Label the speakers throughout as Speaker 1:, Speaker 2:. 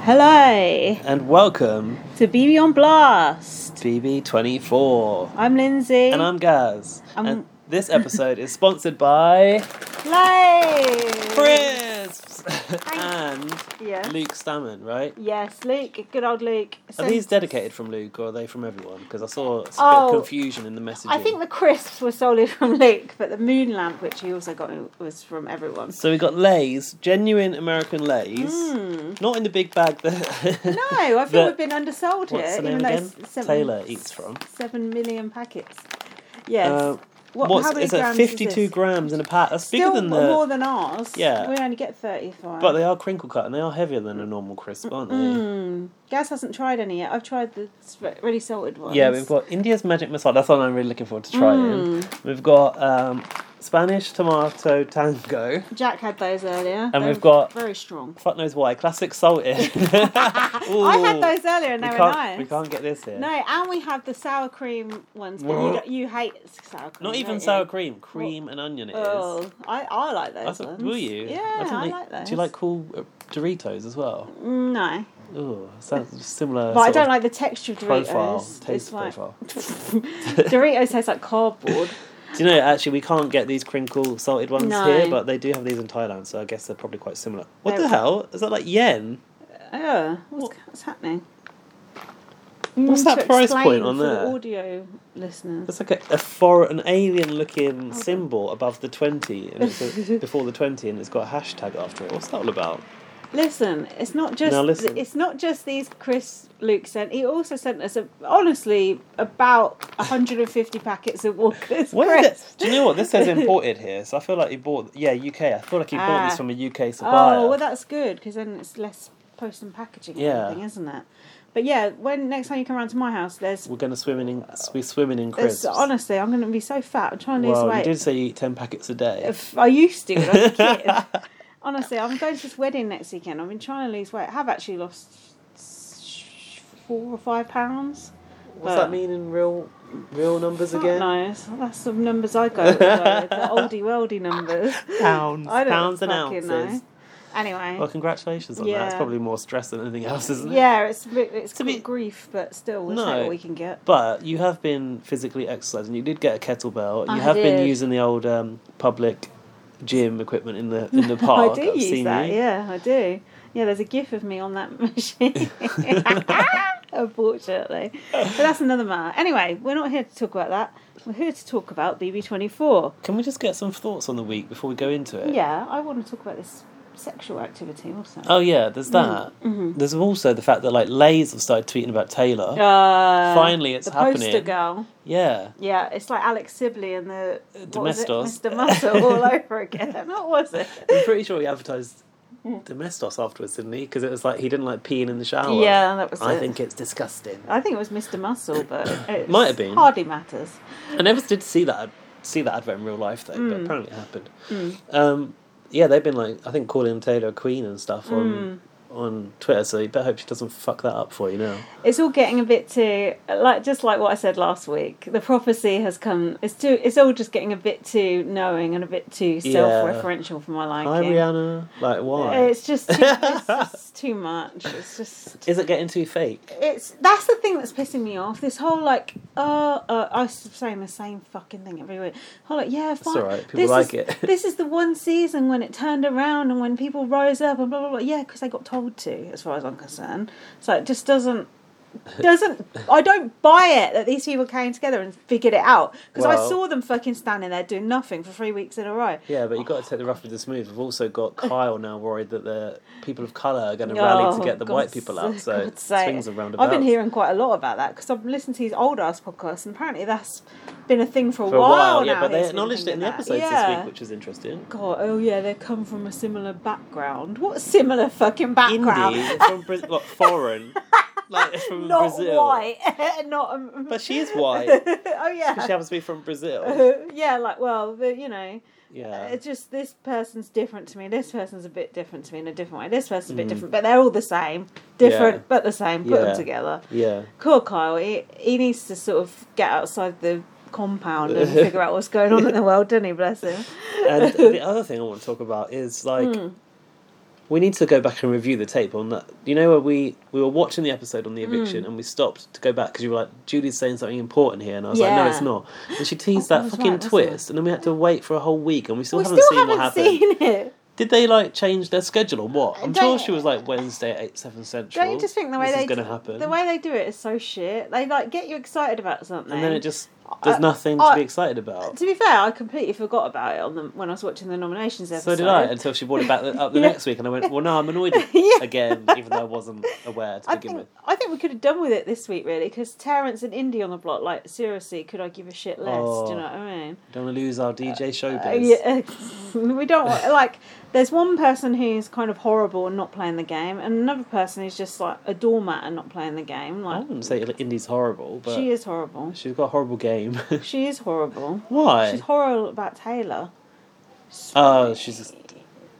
Speaker 1: Hello
Speaker 2: And welcome
Speaker 1: to BB on Blast.
Speaker 2: to BB24.
Speaker 1: I'm Lindsay.
Speaker 2: And I'm Gaz.
Speaker 1: I'm-
Speaker 2: And this episode is sponsored by
Speaker 1: Live.
Speaker 2: Crisps and
Speaker 1: Yeah.
Speaker 2: Luke Stammen, right?
Speaker 1: Yes, Luke. Good old Luke.
Speaker 2: Are
Speaker 1: So-
Speaker 2: these dedicated from Luke or are they from everyone? Because I saw a bit
Speaker 1: Oh,
Speaker 2: of confusion in the messaging.
Speaker 1: I think the crisps were solely from Luke, but the moon lamp, which he also got, was from everyone.
Speaker 2: So we got Lay's, genuine American Lay's. Not in the big bag that.
Speaker 1: Mm. Hmm. No, I feel we've been undersold here.
Speaker 2: What's the
Speaker 1: even
Speaker 2: name
Speaker 1: though
Speaker 2: again?
Speaker 1: it's seven-
Speaker 2: Taylor eats from.
Speaker 1: Seven million packets. Yes.
Speaker 2: Uh,
Speaker 1: what,
Speaker 2: What's,
Speaker 1: how many
Speaker 2: it's
Speaker 1: grams
Speaker 2: at
Speaker 1: is
Speaker 2: 52
Speaker 1: this?
Speaker 2: grams in a pack. That's
Speaker 1: Still
Speaker 2: bigger than the.
Speaker 1: more than ours.
Speaker 2: Yeah.
Speaker 1: We only get 35.
Speaker 2: But they are crinkle cut and they are heavier than a normal crisp, aren't they?
Speaker 1: Gaz Hmm, hasn't tried any yet. I've tried the s- really salted ones.
Speaker 2: Yeah, we've got India's magic masala. That's one I'm really looking forward to
Speaker 1: Hmm.
Speaker 2: trying. We've got um, Spanish tomato tango.
Speaker 1: Jack had those earlier.
Speaker 2: And
Speaker 1: They
Speaker 2: we've
Speaker 1: were
Speaker 2: got-
Speaker 1: very strong.
Speaker 2: Fuck knows why. Classic salted. I
Speaker 1: I had those earlier, and
Speaker 2: We
Speaker 1: they were
Speaker 2: can't,
Speaker 1: nice.
Speaker 2: we can't get this here.
Speaker 1: No, and we have the sour cream ones, but you,
Speaker 2: Well-
Speaker 1: don't- you hate sour cream.
Speaker 2: Not even
Speaker 1: don't you?
Speaker 2: sour cream. Cream and onion it is.
Speaker 1: Oh, I, I like those
Speaker 2: I thought,
Speaker 1: ones.
Speaker 2: will you?
Speaker 1: Yeah,
Speaker 2: didn't
Speaker 1: I,
Speaker 2: think-
Speaker 1: like those.
Speaker 2: Do you like cool uh, Doritos as well?
Speaker 1: No,
Speaker 2: Oh, sounds similar.
Speaker 1: but I
Speaker 2: sort
Speaker 1: don't
Speaker 2: of
Speaker 1: like the texture of Doritos.
Speaker 2: profile,
Speaker 1: It's
Speaker 2: taste
Speaker 1: like-
Speaker 2: profile.
Speaker 1: Doritos tastes like cardboard.
Speaker 2: Do you know, actually, we can't get these crinkle salted ones
Speaker 1: No.
Speaker 2: here, but they do have these in Thailand, so I guess they're probably quite similar. What
Speaker 1: They-
Speaker 2: the hell? Is that like yen?
Speaker 1: Oh, what's, what's happening?
Speaker 2: What's
Speaker 1: Mm,
Speaker 2: that
Speaker 1: to
Speaker 2: price point
Speaker 1: explain
Speaker 2: on
Speaker 1: for
Speaker 2: there?
Speaker 1: The audio listeners.
Speaker 2: It's like a, a foreign, an alien-looking symbol above the twenty, and it's a, before the twenty, and it's got a hashtag after it. What's that all about?
Speaker 1: Listen, it's not just
Speaker 2: Now listen.
Speaker 1: it's not just these Chris Luke sent. He also sent us a, honestly about 150 packets of Walker's
Speaker 2: Where is
Speaker 1: crisps.
Speaker 2: it? Do you know what this says? Imported here, so I feel like he bought. Yeah, UK. I feel like he bought
Speaker 1: Ah.
Speaker 2: these from a UK supplier.
Speaker 1: Oh, well, that's good because then it's less post and packaging, yeah.
Speaker 2: Yeah.
Speaker 1: everything, isn't it? But yeah, when next time you come round to my house, there's,
Speaker 2: We're going to swim in. We're swimming in
Speaker 1: there's
Speaker 2: crisps.
Speaker 1: honestly, I'm going to be so fat. I'm trying to lose
Speaker 2: well, you
Speaker 1: weight.
Speaker 2: did say you eat ten packets a day.
Speaker 1: If I used to when I was a kid. Honestly, I'm going to this wedding next weekend. I've been trying to lose weight. I have actually lost s- four or five pounds.
Speaker 2: What's
Speaker 1: but-
Speaker 2: that mean in real, real numbers
Speaker 1: Fuck
Speaker 2: again?
Speaker 1: knows. That's the numbers I go with. though, the oldie worldy numbers.
Speaker 2: Pounds,
Speaker 1: I don't
Speaker 2: pounds and
Speaker 1: fucking
Speaker 2: ounces.
Speaker 1: know. Anyway,
Speaker 2: Well, congratulations on that. It's
Speaker 1: Yeah.
Speaker 2: probably more stress than anything else, isn't it?
Speaker 1: yeah, it's a bit- it's
Speaker 2: To
Speaker 1: called
Speaker 2: be-
Speaker 1: grief, but still, it's
Speaker 2: No.
Speaker 1: not what we can get.
Speaker 2: But you have been physically exercising. You did get a kettlebell. You
Speaker 1: I
Speaker 2: have
Speaker 1: did.
Speaker 2: been using the old um, public gym equipment in the in the park.
Speaker 1: I do
Speaker 2: I've
Speaker 1: use
Speaker 2: seen
Speaker 1: that.
Speaker 2: you.
Speaker 1: Yeah, I do. Yeah, there's a gif of me on that machine. Unfortunately, but that's another matter. Anyway, we're not here to talk about that. We're here to talk about BB24.
Speaker 2: Can we just get some thoughts on the week before we go into it?
Speaker 1: Yeah, I want to talk about this sexual activity Mm-hmm. also.
Speaker 2: Oh yeah, there's
Speaker 1: Mm.
Speaker 2: that. There's also the fact that like Lay's have started tweeting about Taylor.
Speaker 1: Uh,
Speaker 2: Finally, it's
Speaker 1: the poster
Speaker 2: happening.
Speaker 1: girl.
Speaker 2: Yeah.
Speaker 1: Yeah, it's like Alex Sibley and the what was it?
Speaker 2: Domestos.
Speaker 1: Mr. Muscle all over again. What was it?
Speaker 2: I'm pretty sure he advertised
Speaker 1: Mm.
Speaker 2: Domestos afterwards, didn't he? Because it was like he didn't like peeing in the shower.
Speaker 1: Yeah, that was
Speaker 2: I
Speaker 1: it.
Speaker 2: think it's disgusting.
Speaker 1: I think it was Mr. Muscle, but it
Speaker 2: Might have been.
Speaker 1: Hardly matters.
Speaker 2: I never did see that see that advert in real life though,
Speaker 1: Mm.
Speaker 2: but apparently it happened. Um, yeah, they've been like I think calling Taylor a queen and stuff
Speaker 1: Mm.
Speaker 2: on on Twitter, so you better hope she doesn't fuck that up for you now.
Speaker 1: It's all getting a bit too like just like what I said last week. The prophecy has come. It's too. It's all just getting a bit too knowing and a bit too
Speaker 2: Yeah.
Speaker 1: self-referential for my liking.
Speaker 2: Hi Rihanna, like why?
Speaker 1: It's just too, it's just too much. It's just
Speaker 2: Is it getting too fake?
Speaker 1: it's that's the thing that's pissing me off. This whole like, uh, uh I was saying the same fucking thing every week. Whole like, yeah, fine.
Speaker 2: all right. People
Speaker 1: this
Speaker 2: like
Speaker 1: is-
Speaker 2: it.
Speaker 1: this is the one season when it turned around and when people rose up and blah blah blah. Yeah, because they got told to, as far as I'm concerned. So it just doesn't. Doesn't I don't buy it that these people came together and figured it out because I
Speaker 2: Well-
Speaker 1: saw them fucking standing there doing nothing for three weeks in a row.
Speaker 2: Yeah, but you've got to take the rough with the smooth. We've also got Kyle now worried that the people of colour are going to rally
Speaker 1: Oh,
Speaker 2: to get the white
Speaker 1: God's-
Speaker 2: people out. So
Speaker 1: God's sake.
Speaker 2: swings and roundabouts.
Speaker 1: I've been hearing quite a lot about that because I've listened to his old ass podcast, and apparently that's been a thing for a,
Speaker 2: for a while,
Speaker 1: now
Speaker 2: yeah, but they
Speaker 1: he's been
Speaker 2: acknowledged it in the
Speaker 1: thinking that.
Speaker 2: episodes
Speaker 1: Yeah.
Speaker 2: this week, which was interesting.
Speaker 1: God, oh yeah, they come from a similar background. What similar fucking background?
Speaker 2: Indie from Brazil, what, foreign, like from
Speaker 1: Not
Speaker 2: Brazil.
Speaker 1: white, not. Um...
Speaker 2: But she is white.
Speaker 1: oh yeah.
Speaker 2: she happens to be from Brazil.
Speaker 1: yeah, like well, the, you know.
Speaker 2: Yeah.
Speaker 1: It's just this person's different to me. This person's a bit different to me in a different way. This person's a bit different, but they're all the same. Different,
Speaker 2: Mm. Yeah.
Speaker 1: but the same. Put
Speaker 2: Yeah.
Speaker 1: them together.
Speaker 2: Yeah.
Speaker 1: Cool, Kyle. He, he needs to sort of get outside the compound and figure out what's going on in the world, doesn't he? Bless him. Hmm.
Speaker 2: And the other thing I want to talk about is like We need to go back and review the tape on that. You know where we we were watching the episode on
Speaker 1: Hmm.
Speaker 2: the eviction and we stopped to go back because you were like, "Julie's saying something important here," and I was like, "No,
Speaker 1: Yeah.
Speaker 2: it's not." And she teased
Speaker 1: Oh, I
Speaker 2: that
Speaker 1: was
Speaker 2: fucking
Speaker 1: right, wasn't I?
Speaker 2: twist, and then we had to wait for a whole week, and we still
Speaker 1: we
Speaker 2: haven't
Speaker 1: still
Speaker 2: seen what
Speaker 1: haven't
Speaker 2: happened.
Speaker 1: seen it.
Speaker 2: Did they like change their schedule or what? I'm sure
Speaker 1: Don't-
Speaker 2: she was like Wednesday at eight seven central.
Speaker 1: Don't you just think the way
Speaker 2: this
Speaker 1: they
Speaker 2: is going to happen?
Speaker 1: the way they do it is so shit. They like get you excited about something,
Speaker 2: and then it just there's
Speaker 1: I-
Speaker 2: nothing to
Speaker 1: I-
Speaker 2: be excited about.
Speaker 1: To be fair, I completely forgot about it on the when I was watching the nominations episode.
Speaker 2: So did I until she brought it back the, up the
Speaker 1: Yeah.
Speaker 2: next week, and I went, "Well, no, I'm annoyed
Speaker 1: Yeah.
Speaker 2: again, even though I wasn't aware to
Speaker 1: I
Speaker 2: begin
Speaker 1: think
Speaker 2: with."
Speaker 1: I think we could have done with it this week, really, because Terrence and Indy on the block. Like, seriously, could I give a shit less? Do
Speaker 2: Oh.
Speaker 1: you know what I mean?
Speaker 2: Don't want to lose our DJ showbiz.
Speaker 1: Uh, yeah, we don't want, like. There's one person who's kind of horrible and not playing the game, and another person who's just like a doormat and not playing the game.
Speaker 2: I
Speaker 1: Like,
Speaker 2: wouldn't say like, Indy's horrible, but
Speaker 1: she is horrible.
Speaker 2: she's got a horrible game.
Speaker 1: She is horrible.
Speaker 2: Why?
Speaker 1: She's horrible about Taylor.
Speaker 2: Oh, she's just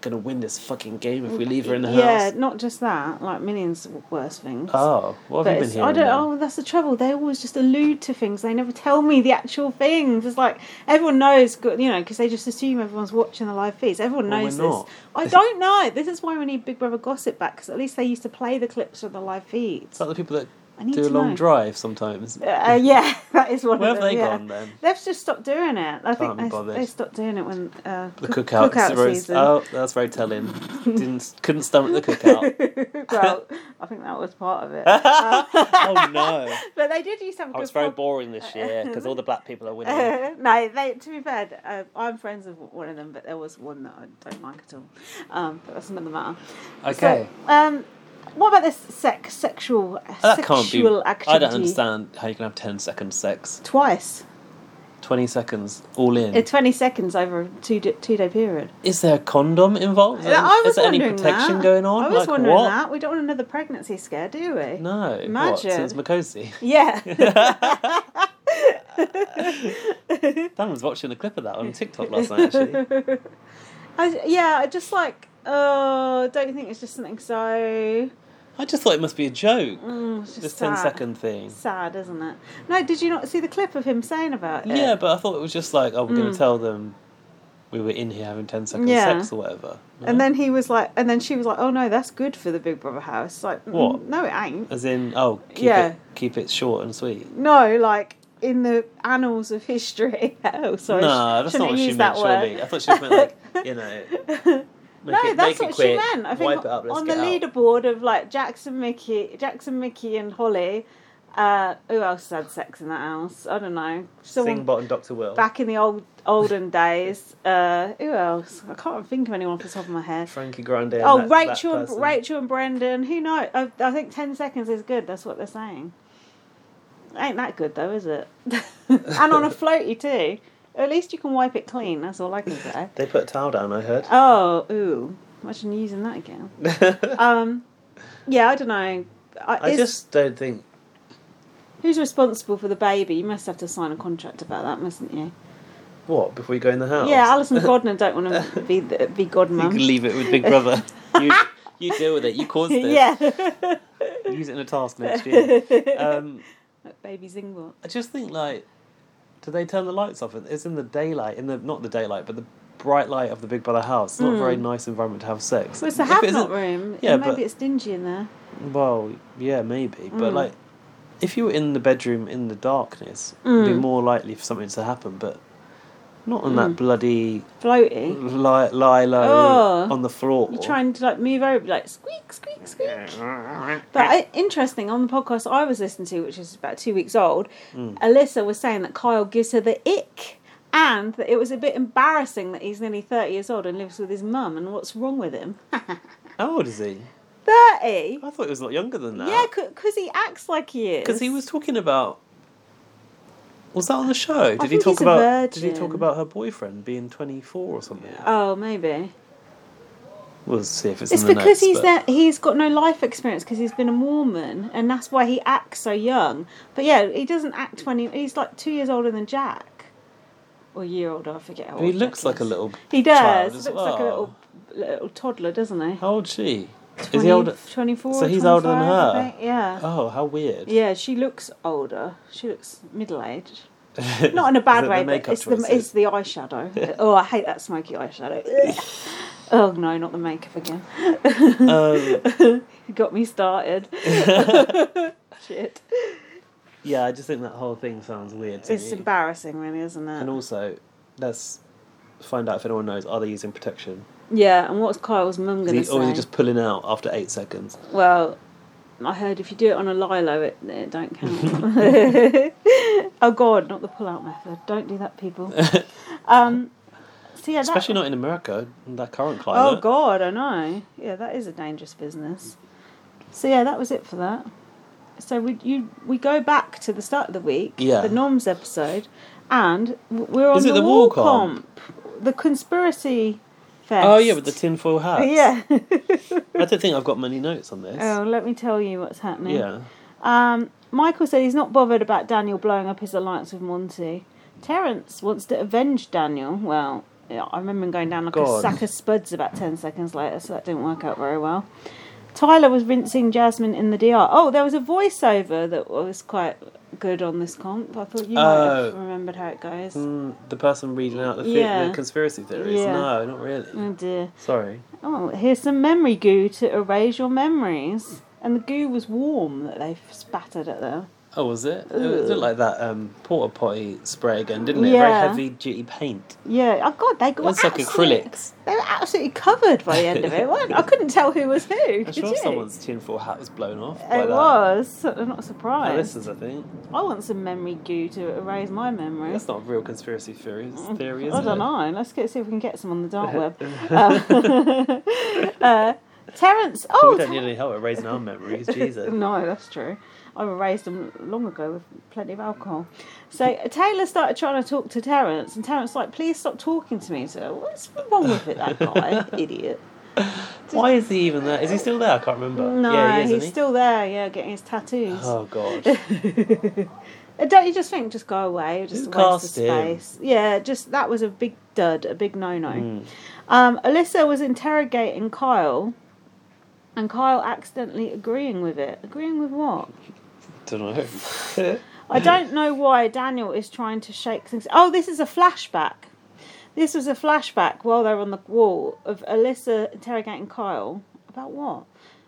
Speaker 2: gonna win this fucking game if we leave her in the
Speaker 1: yeah,
Speaker 2: house.
Speaker 1: not just that. Like millions of worse things.
Speaker 2: Oh, what
Speaker 1: But
Speaker 2: have you been
Speaker 1: it's,
Speaker 2: hearing?
Speaker 1: I don't.
Speaker 2: then?
Speaker 1: Oh, that's the trouble. They always just allude to things. They never tell me the actual things. It's like everyone knows, go- you know, because they just assume everyone's watching the live feeds. Everyone
Speaker 2: Well, we're
Speaker 1: knows
Speaker 2: not.
Speaker 1: this. I don't know. This is why we need Big Brother gossip back. Because at least they used to play the clips from the live
Speaker 2: It's
Speaker 1: feeds.
Speaker 2: like the people that
Speaker 1: I need
Speaker 2: do a
Speaker 1: to
Speaker 2: long
Speaker 1: know.
Speaker 2: drive sometimes.
Speaker 1: Uh, yeah, that is one
Speaker 2: Where
Speaker 1: of
Speaker 2: have
Speaker 1: them.
Speaker 2: they
Speaker 1: yeah.
Speaker 2: gone then?
Speaker 1: They've just stopped doing it. I
Speaker 2: Can't be
Speaker 1: think
Speaker 2: bothered.
Speaker 1: they, they stopped doing it when uh,
Speaker 2: The
Speaker 1: cook-
Speaker 2: cookout, roast.
Speaker 1: season.
Speaker 2: Oh, that's very telling. Didn't couldn't stomach the cookout.
Speaker 1: well, I think that was part of it. Uh,
Speaker 2: oh no!
Speaker 1: But they did used to have a
Speaker 2: Oh,
Speaker 1: good
Speaker 2: it's very
Speaker 1: pod-
Speaker 2: boring this year because all the black people are winning.
Speaker 1: Uh, no, they, to be fair, uh, I'm friends with one of them, but there was one that I don't like at all. Um, but that's another matter. So,
Speaker 2: Okay,
Speaker 1: um, what about this sex, sexual, uh,
Speaker 2: Oh, that
Speaker 1: sexual
Speaker 2: can't be.
Speaker 1: activity?
Speaker 2: I don't understand how you can have 10 seconds sex,
Speaker 1: Twice
Speaker 2: twenty seconds all in.
Speaker 1: in 20 seconds over a two d- two day period.
Speaker 2: Is there a condom involved? Is there,
Speaker 1: I was
Speaker 2: is there any
Speaker 1: wondering
Speaker 2: protection
Speaker 1: that.
Speaker 2: going on?
Speaker 1: I was
Speaker 2: like
Speaker 1: wondering
Speaker 2: what?
Speaker 1: that. We don't want another pregnancy scare, do we?
Speaker 2: No. What?
Speaker 1: Imagine.
Speaker 2: Since Makosi.
Speaker 1: Yeah.
Speaker 2: Dan was watching a clip of that on TikTok last night, actually.
Speaker 1: I, yeah, I just like, oh, don't you think it's just something so.
Speaker 2: I just thought it must be a joke.
Speaker 1: Mm, it's just
Speaker 2: this
Speaker 1: sad.
Speaker 2: 10 second thing.
Speaker 1: Sad, isn't it? No, did you not see the clip of him saying about it?
Speaker 2: Yeah, but I thought it was just like, oh, we're going to
Speaker 1: Mm.
Speaker 2: tell them we were in here having 10 seconds
Speaker 1: Yeah.
Speaker 2: sex or whatever.
Speaker 1: And
Speaker 2: No?
Speaker 1: then he was like, and then she was like, oh no, that's good for the Big Brother house. Like, mm,
Speaker 2: What?
Speaker 1: No, it ain't.
Speaker 2: As in, oh, keep,
Speaker 1: Yeah.
Speaker 2: it, keep it short and sweet.
Speaker 1: No, like in the annals of history. oh, sorry.
Speaker 2: no, that's not
Speaker 1: shouldn't
Speaker 2: what she
Speaker 1: use
Speaker 2: meant,
Speaker 1: that
Speaker 2: surely. I thought she just meant, like, you know,
Speaker 1: word.
Speaker 2: make
Speaker 1: no, that's
Speaker 2: it, make
Speaker 1: what
Speaker 2: it quick,
Speaker 1: she meant. I think
Speaker 2: wipe it up, let's
Speaker 1: on the
Speaker 2: get out.
Speaker 1: leaderboard of like Jackson, Mickey, Jackson, Mickey, and Holly. Uh, who else had sex in that house? I don't know. Someone
Speaker 2: Singbot and Dr. Will.
Speaker 1: back in the old olden days. Uh, who else? I can't think of anyone off the top of my head.
Speaker 2: Frankie Grande. and
Speaker 1: Oh,
Speaker 2: that- that
Speaker 1: Rachel,
Speaker 2: person.
Speaker 1: and, Rachel and Brendan. Who knows? I, I think ten seconds is good. That's what they're saying. Ain't that good though, is it? and on a floaty too. At least you can wipe it clean. That's all I can say.
Speaker 2: They put a towel down, I heard.
Speaker 1: Oh, ooh! Imagine using that again. Um, yeah, I don't know. I,
Speaker 2: I
Speaker 1: is,
Speaker 2: just don't think.
Speaker 1: Who's responsible for the baby? You must have to sign a contract about that, mustn't you?
Speaker 2: What, before you go in the house?
Speaker 1: Yeah, Alison Godner don't want to be the, be
Speaker 2: You
Speaker 1: godmum.
Speaker 2: can leave it with Big Brother. you, you deal with it. You caused it.
Speaker 1: yeah.
Speaker 2: Use it in a task next year. Um,
Speaker 1: Baby Zingbot.
Speaker 2: I just think like, do they turn the lights off? It's in the daylight, in the not the daylight, but the bright light of the Big Brother house. It's Not a very nice environment to have sex.
Speaker 1: Hmm. Well, it's the
Speaker 2: If it
Speaker 1: have
Speaker 2: isn't-
Speaker 1: not room.
Speaker 2: yeah,
Speaker 1: maybe
Speaker 2: but-
Speaker 1: it's dingy in there.
Speaker 2: Well, yeah, maybe,
Speaker 1: Mm.
Speaker 2: but like, if you were in the bedroom in the darkness, it'd
Speaker 1: Mm.
Speaker 2: be more likely for something to happen. But not on that bloody
Speaker 1: Floaty.
Speaker 2: li- lie low
Speaker 1: Oh.
Speaker 2: on the floor.
Speaker 1: You're trying to like move over, like squeak, squeak, squeak. But I, interesting on the podcast I was listening to, which is about two weeks old,
Speaker 2: Mm.
Speaker 1: Alyssa was saying that Kyle gives her the ick, and that it was a bit embarrassing that he's nearly thirty years old and lives with his mum, and what's wrong with him?
Speaker 2: How old is he?
Speaker 1: Thirty.
Speaker 2: I thought he was a lot younger than that.
Speaker 1: Yeah, because he acts like he is.
Speaker 2: because he was talking about. Was that on the show? Did he
Speaker 1: think
Speaker 2: talk
Speaker 1: he's a
Speaker 2: about? Did he
Speaker 1: virgin.
Speaker 2: talk about her boyfriend being twenty four or something?
Speaker 1: Oh, maybe.
Speaker 2: We'll see if it's.
Speaker 1: It's
Speaker 2: in the
Speaker 1: because
Speaker 2: notes,
Speaker 1: he's
Speaker 2: but-
Speaker 1: there, he's got no life experience because he's been a Mormon, and that's why he acts so young. But yeah, he doesn't act twenty. He's like two years older than Jack, or a year older. I forget. How
Speaker 2: He
Speaker 1: old
Speaker 2: looks
Speaker 1: Jack
Speaker 2: like a
Speaker 1: is.
Speaker 2: little.
Speaker 1: He
Speaker 2: child
Speaker 1: does.
Speaker 2: as
Speaker 1: Looks like a little,
Speaker 2: well.
Speaker 1: little toddler, doesn't he?
Speaker 2: How old is she?
Speaker 1: 20,
Speaker 2: Is he older?
Speaker 1: Twenty-four.
Speaker 2: so he's older than
Speaker 1: 25, I
Speaker 2: her?
Speaker 1: think, Yeah.
Speaker 2: Oh, how weird!
Speaker 1: Yeah, she looks older. She looks middle-aged. Not in a
Speaker 2: Is it
Speaker 1: bad
Speaker 2: the
Speaker 1: way, but
Speaker 2: makeup
Speaker 1: it's the,
Speaker 2: choices?
Speaker 1: it's the eyeshadow. oh, I hate that smoky eyeshadow. Oh no, not the makeup again.
Speaker 2: Um,
Speaker 1: You got me started. Shit.
Speaker 2: yeah, I just think that whole thing sounds weird to
Speaker 1: It's
Speaker 2: me.
Speaker 1: embarrassing, really, isn't
Speaker 2: and
Speaker 1: it?
Speaker 2: also, let's find out if anyone knows. Are they using protection?
Speaker 1: Yeah, and what's Kyle's mum
Speaker 2: Is
Speaker 1: going to
Speaker 2: he- or is
Speaker 1: say?
Speaker 2: he just pulling out after eight seconds?
Speaker 1: Well, I heard if you do it on a lilo, it, it don't count. oh God, not the pull-out method. Don't do that, people. Um, so yeah, that-
Speaker 2: Especially not in America in that current climate.
Speaker 1: Oh God, I know. Yeah, that is a dangerous business. So yeah, that was it for that. So we you we go back to the start of the week,
Speaker 2: Yeah.
Speaker 1: the norms episode, and w- we're on
Speaker 2: Is it
Speaker 1: the,
Speaker 2: the
Speaker 1: wall
Speaker 2: wall
Speaker 1: comp, the conspiracy fest.
Speaker 2: Oh, yeah, with the tinfoil hat.
Speaker 1: yeah.
Speaker 2: I don't think I've got many notes on this.
Speaker 1: oh, let me tell you what's happening.
Speaker 2: yeah.
Speaker 1: Um, Michael said he's not bothered about Daniel blowing up his alliance with Monty. Terence wants to avenge Daniel. Well, yeah, I remember him going down like a
Speaker 2: God.
Speaker 1: sack of spuds about 10 seconds later, so that didn't work out very well. Tyler was rinsing Jasmine in the DR. Oh, there was a voiceover that was quite good on this comp. I thought you might have
Speaker 2: Oh.
Speaker 1: remembered how it goes.
Speaker 2: Mm, the person reading out the, the-
Speaker 1: Yeah.
Speaker 2: the conspiracy theories.
Speaker 1: Yeah.
Speaker 2: No, not really.
Speaker 1: Oh dear.
Speaker 2: Sorry.
Speaker 1: Oh, here's some memory goo to erase your memories. And the goo was warm that they spattered at them.
Speaker 2: Oh, was it? It looked like that um, porta potty spray again, didn't it?
Speaker 1: Yeah.
Speaker 2: Very heavy duty paint.
Speaker 1: Yeah, oh god, they got
Speaker 2: It's like
Speaker 1: absolute-
Speaker 2: acrylics.
Speaker 1: They were absolutely covered by the end of it. weren't I couldn't tell who was who.
Speaker 2: I'm
Speaker 1: could
Speaker 2: sure
Speaker 1: you?
Speaker 2: someone's tinfoil hat was blown off. by
Speaker 1: It
Speaker 2: that. Oh,
Speaker 1: was. I'm not surprised.
Speaker 2: Alice's, I think.
Speaker 1: I want some memory goo to erase my memories.
Speaker 2: That's not a real conspiracy theory, it's a theory, is
Speaker 1: I
Speaker 2: it?
Speaker 1: don't know. Let's get see if we can get some on the dark web. Um, uh, Terence. Oh,
Speaker 2: we don't
Speaker 1: Ter-
Speaker 2: need any help at raising our memories, Jesus.
Speaker 1: No, that's true. I erased them long ago with plenty of alcohol. So uh, Taylor started trying to talk to Terence, and Terence like, "Please stop talking to me." So what's wrong with it, that guy, idiot?
Speaker 2: Why is he even there? Is he still there? I can't remember.
Speaker 1: No,
Speaker 2: yeah, he is,
Speaker 1: he's
Speaker 2: isn't
Speaker 1: still there. Yeah, getting his tattoos. Uh,
Speaker 2: he? Oh, God.
Speaker 1: Don't you just think, just go away, or just
Speaker 2: Who
Speaker 1: a waste of
Speaker 2: cast him? Hmm.
Speaker 1: space? Yeah, just that was a big dud, a big no-no. Um, Alyssa was interrogating Kyle, and Kyle accidentally agreeing with it. Agreeing with what?
Speaker 2: don't know.
Speaker 1: I don't know why Daniel is trying to shake things. Oh, this is a flashback. This was a flashback while they were on the wall of Alyssa interrogating Kyle about what?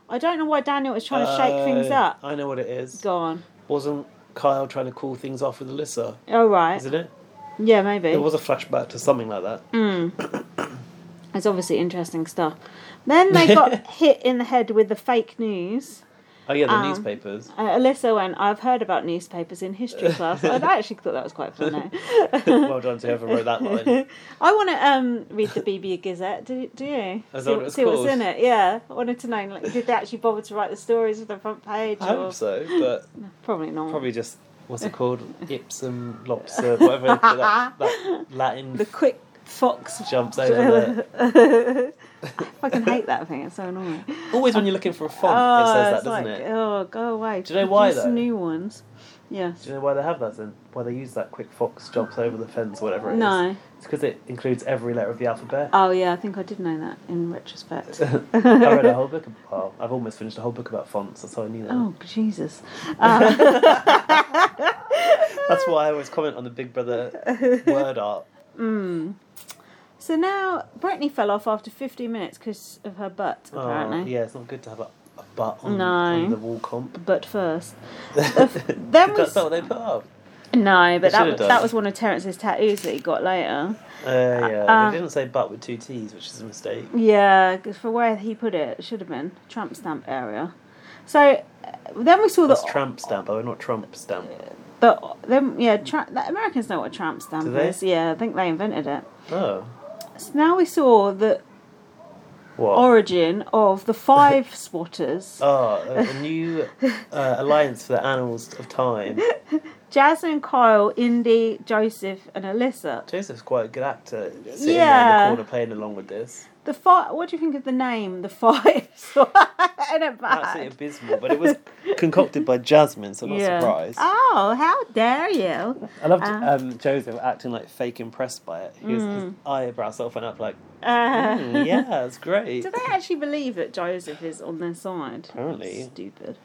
Speaker 1: I don't know why Daniel is trying to shake things
Speaker 2: Uh,
Speaker 1: up.
Speaker 2: I know what it is.
Speaker 1: Gone.
Speaker 2: Wasn't Kyle trying to cool things off with Alyssa?
Speaker 1: All Oh, right.
Speaker 2: Isn't it?
Speaker 1: Yeah, maybe. Hmm.
Speaker 2: There was a flashback to something like that.
Speaker 1: It's obviously interesting stuff. Then they got hit in the head with the fake news.
Speaker 2: Oh yeah, the
Speaker 1: Um,
Speaker 2: newspapers.
Speaker 1: Uh, Alyssa went, I've heard about newspapers in history class. I actually thought that was quite funny.
Speaker 2: well done to whoever wrote that line.
Speaker 1: I want to um, read the BB Gazette. Do, do you?
Speaker 2: Is that
Speaker 1: see
Speaker 2: what it's
Speaker 1: see what's
Speaker 2: called?
Speaker 1: in it. Yeah, I wanted to know. Like, did they actually bother to write the stories with the front page?
Speaker 2: I
Speaker 1: or-
Speaker 2: hope so, but
Speaker 1: Probably not.
Speaker 2: probably just what's it called? Ipsum lobster, whatever that, that Latin
Speaker 1: The quick fox.
Speaker 2: jumps over there.
Speaker 1: I fucking hate that thing. It's so annoying.
Speaker 2: Always when you're looking for a font,
Speaker 1: oh,
Speaker 2: it says that,
Speaker 1: it's
Speaker 2: doesn't
Speaker 1: like,
Speaker 2: it?
Speaker 1: Oh, go away.
Speaker 2: Do you know why,
Speaker 1: Produce
Speaker 2: though?
Speaker 1: new ones. Yes.
Speaker 2: Do you know why they have that? Then why they use that quick fox jumps over the fence, whatever it is?
Speaker 1: No.
Speaker 2: it's because it includes every letter of the alphabet.
Speaker 1: Oh yeah, I think I did know that in retrospect.
Speaker 2: I read a whole book. ab- Well, I've almost finished a whole book about fonts. That's how I knew that.
Speaker 1: oh Jesus! Uh,
Speaker 2: That's why I always comment on the Big Brother word art.
Speaker 1: so now Brittany fell off after 15 minutes because of her butt,
Speaker 2: Oh,
Speaker 1: apparently.
Speaker 2: yeah, it's not good to have a, a butt on,
Speaker 1: No.
Speaker 2: on the wall comp.
Speaker 1: But first,
Speaker 2: That's
Speaker 1: was-
Speaker 2: not what they put up.
Speaker 1: no, but
Speaker 2: They
Speaker 1: that
Speaker 2: should've
Speaker 1: was,
Speaker 2: done.
Speaker 1: that was one of Terrence's tattoos that he got later.
Speaker 2: Uh, yeah,
Speaker 1: Uh,
Speaker 2: they didn't say butt with two T's, which is a mistake.
Speaker 1: Yeah, 'cause for where he put it, it should have been tramp stamp area. So uh, then we saw the,
Speaker 2: That's tramp stamp, though, not Trump stamp.
Speaker 1: the then uh, yeah, tra- the Americans know what tramp stamp
Speaker 2: Do they?
Speaker 1: is. Yeah, I think they invented it.
Speaker 2: Oh,
Speaker 1: So now we saw the
Speaker 2: what?
Speaker 1: origin of the five swatters.
Speaker 2: Oh, a, a new uh, alliance for the annals of time.
Speaker 1: Jasmine, Kyle, Indy, Joseph, and Alyssa.
Speaker 2: Joseph's quite a good actor sitting
Speaker 1: Yeah.
Speaker 2: there in the corner playing along with this.
Speaker 1: The five. What do you think of the name? The five. and it
Speaker 2: Absolutely
Speaker 1: bad.
Speaker 2: abysmal, but it was concocted by Jasmine, so I'm not
Speaker 1: Yeah.
Speaker 2: surprised.
Speaker 1: Oh, how dare you!
Speaker 2: I loved
Speaker 1: Um,
Speaker 2: um, Joseph acting like fake impressed by it. His,
Speaker 1: Mm.
Speaker 2: his eyebrows sort of went up like,
Speaker 1: Uh,
Speaker 2: "Mm, yeah, that's great.
Speaker 1: do they actually believe that Joseph is on their side?
Speaker 2: Apparently.
Speaker 1: Stupid.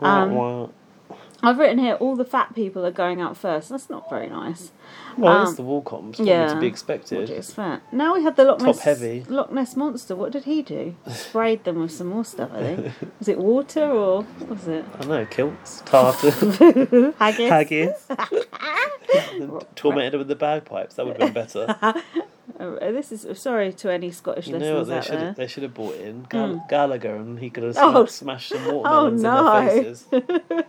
Speaker 2: Wah,
Speaker 1: um,
Speaker 2: wah.
Speaker 1: I've written here all the fat people are going out first. That's not very nice.
Speaker 2: Well,
Speaker 1: Um,
Speaker 2: it's the Warcoms. Probably
Speaker 1: yeah.
Speaker 2: to be
Speaker 1: What do you
Speaker 2: expected.
Speaker 1: expect? Now we had the Loch
Speaker 2: Top
Speaker 1: Ness
Speaker 2: heavy.
Speaker 1: Loch Ness monster. What did he do? Sprayed them with some more stuff. I think was it water or what was it
Speaker 2: I know kilts, tartars,
Speaker 1: haggis?
Speaker 2: haggis. Tormented her with the bagpipes. That would have been better.
Speaker 1: Oh, this is sorry to any Scottish
Speaker 2: You know
Speaker 1: listeners
Speaker 2: what they
Speaker 1: out
Speaker 2: should
Speaker 1: there.
Speaker 2: have, they should have brought in Gal- Gallagher, and he could have
Speaker 1: Oh.
Speaker 2: sma- smashed some watermelons in
Speaker 1: no.
Speaker 2: their faces.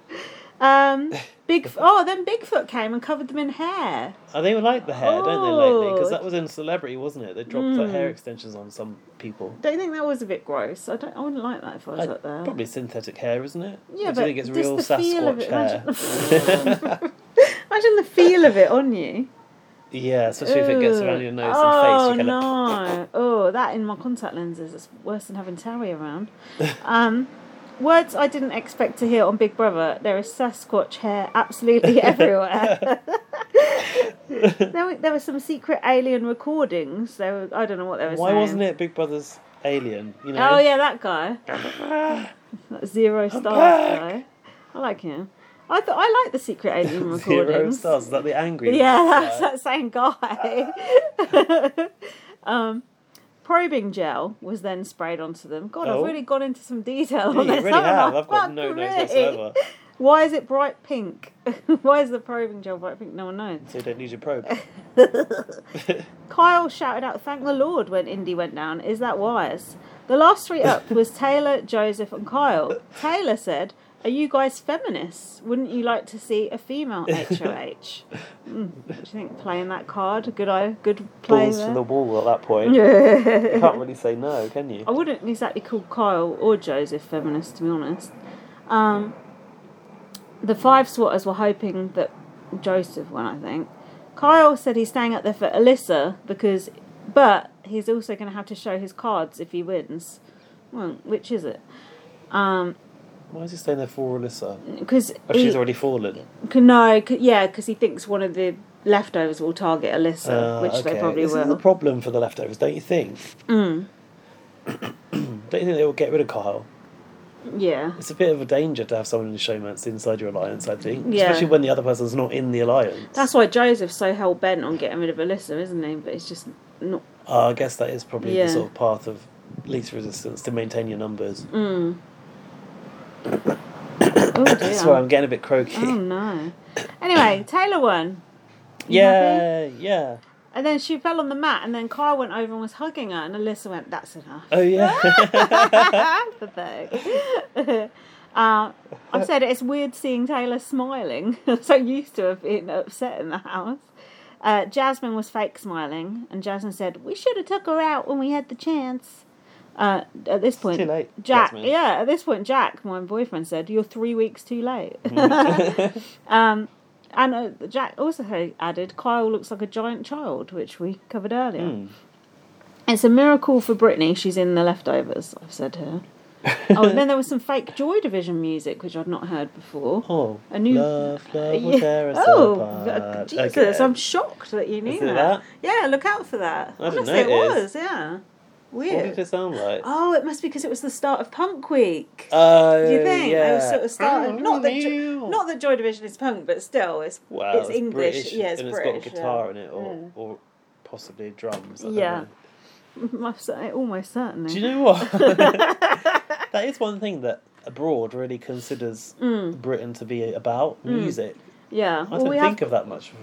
Speaker 1: Um, big oh then Bigfoot came and covered them in hair.
Speaker 2: Oh, they were like the hair, don't they, lately?
Speaker 1: Oh.
Speaker 2: Because that was in Celebrity, wasn't it? They dropped like, hair
Speaker 1: Hmm.
Speaker 2: extensions on some people.
Speaker 1: Don't you think that was a bit gross? I don't. I wouldn't like that if I was
Speaker 2: Like,
Speaker 1: out there.
Speaker 2: probably synthetic hair, isn't it?
Speaker 1: Yeah,
Speaker 2: I
Speaker 1: but
Speaker 2: don't think it's
Speaker 1: just
Speaker 2: real
Speaker 1: the feel of
Speaker 2: Sasquatch
Speaker 1: it,
Speaker 2: hair.
Speaker 1: Imagine the feel of it on you.
Speaker 2: yeah, especially if it gets
Speaker 1: Ugh.
Speaker 2: around your nose
Speaker 1: oh,
Speaker 2: and face. You kind of
Speaker 1: no. oh, that in my contact lenses. It's worse than having Terry around. Um, words I didn't expect to hear on Big Brother. There is Sasquatch hair absolutely everywhere. there, were, there were some secret alien recordings. There were, I don't know what they were
Speaker 2: Why
Speaker 1: saying.
Speaker 2: wasn't it Big Brother's Alien? You know.
Speaker 1: Oh, yeah, that guy. That zero stars guy.
Speaker 2: back.
Speaker 1: I like him. I thought I like the secret alien recordings.
Speaker 2: Zero stars. Is that the angry?
Speaker 1: Yeah, that's that same guy. um, probing gel was then sprayed onto them. God, I've
Speaker 2: Oh.
Speaker 1: really gone into some detail
Speaker 2: Yeah,
Speaker 1: on
Speaker 2: you
Speaker 1: this.
Speaker 2: really
Speaker 1: haven't
Speaker 2: have.
Speaker 1: I?
Speaker 2: I've got
Speaker 1: Fuck
Speaker 2: no
Speaker 1: me.
Speaker 2: nose whatsoever.
Speaker 1: Why is it bright pink? Why is the probing gel bright pink? No one knows.
Speaker 2: So you don't need your probe.
Speaker 1: Kyle shouted out, "Thank the Lord!" when Indy went down. Is that wise? The last three up was Taylor, Joseph, and Kyle. Taylor said, "Are you guys feminists? Wouldn't you like to see a female HOH?" Mm, what do you think? Playing that card, good eye, good play
Speaker 2: Balls
Speaker 1: there.
Speaker 2: to the wall at that point. You
Speaker 1: Yeah.
Speaker 2: can't really say no, can you?
Speaker 1: I wouldn't exactly call Kyle or Joseph feminist, to be honest. Um, the five swatters were hoping that Joseph won, I think. Kyle said he's staying out there for Alyssa because, but he's also going to have to show his cards if he wins. Well, which is it? Um,
Speaker 2: Why is he staying there for Alyssa?
Speaker 1: Because
Speaker 2: Oh, she's already fallen.
Speaker 1: no, c- yeah, because he thinks one of the leftovers will target Alyssa,
Speaker 2: Uh,
Speaker 1: which they
Speaker 2: okay.
Speaker 1: probably
Speaker 2: this
Speaker 1: will. Mm,
Speaker 2: is the problem for the leftovers, don't you think? don't you think they will get rid of Kyle?
Speaker 1: yeah,
Speaker 2: It's a bit of a danger to have someone in showmancy inside your alliance, I think.
Speaker 1: Yeah.
Speaker 2: Especially when the other person's not in the alliance.
Speaker 1: that's why Joseph's so hell bent on getting rid of Alyssa, isn't he? But it's just not
Speaker 2: Uh, I guess that is probably
Speaker 1: Yeah.
Speaker 2: the sort of path of least resistance to maintain your numbers.
Speaker 1: Mm, Oh dear.
Speaker 2: That's why I'm getting a bit croaky.
Speaker 1: Oh no. Anyway, Taylor won. You
Speaker 2: yeah, yeah.
Speaker 1: And then she fell on the mat, and then Kyle went over and was hugging her, and Alyssa went, That's enough.
Speaker 2: Oh,
Speaker 1: Ah!
Speaker 2: yeah.
Speaker 1: Pathetic. uh, I've said it's weird seeing Taylor smiling. I'm so used to her being upset in the house. Uh, Jasmine was fake smiling, and Jasmine said, We should have took her out when we had the chance. Uh, at this point,
Speaker 2: too late,
Speaker 1: Jack.
Speaker 2: Jasmine.
Speaker 1: Yeah, at this point, Jack, my boyfriend, said, "You're three weeks too late."
Speaker 2: Mm-hmm.
Speaker 1: um, and uh, Jack also added, "Kyle looks like a giant child," which we covered earlier.
Speaker 2: Hmm.
Speaker 1: It's a miracle for Britney. She's in the leftovers. I've said here. oh, and then there was some fake Joy Division music, which I'd not heard before.
Speaker 2: Oh,
Speaker 1: A new-
Speaker 2: love, love will
Speaker 1: Yeah.
Speaker 2: tear us
Speaker 1: Oh,
Speaker 2: apart.
Speaker 1: Jesus!
Speaker 2: Okay.
Speaker 1: I'm shocked that you knew
Speaker 2: Is it
Speaker 1: that. Yeah, look out for that.
Speaker 2: I didn't
Speaker 1: Honestly, it
Speaker 2: notice.
Speaker 1: was. Yeah,
Speaker 2: What
Speaker 1: weird.
Speaker 2: did it sound like?
Speaker 1: Oh, it must be because it was the start of Punk Week.
Speaker 2: Oh,
Speaker 1: Do you think
Speaker 2: yeah.
Speaker 1: they were sort of starting?
Speaker 2: Oh,
Speaker 1: not that,
Speaker 2: new.
Speaker 1: jo- not that Joy Division is punk, but still, it's
Speaker 2: Wow,
Speaker 1: it's, English.
Speaker 2: British,
Speaker 1: yeah, it's
Speaker 2: and
Speaker 1: British.
Speaker 2: it's got guitar in it, or, or possibly drums. I don't
Speaker 1: Yeah. Mm.
Speaker 2: know.
Speaker 1: guitar. uh, Almost certainly.
Speaker 2: Do you know what? that is one thing that abroad really considers Britain to be about music.
Speaker 1: yeah.
Speaker 2: I
Speaker 1: Mm. Well,
Speaker 2: don't
Speaker 1: we
Speaker 2: think
Speaker 1: have.
Speaker 2: of that much f-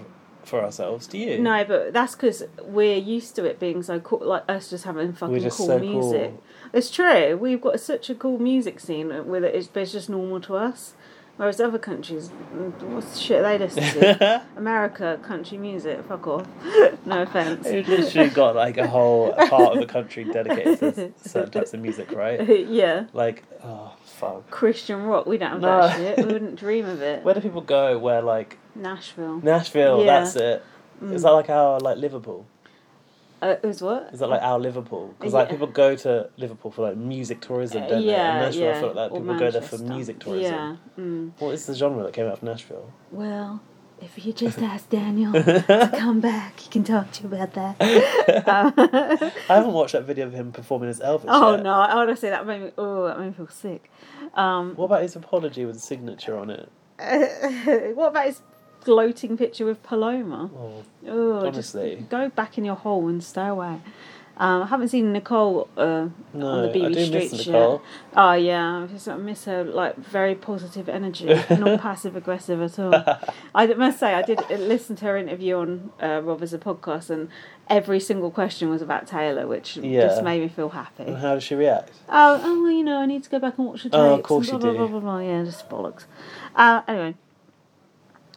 Speaker 2: for ourselves. Do you?
Speaker 1: No, but that's because we're used to it being so cool, like us just having fucking
Speaker 2: just
Speaker 1: cool
Speaker 2: so cool.
Speaker 1: music. It's true. We've got such a cool music scene with it. It's, but it's just normal to us. Whereas other countries, mm, what's the shit they listen to? America, country music, fuck off. no offence.
Speaker 2: We've literally got like a whole part of the country dedicated to certain types of music, right?
Speaker 1: yeah.
Speaker 2: Like, oh fuck.
Speaker 1: Christian rock. We don't have that
Speaker 2: No.
Speaker 1: shit. We wouldn't dream of it.
Speaker 2: Where do people go? Where like
Speaker 1: Nashville.
Speaker 2: Nashville?
Speaker 1: Yeah. Mm.
Speaker 2: That's it. Is that like our like Liverpool?
Speaker 1: Uh, it was what?
Speaker 2: Is that like our Liverpool? Because like
Speaker 1: Yeah.
Speaker 2: people go to Liverpool for like music tourism, don't they? And Nashville, I feel like
Speaker 1: or
Speaker 2: people go there for
Speaker 1: Manchester.
Speaker 2: music tourism.
Speaker 1: Yeah. Mm.
Speaker 2: What is the genre that came out of Nashville?
Speaker 1: Well, if you just ask Daniel to come back, he can talk to you about that. Um,
Speaker 2: I haven't watched that video of him performing as Elvis.
Speaker 1: oh
Speaker 2: yet.
Speaker 1: no! I want to say that made me. Oh, that made me feel sick. Um,
Speaker 2: What about his apology with a signature on it?
Speaker 1: what about his gloating picture with Paloma?
Speaker 2: Oh,
Speaker 1: Oh, just
Speaker 2: honestly.
Speaker 1: go back in your hole and stay away. Um, I haven't seen Nicole uh, on
Speaker 2: No,
Speaker 1: the BB
Speaker 2: I do
Speaker 1: Street
Speaker 2: miss
Speaker 1: yet.
Speaker 2: Nicole.
Speaker 1: Oh yeah, I just I miss her like very positive energy, not passive aggressive at all. I must say I did uh, listen to her interview on uh, Rob as a podcast, and every single question was about Taylor, which
Speaker 2: Yeah.
Speaker 1: just made me feel happy.
Speaker 2: And how does she react?
Speaker 1: Oh, oh, well, you know, I need to go back and watch the tapes.
Speaker 2: Oh, of
Speaker 1: and
Speaker 2: course
Speaker 1: blah,
Speaker 2: you
Speaker 1: blah,
Speaker 2: do.
Speaker 1: Blah, blah, blah, Yeah, just bollocks. Uh, anyway,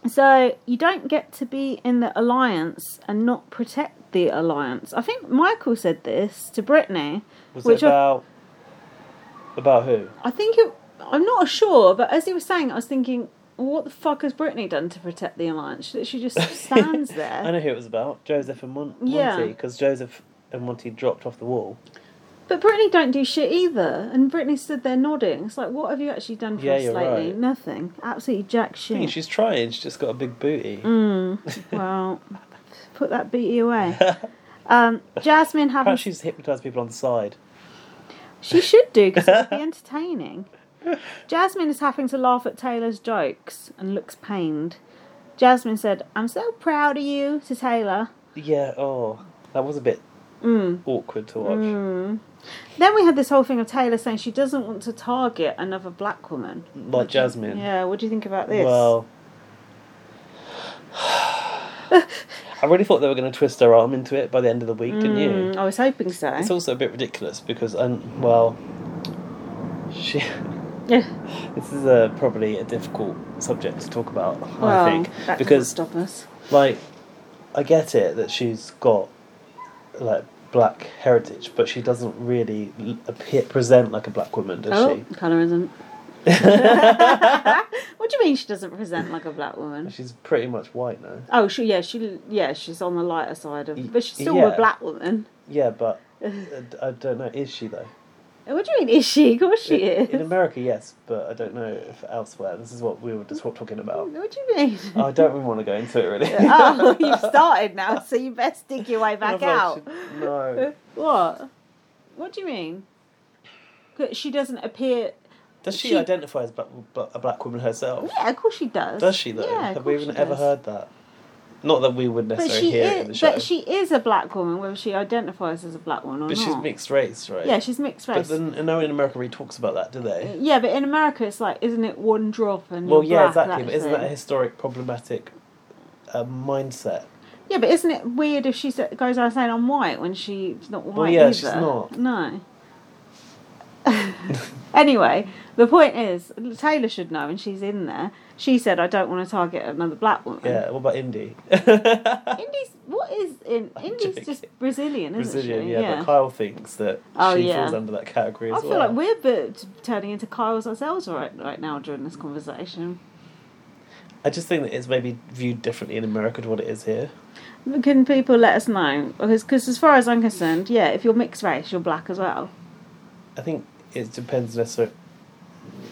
Speaker 1: so you don't get to be in the alliance and not protect the alliance. I think Michael said this to Brittany,
Speaker 2: Was
Speaker 1: which
Speaker 2: it
Speaker 1: I,
Speaker 2: about about who?
Speaker 1: I think it, I'm not sure, but as he was saying, it, I was thinking, what the fuck has Brittany done to protect the alliance? She literally just stands
Speaker 2: I
Speaker 1: there.
Speaker 2: know who it was about. Joseph and Mon-
Speaker 1: Yeah.
Speaker 2: Monty, because Joseph and Monty dropped off the wall.
Speaker 1: But Brittany don't do shit either, and Brittany stood there nodding. It's like, what have you actually done for
Speaker 2: Yeah,
Speaker 1: us
Speaker 2: you're
Speaker 1: lately?
Speaker 2: right.
Speaker 1: Nothing. Absolutely jack
Speaker 2: I
Speaker 1: shit. Hmm.
Speaker 2: think she's trying. She's just got a big booty.
Speaker 1: Mm. Well, put that beatie away. Um, Jasmine having
Speaker 2: Perhaps she's hypnotised people on the side.
Speaker 1: she should do because it would be entertaining. Jasmine is having to laugh at Taylor's jokes and looks pained. Jasmine said, "I'm so proud of you," to Taylor.
Speaker 2: Yeah. Oh, that was a bit
Speaker 1: Mm.
Speaker 2: awkward to watch.
Speaker 1: Then we had this whole thing of Taylor saying she doesn't want to target another black woman.
Speaker 2: Like Jasmine.
Speaker 1: Yeah, what do you think about this?
Speaker 2: Mm. Well, I really thought they were going to twist her arm into it by the end of the week, didn't you?
Speaker 1: Mm, I was hoping so.
Speaker 2: It's also a bit ridiculous because, um, well, she.
Speaker 1: yeah.
Speaker 2: This is a, probably a difficult subject to talk about,
Speaker 1: Well,
Speaker 2: I think,
Speaker 1: that
Speaker 2: because
Speaker 1: doesn't stop us.
Speaker 2: like I get it that she's got like black heritage, but she doesn't really l- appear present like a black woman, does
Speaker 1: Oh, colorism. Oh. what do you mean she doesn't present like a black woman?
Speaker 2: she? She's pretty much white now.
Speaker 1: Oh, she yeah, she yeah, she's on the lighter side
Speaker 2: Y-
Speaker 1: of, but she's still
Speaker 2: yeah.
Speaker 1: a black woman.
Speaker 2: Yeah, but uh, I don't know. Is she though?
Speaker 1: What do you mean? Is she? Of course she
Speaker 2: In-
Speaker 1: is.
Speaker 2: In America, yes, but I don't know if elsewhere. This is what we were just talking about.
Speaker 1: What do you mean?
Speaker 2: I don't really want to go into it really.
Speaker 1: oh, you've started now, so you best dig your way back out.
Speaker 2: No.
Speaker 1: Uh, What? What do you mean? 'Cause She doesn't appear.
Speaker 2: Does she,
Speaker 1: She-
Speaker 2: identify as black, bla- a black woman herself?
Speaker 1: Yeah, of course she does.
Speaker 2: Does she though?
Speaker 1: Yeah, of
Speaker 2: Have we
Speaker 1: course
Speaker 2: even
Speaker 1: she
Speaker 2: ever
Speaker 1: does.
Speaker 2: heard that? Not that we would
Speaker 1: But
Speaker 2: necessarily
Speaker 1: she
Speaker 2: hear it in the
Speaker 1: is.
Speaker 2: show.
Speaker 1: But she is a black woman, whether she identifies as a black woman or
Speaker 2: But
Speaker 1: not.
Speaker 2: she's mixed race, right?
Speaker 1: Yeah, she's mixed race.
Speaker 2: But then no one in America really talks about that, do they?
Speaker 1: yeah, but in America, it's like, isn't it one drop and
Speaker 2: Well,
Speaker 1: you're
Speaker 2: yeah,
Speaker 1: black,
Speaker 2: exactly.
Speaker 1: Mm, that
Speaker 2: But isn't that a
Speaker 1: thing?
Speaker 2: historic, problematic uh, mindset?
Speaker 1: Yeah, but isn't it weird if she sa- goes around saying I'm white when she's not white
Speaker 2: yeah,
Speaker 1: either?
Speaker 2: she's not.
Speaker 1: No. anyway, the point is, Taylor should know, and she's in there. She said, "I don't want to target another black woman."
Speaker 2: Yeah. What about Indy?
Speaker 1: Indy's what is in
Speaker 2: I'm
Speaker 1: Indy's just
Speaker 2: joking.
Speaker 1: Brazilian, isn't
Speaker 2: Brazilian,
Speaker 1: she?
Speaker 2: yeah, But Kyle thinks that
Speaker 1: Oh,
Speaker 2: she
Speaker 1: yeah.
Speaker 2: falls under that category as
Speaker 1: I feel
Speaker 2: well.
Speaker 1: like we're bit turning into Kyles ourselves right right now during this conversation.
Speaker 2: I just think that it's maybe viewed differently in America to what it is here.
Speaker 1: Can people let us know? Because 'cause as far as I'm concerned, yeah, if you're mixed race, you're black as well.
Speaker 2: I think it depends necessarily.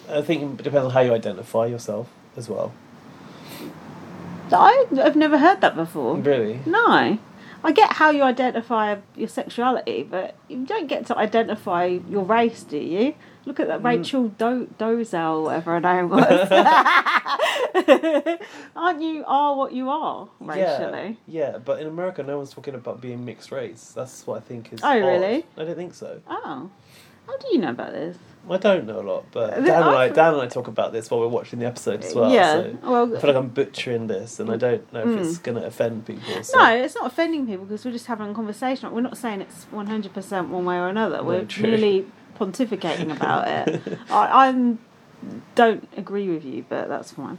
Speaker 2: I think it depends on how you identify yourself as well.
Speaker 1: I have never heard that before.
Speaker 2: Really?
Speaker 1: No. I get how you identify your sexuality, but you don't get to identify your race, do you? Look at
Speaker 2: Hmm.
Speaker 1: that Rachel Do- Dozel, whatever her name was. Aren't you are what you are racially?
Speaker 2: Yeah, yeah, but in America, no one's talking about being mixed race. That's what I think is.
Speaker 1: Oh,
Speaker 2: odd.
Speaker 1: really?
Speaker 2: I don't think so.
Speaker 1: Oh. How do you know about this?
Speaker 2: I don't know a lot, but
Speaker 1: Then
Speaker 2: Dan and I,
Speaker 1: I've-
Speaker 2: Dan and I talk about this while we're watching the episode as well.
Speaker 1: yeah.
Speaker 2: So I
Speaker 1: well,
Speaker 2: feel like I'm butchering this, and I don't know if it's gonna offend people. So.
Speaker 1: no, it's not offending people because we're just having a conversation. We're not saying it's 100% one way or another. We're
Speaker 2: true.
Speaker 1: merely pontificating about it. I I'm, don't agree with you, but that's fine.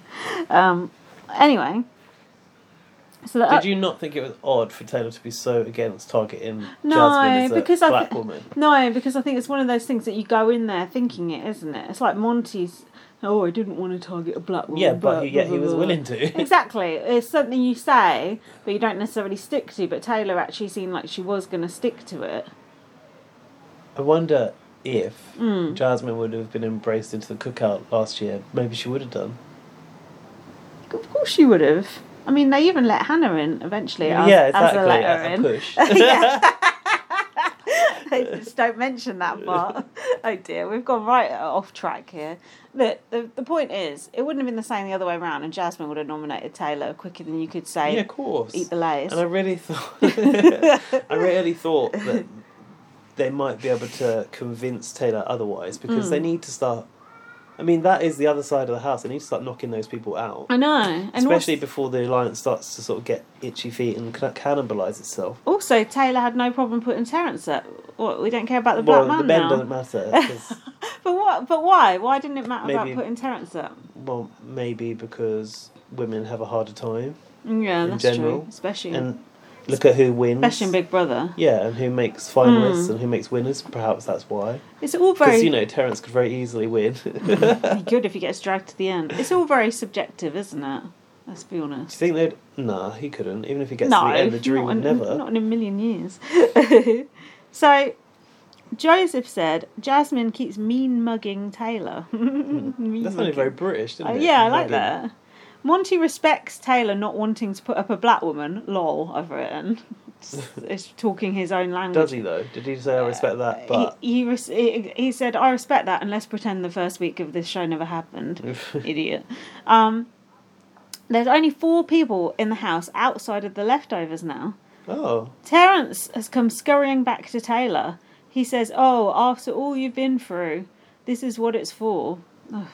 Speaker 1: Um, anyway. So that,
Speaker 2: Did you not think it was odd for Taylor to be so against targeting
Speaker 1: No,
Speaker 2: Jasmine as a
Speaker 1: because I
Speaker 2: black
Speaker 1: thi-
Speaker 2: woman?
Speaker 1: No, because I think it's one of those things that you go in there thinking it, isn't it? It's like Monty's, oh, I didn't want to target a black woman.
Speaker 2: Yeah, but he,
Speaker 1: blah,
Speaker 2: yeah, he
Speaker 1: blah,
Speaker 2: was
Speaker 1: blah."
Speaker 2: willing to.
Speaker 1: Exactly. It's something you say, but you don't necessarily stick to. But Taylor actually seemed like she was going to stick to it.
Speaker 2: I wonder if
Speaker 1: Mm.
Speaker 2: Jasmine would have been embraced into the cookout last year. Maybe she would have done.
Speaker 1: Of course she would have. I mean, they even let Hannah in eventually. As,
Speaker 2: yeah,
Speaker 1: as
Speaker 2: exactly.
Speaker 1: a letter
Speaker 2: a- a
Speaker 1: in.
Speaker 2: push.
Speaker 1: just don't mention that part. oh dear, we've gone right off track here. The, the the point is, it wouldn't have been the same the other way around, and Jasmine would have nominated Taylor quicker than you could say.
Speaker 2: yeah, of course.
Speaker 1: Eat the layers.
Speaker 2: And I really thought, I really thought that they might be able to convince Taylor otherwise because
Speaker 1: Mm.
Speaker 2: they need to start. I mean, that is the other side of the house. They need to start knocking those people out,
Speaker 1: I know, and
Speaker 2: especially
Speaker 1: also,
Speaker 2: before the alliance starts to sort of get itchy feet and ca- cannibalise itself.
Speaker 1: also Taylor had no problem putting Terence up. What, we don't care about the
Speaker 2: well,
Speaker 1: black man
Speaker 2: the bend
Speaker 1: now.
Speaker 2: doesn't matter. 'cause-
Speaker 1: But what? But why? Why didn't it matter
Speaker 2: Maybe-
Speaker 1: about putting Terence up?
Speaker 2: well, maybe because women have a harder time,
Speaker 1: Yeah,
Speaker 2: In
Speaker 1: that's
Speaker 2: general,
Speaker 1: true. Especially,
Speaker 2: and look at who wins.
Speaker 1: especially in Big Mm. Brother.
Speaker 2: yeah, and who makes finalists and who makes winners. Perhaps that's why.
Speaker 1: It's all
Speaker 2: Because
Speaker 1: very
Speaker 2: you know, Terence could very easily win.
Speaker 1: It'd be good if he gets dragged to the end. It's all very subjective, isn't it? Let's be honest.
Speaker 2: Do you think they'd? Nah, he couldn't. Even if he gets
Speaker 1: No,
Speaker 2: to the end, the jury
Speaker 1: not
Speaker 2: would
Speaker 1: in,
Speaker 2: never.
Speaker 1: not in a million years. so, Joseph said Jasmine keeps mean mugging Taylor. Mean
Speaker 2: That sounded
Speaker 1: mugging.
Speaker 2: very British, didn't
Speaker 1: Oh,
Speaker 2: it?
Speaker 1: yeah, I like
Speaker 2: Mugging.
Speaker 1: that. Monty respects Taylor not wanting to put up a black woman. Lol, I've written. It's, it's talking his own language.
Speaker 2: Does he though? Did he say I respect that? But
Speaker 1: Uh, he, he, res- he he said, "I respect that, and let's pretend the first week of this show never happened." Idiot. Um, there's only four people in the house outside of the leftovers now.
Speaker 2: oh,
Speaker 1: Terence has come scurrying back to Taylor. He says, "Oh, after all you've been through, this is what it's for." Ugh,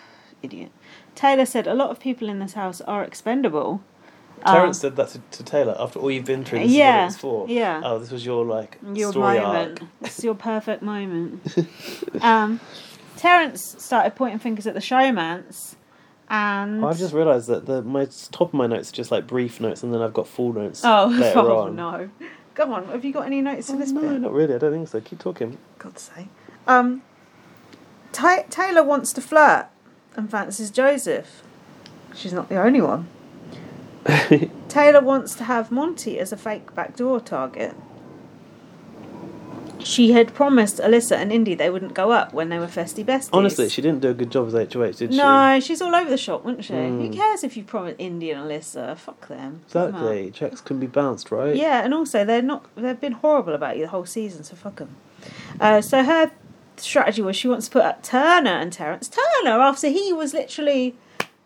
Speaker 1: idiot. Taylor said, "A lot of people in this house are expendable." Um,
Speaker 2: Terence said that to, to Taylor after all you've been through. This
Speaker 1: uh, Yeah,
Speaker 2: is what it's for.
Speaker 1: yeah.
Speaker 2: Oh, this was your like
Speaker 1: your
Speaker 2: story
Speaker 1: moment.
Speaker 2: arc.
Speaker 1: It's your perfect moment. um, Terence started pointing fingers at the showmance, and
Speaker 2: I've just realised that the my top of my notes are just like brief notes, and then I've got full notes.
Speaker 1: oh,
Speaker 2: later
Speaker 1: oh
Speaker 2: on. Oh,
Speaker 1: no, go on. Have you got any notes for this
Speaker 2: No,
Speaker 1: bit?
Speaker 2: not really. I don't think so. Keep talking.
Speaker 1: God's sake. Um, Ta Taylor wants to flirt and fancies Joseph. She's not the only one. Taylor wants to have Monty as a fake backdoor target. She had promised Alyssa and Indy they wouldn't go up when they were festy besties.
Speaker 2: Honestly, she didn't do a good job as HOH, did she? Hmm.
Speaker 1: No, she's all over the shop, wouldn't she? Who cares if you promise Indy and Alyssa? Fuck them. Fuck 'em up.
Speaker 2: Exactly. Checks can be bounced, right?
Speaker 1: Yeah, and also they're not. They've been horrible about you the whole season, so fuck them. Uh, so her strategy was she wants to put up Turner and Terence. Turner after he was literally,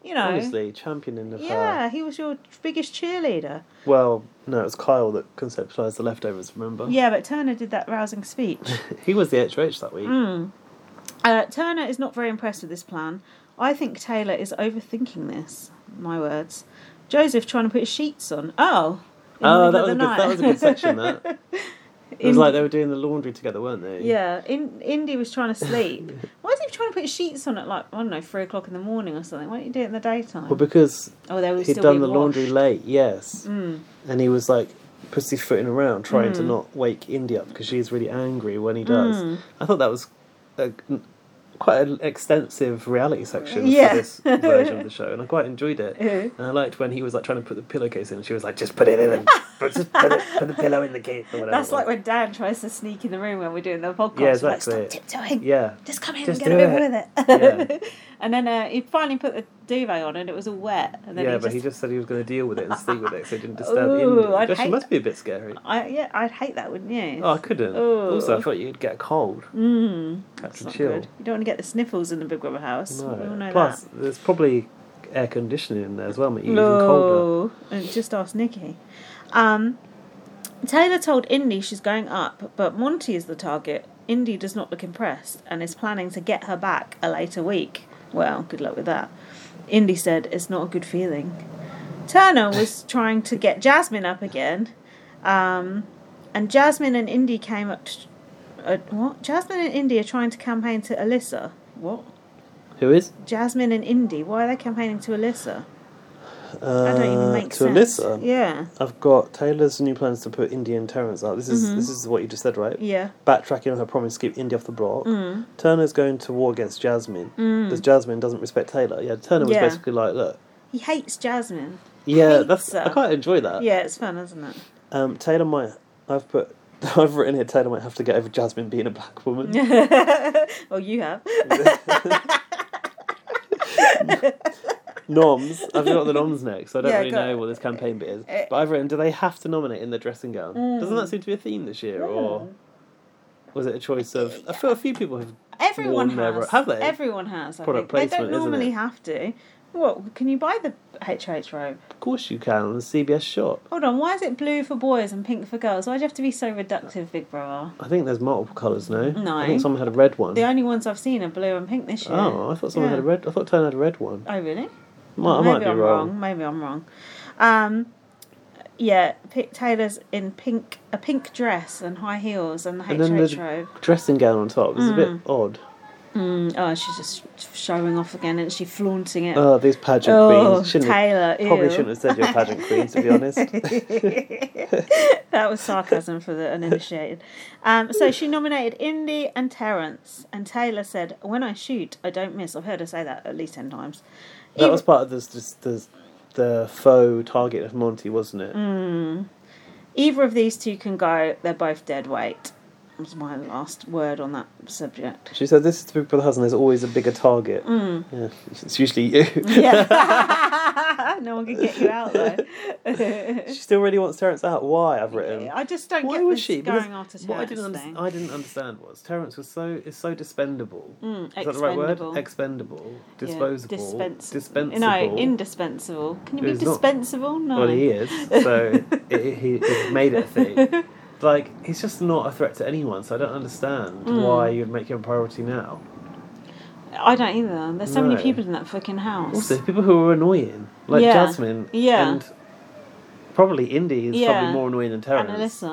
Speaker 1: you know,
Speaker 2: Honestly, championing of her.
Speaker 1: yeah, he was your biggest cheerleader.
Speaker 2: Well, no, it was Kyle that conceptualised the leftovers, remember?
Speaker 1: Yeah, but Turner did that rousing speech.
Speaker 2: He was the HOH that
Speaker 1: Mm,
Speaker 2: week.
Speaker 1: Uh, Turner is not very impressed with this plan. I think Taylor is overthinking this. My words. Joseph trying to put his sheets on. Oh. in the middle of
Speaker 2: Oh, that was,
Speaker 1: the
Speaker 2: a good, that
Speaker 1: night.
Speaker 2: was a good section, that. It was
Speaker 1: In-
Speaker 2: like they were doing the laundry together, weren't they?
Speaker 1: Yeah, in, Indy was trying to sleep. Why is he trying to put his sheets on at like I don't know three o'clock in the morning or something? Why don't you do it in the daytime?
Speaker 2: Well, because
Speaker 1: oh, they would
Speaker 2: he'd
Speaker 1: still
Speaker 2: done
Speaker 1: be
Speaker 2: the laundry
Speaker 1: washed. Mm.
Speaker 2: late, yes. And he was like pussyfooting around trying to not wake Indy up because she's really angry when he does.
Speaker 1: Mm.
Speaker 2: I thought that was a, quite an extensive reality section
Speaker 1: Yeah.
Speaker 2: for this version of the show, and I quite enjoyed it.
Speaker 1: Yeah.
Speaker 2: And I liked when he was like trying to put the pillowcase in, and she was like, "Just put it in, and put, just put, it, put the pillow in the case." Or whatever.
Speaker 1: That's like when Dan tries to sneak in the room when we're doing the podcast.
Speaker 2: Yeah,
Speaker 1: He's like,
Speaker 2: exactly.
Speaker 1: Stop tiptoeing.
Speaker 2: yeah,
Speaker 1: Just come in
Speaker 2: Just
Speaker 1: and get
Speaker 2: do
Speaker 1: a bit with
Speaker 2: it."
Speaker 1: it. and then uh, he finally put the duvet on and it was all wet. And then
Speaker 2: yeah,
Speaker 1: he
Speaker 2: but
Speaker 1: just,
Speaker 2: he just said he was going to deal with it and sleep with it, so it didn't disturb
Speaker 1: Ooh,
Speaker 2: Indy.
Speaker 1: I'd
Speaker 2: Gosh, she
Speaker 1: hate
Speaker 2: must be a bit scary.
Speaker 1: I, yeah, I'd hate that, wouldn't you?
Speaker 2: Oh, I couldn't.
Speaker 1: Ooh.
Speaker 2: Also, I thought you'd get a cold. Mm,
Speaker 1: It's
Speaker 2: That's
Speaker 1: not
Speaker 2: chill.
Speaker 1: good. You don't want to get the sniffles in the Big Brother house.
Speaker 2: No.
Speaker 1: We all know
Speaker 2: Plus,
Speaker 1: that.
Speaker 2: there's probably air conditioning in there as well, make you even colder.
Speaker 1: No, and Uh, just ask Nikki. Um, Taylor told Indy she's going up, but Monty is the target. Indy does not look impressed and is planning to get her back a later week. Well, good luck with that. Indy said it's not a good feeling. Turner was trying to get Jasmine up again, um, and Jasmine and Indy came up. To, uh, what? Jasmine and Indy are trying to campaign to Alyssa. What?
Speaker 2: Who is?
Speaker 1: Jasmine and Indy. Why are they campaigning to Alyssa?
Speaker 2: Uh,
Speaker 1: That don't even make
Speaker 2: to
Speaker 1: sense.
Speaker 2: Alyssa.
Speaker 1: Yeah.
Speaker 2: I've got Taylor's new plans to put Indy and Terrence up. This is
Speaker 1: Mm-hmm.
Speaker 2: this is what you just said, right?
Speaker 1: Yeah.
Speaker 2: Backtracking on her promise to keep Indy off the block.
Speaker 1: Mm.
Speaker 2: Turner's going to war against Jasmine because Jasmine doesn't respect Taylor. Yeah, Turner was
Speaker 1: Yeah.
Speaker 2: basically like, look,
Speaker 1: He hates Jasmine.
Speaker 2: yeah,
Speaker 1: Hates
Speaker 2: that's
Speaker 1: her.
Speaker 2: I quite enjoy that.
Speaker 1: Yeah, it's fun, isn't it?
Speaker 2: Um, Taylor might. I've put. I've written here. Taylor might have to get over Jasmine being a black woman.
Speaker 1: Well, you have.
Speaker 2: Noms. I've got the noms next, so I don't
Speaker 1: Yeah,
Speaker 2: really
Speaker 1: go-
Speaker 2: know what this campaign bit is.
Speaker 1: Mm.
Speaker 2: But I've written, do they have to nominate in their dressing gown? Doesn't that seem to be a theme this year? Or was it a choice of? I feel a few people have.
Speaker 1: Everyone
Speaker 2: worn their-
Speaker 1: has.
Speaker 2: have they?
Speaker 1: Everyone has. I
Speaker 2: Product
Speaker 1: think. They
Speaker 2: placement,
Speaker 1: don't
Speaker 2: isn't
Speaker 1: normally
Speaker 2: it?
Speaker 1: have to. What? Can you buy the HH rope?
Speaker 2: Of course you can on the CBS shop.
Speaker 1: Hold on. Why is it blue for boys and pink for girls? Why do you have to be so reductive, Big Brother?
Speaker 2: I think there's multiple colours, no?
Speaker 1: No.
Speaker 2: I think someone had a red one.
Speaker 1: The only ones I've seen are blue and pink this year.
Speaker 2: Oh, I thought someone had a
Speaker 1: Yeah.
Speaker 2: red. I thought Turner had a red one.
Speaker 1: Oh, really?
Speaker 2: Might, I
Speaker 1: Maybe
Speaker 2: might be
Speaker 1: I'm
Speaker 2: wrong.
Speaker 1: Maybe I'm wrong. Um, yeah, Pick Taylor's in pink, a pink dress and high heels and the
Speaker 2: And then
Speaker 1: HH
Speaker 2: the
Speaker 1: robe.
Speaker 2: dressing gown on top is a bit odd.
Speaker 1: Mm, oh, she's just showing off again, and she flaunting it.
Speaker 2: Oh, these pageant
Speaker 1: oh,
Speaker 2: queens. Shouldn't
Speaker 1: Taylor,
Speaker 2: have- probably
Speaker 1: ew.
Speaker 2: shouldn't have said you're a pageant queen, to be honest.
Speaker 1: That was sarcasm for the uninitiated. Um, so she nominated Indy and Terence, and Taylor said, "When I shoot, I don't miss." I've heard her say that at least ten times.
Speaker 2: That
Speaker 1: Even-
Speaker 2: was part of this, this, this, the faux target of Monty, wasn't it?
Speaker 1: Mm. Either of these two can go. They're both dead weight. Was my last word on that subject.
Speaker 2: She said, "This is the Big Brother house, and there's always a bigger target.
Speaker 1: Mm.
Speaker 2: Yeah, it's usually you."
Speaker 1: Yeah, no one could get you out though.
Speaker 2: she still really wants Terence out. Why? I've written.
Speaker 1: I just don't
Speaker 2: Why
Speaker 1: get
Speaker 2: was
Speaker 1: this
Speaker 2: she? Because
Speaker 1: going after
Speaker 2: what I
Speaker 1: Terence
Speaker 2: didn't, under-
Speaker 1: thing.
Speaker 2: I didn't understand was Terence was so is so dispendable.
Speaker 1: Mm,
Speaker 2: Is that the right
Speaker 1: expendable.
Speaker 2: word? Expendable,
Speaker 1: Yeah,
Speaker 2: disposable,
Speaker 1: dispens-
Speaker 2: dispensable.
Speaker 1: No, indispensable. Can you be
Speaker 2: It's not-
Speaker 1: dispensable? No.
Speaker 2: Well, he is, so it, he he's made it a thing. Like, he's just not a threat to anyone, so I don't understand
Speaker 1: Mm.
Speaker 2: why you'd make him a priority now.
Speaker 1: I don't either. There's so many
Speaker 2: No.
Speaker 1: people in that fucking house.
Speaker 2: Also, people who are annoying, like
Speaker 1: Yeah.
Speaker 2: Jasmine
Speaker 1: Yeah.
Speaker 2: and probably Indy is
Speaker 1: Yeah.
Speaker 2: probably more annoying than
Speaker 1: and
Speaker 2: Terrence. Hmm.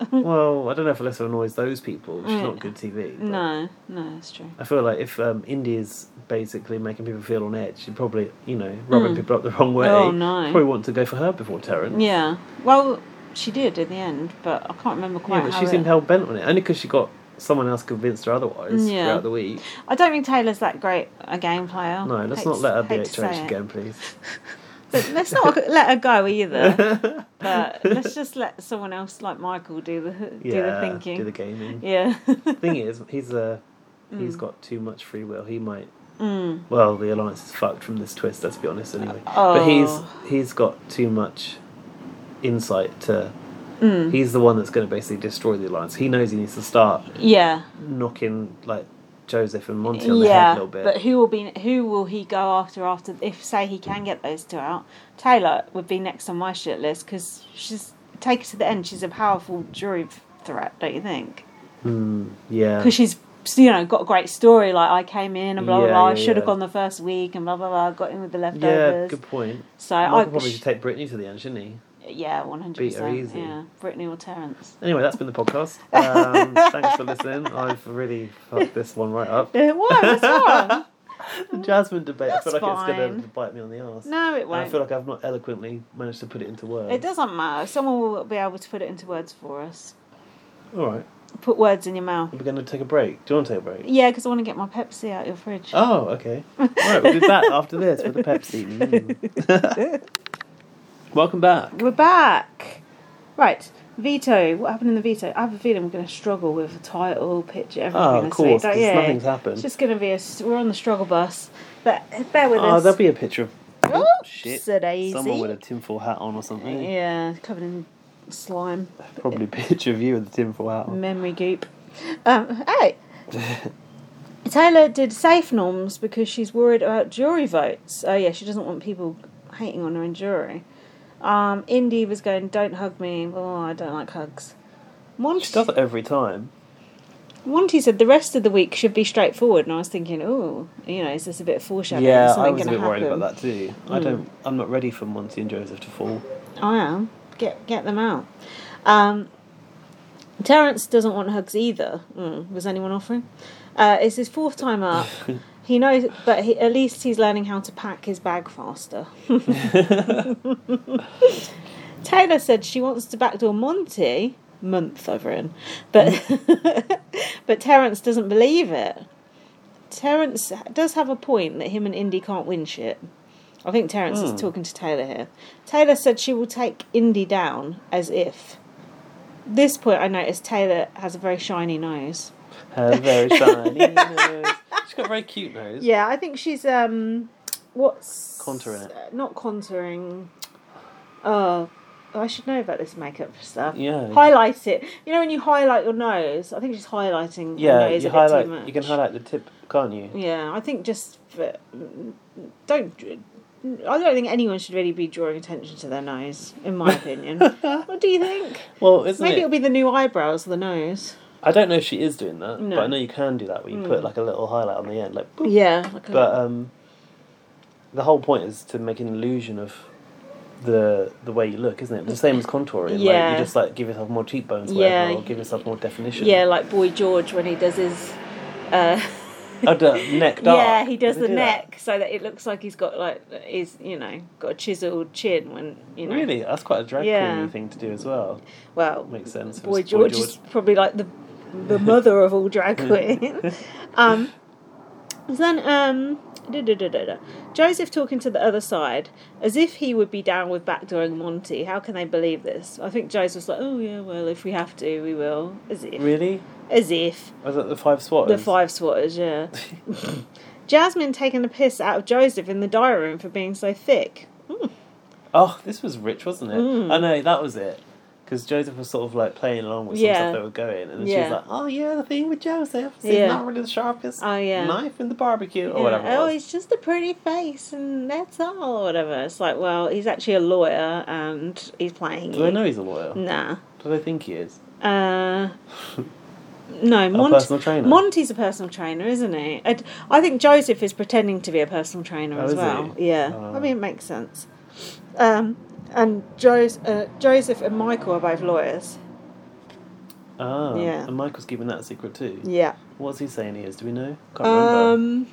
Speaker 1: Alyssa.
Speaker 2: Well, I don't know if Alyssa annoys those people. She's
Speaker 1: Yeah.
Speaker 2: not good TV. but
Speaker 1: Mm. No, no, that's true.
Speaker 2: I feel like if um, Indy is basically making people feel on edge, she'd probably, you know, rubbing people up the wrong way.
Speaker 1: Mm. Oh, no.
Speaker 2: Probably want to go for her before Terrence.
Speaker 1: Yeah. Well, she did in the end, but I can't remember quite
Speaker 2: Yeah, but
Speaker 1: how
Speaker 2: she
Speaker 1: it-
Speaker 2: seemed hell bent on it, only because she got someone else convinced her otherwise
Speaker 1: Yeah.
Speaker 2: throughout the week.
Speaker 1: I don't think Taylor's that great a game player.
Speaker 2: No, let's
Speaker 1: Hate
Speaker 2: not
Speaker 1: to-
Speaker 2: let her be
Speaker 1: hate to say
Speaker 2: HH
Speaker 1: it.
Speaker 2: again, please.
Speaker 1: But let's not let her go either. but let's just let someone else like Michael do the do the thinking.
Speaker 2: do the gaming.
Speaker 1: Yeah.
Speaker 2: Thing is, he's uh, he's
Speaker 1: Mm.
Speaker 2: got too much free will. He might. Well, the alliance is fucked from this twist. Let's be honest, anyway. But
Speaker 1: Oh.
Speaker 2: he's he's got too much insight to.
Speaker 1: Mm.
Speaker 2: He's the one that's going to basically destroy the alliance. He knows he needs to start
Speaker 1: yeah.
Speaker 2: knocking like Joseph and Monty on the head a
Speaker 1: Yeah.
Speaker 2: little bit.
Speaker 1: But who will be who will he go after after if say he can get those two out? Taylor would be next on my shit list because she's take it to the end. She's a powerful jury f- threat, don't you think?
Speaker 2: Hmm, yeah,
Speaker 1: Because she's you know got a great story like I came in and blah blah
Speaker 2: Yeah,
Speaker 1: blah. I
Speaker 2: yeah,
Speaker 1: should have
Speaker 2: yeah.
Speaker 1: gone the first week and blah blah blah. Got in with the
Speaker 2: yeah,
Speaker 1: leftovers.
Speaker 2: good point.
Speaker 1: so
Speaker 2: Michael
Speaker 1: I
Speaker 2: probably should take Brittany to the end, shouldn't he?
Speaker 1: Yeah, one hundred
Speaker 2: Beat her
Speaker 1: percent.
Speaker 2: easy.
Speaker 1: Yeah, Brittany or Terence.
Speaker 2: Anyway, that's been the podcast. Um, thanks for listening. I've really fucked this one right up.
Speaker 1: Eh, Why? What's wrong?
Speaker 2: The Jasmine debate. I
Speaker 1: That's
Speaker 2: feel like it's going
Speaker 1: fine.
Speaker 2: to bite me on the arse.
Speaker 1: No, it
Speaker 2: And I feel
Speaker 1: won't.
Speaker 2: like uh, I've not eloquently managed to put it into words.
Speaker 1: It doesn't matter. Someone will be able to put it into words for us.
Speaker 2: All right.
Speaker 1: Put words in your mouth.
Speaker 2: We're going to take a break. Do you want to take a break?
Speaker 1: Yeah, because I want to get my Pepsi out of your fridge.
Speaker 2: Oh, okay. All right. We'll be back after this with a Pepsi. Mm. Welcome back.
Speaker 1: We're back. Right, veto. What happened in the veto? I have a feeling we're going to struggle with the title, picture, everything.
Speaker 2: Oh, of
Speaker 1: this
Speaker 2: course,
Speaker 1: week, don't
Speaker 2: 'cause
Speaker 1: you?
Speaker 2: nothing's happened.
Speaker 1: It's just going to be a. s- We're on the struggle bus. But bear with
Speaker 2: Oh,
Speaker 1: us.
Speaker 2: there'll be a picture of
Speaker 1: oh,
Speaker 2: shit.
Speaker 1: daisy.
Speaker 2: Someone with a tinfoil hat on or something.
Speaker 1: Yeah, covered in slime.
Speaker 2: Probably a picture of you with a tinfoil hat on.
Speaker 1: memory goop. Um, hey, Taylor did safe norms because she's worried about jury votes. Oh yeah, she doesn't want people hating on her in jury. Um, Indy was going, "Don't hug me." Well, I don't like hugs. Monty,
Speaker 2: She does it every time.
Speaker 1: Monty said the rest of the week should be straightforward, and I was thinking, "Oh, you know, is this a bit of foreshadowing? Is
Speaker 2: Yeah, I
Speaker 1: something
Speaker 2: was a
Speaker 1: gonna
Speaker 2: bit worried
Speaker 1: happen?" Mm.
Speaker 2: about that too. I don't. I'm not ready for Monty and Joseph to fall.
Speaker 1: I am. Get get them out. Um, Terence doesn't want hugs either. Mm, was anyone offering? Uh, it's his fourth time up. he knows, but he, at least he's learning how to pack his bag faster. Taylor said she wants to backdoor Monty. Month I've written, but but Terence doesn't believe it. Terence does have a point that him and Indy can't win shit. I think Terence is talking to Taylor here. Taylor said she will take Indy down as if. This point, I noticed Taylor has a very shiny nose.
Speaker 2: Her very shiny nose. She's got a very cute nose.
Speaker 1: Yeah, I think she's um, what's
Speaker 2: Contouring it.
Speaker 1: uh, not contouring. Uh, oh, I should know about this makeup stuff.
Speaker 2: Yeah.
Speaker 1: Highlight it. You know when you highlight your nose. I think she's highlighting.
Speaker 2: Yeah,
Speaker 1: her nose
Speaker 2: you
Speaker 1: a bit too
Speaker 2: highlight. You can
Speaker 1: much.
Speaker 2: highlight the tip, can't you?
Speaker 1: Yeah, I think just for, don't. I don't think anyone should really be drawing attention to their nose, in my opinion. what do you think?
Speaker 2: Well, isn't
Speaker 1: Maybe
Speaker 2: it?
Speaker 1: it'll be the new eyebrows, the nose.
Speaker 2: I don't know if she is doing that,
Speaker 1: No. Mm.
Speaker 2: but I know you can do that where you put like a little highlight on the end, like. boop.
Speaker 1: Yeah. Like a,
Speaker 2: But um, the whole point is to make an illusion of the the way you look, isn't it? The same as contouring. Like,
Speaker 1: Yeah.
Speaker 2: you just like give yourself more cheekbones,
Speaker 1: Yeah,
Speaker 2: whatever, or
Speaker 1: y-
Speaker 2: give yourself more definition.
Speaker 1: yeah, like Boy George when he does his. Uh,
Speaker 2: Oh, the neck dark.
Speaker 1: Yeah, he does
Speaker 2: Does he
Speaker 1: the
Speaker 2: do that?
Speaker 1: neck so that it looks like he's got like he's you know got a chiseled chin when you know.
Speaker 2: Really, that's quite a drag
Speaker 1: Yeah.
Speaker 2: queen thing to do as well.
Speaker 1: Well,
Speaker 2: Makes sense. It
Speaker 1: Boy
Speaker 2: was
Speaker 1: George, is probably like the the mother of all drag queens. um, then um, da, da, da, da, da. Joseph talking to the other side as if he would be down with backdooring Monty. How can they believe this? I think Joseph's like, oh yeah, well if we have to, we will. As if,
Speaker 2: Really?
Speaker 1: as if
Speaker 2: Was that the five swatters?
Speaker 1: the five swatters, yeah. Jasmine taking the piss out of Joseph in the diary room for being so thick.
Speaker 2: Oh, this was rich, wasn't it?
Speaker 1: Mm.
Speaker 2: I know that was it. Because Joseph was sort of like playing along with
Speaker 1: Yeah.
Speaker 2: some stuff that were going, and then she
Speaker 1: Yeah.
Speaker 2: was like, "Oh yeah, the thing with Joseph, so he's
Speaker 1: Yeah.
Speaker 2: not really the sharpest
Speaker 1: Oh, yeah.
Speaker 2: knife in the barbecue or
Speaker 1: Yeah,
Speaker 2: whatever."
Speaker 1: Oh,
Speaker 2: it was.
Speaker 1: it's just a pretty face, and that's all, or whatever. It's like, well, he's actually a lawyer, and he's playing
Speaker 2: Do
Speaker 1: you.
Speaker 2: they know he's a lawyer?
Speaker 1: Nah.
Speaker 2: Do they think he is?
Speaker 1: Uh, no,
Speaker 2: A
Speaker 1: Mont-
Speaker 2: personal trainer?
Speaker 1: Monty's a personal trainer, isn't he? I, I think Joseph is pretending to be a personal trainer
Speaker 2: Oh,
Speaker 1: as
Speaker 2: is
Speaker 1: well.
Speaker 2: he?
Speaker 1: Yeah,
Speaker 2: Oh.
Speaker 1: I mean, it makes sense. Um, and Jos- uh, Joseph and Michael are both lawyers.
Speaker 2: Ah,
Speaker 1: Yeah.
Speaker 2: And Michael's keeping that a secret too.
Speaker 1: Yeah.
Speaker 2: What's he saying he is? Do we know? Can't remember.
Speaker 1: Um,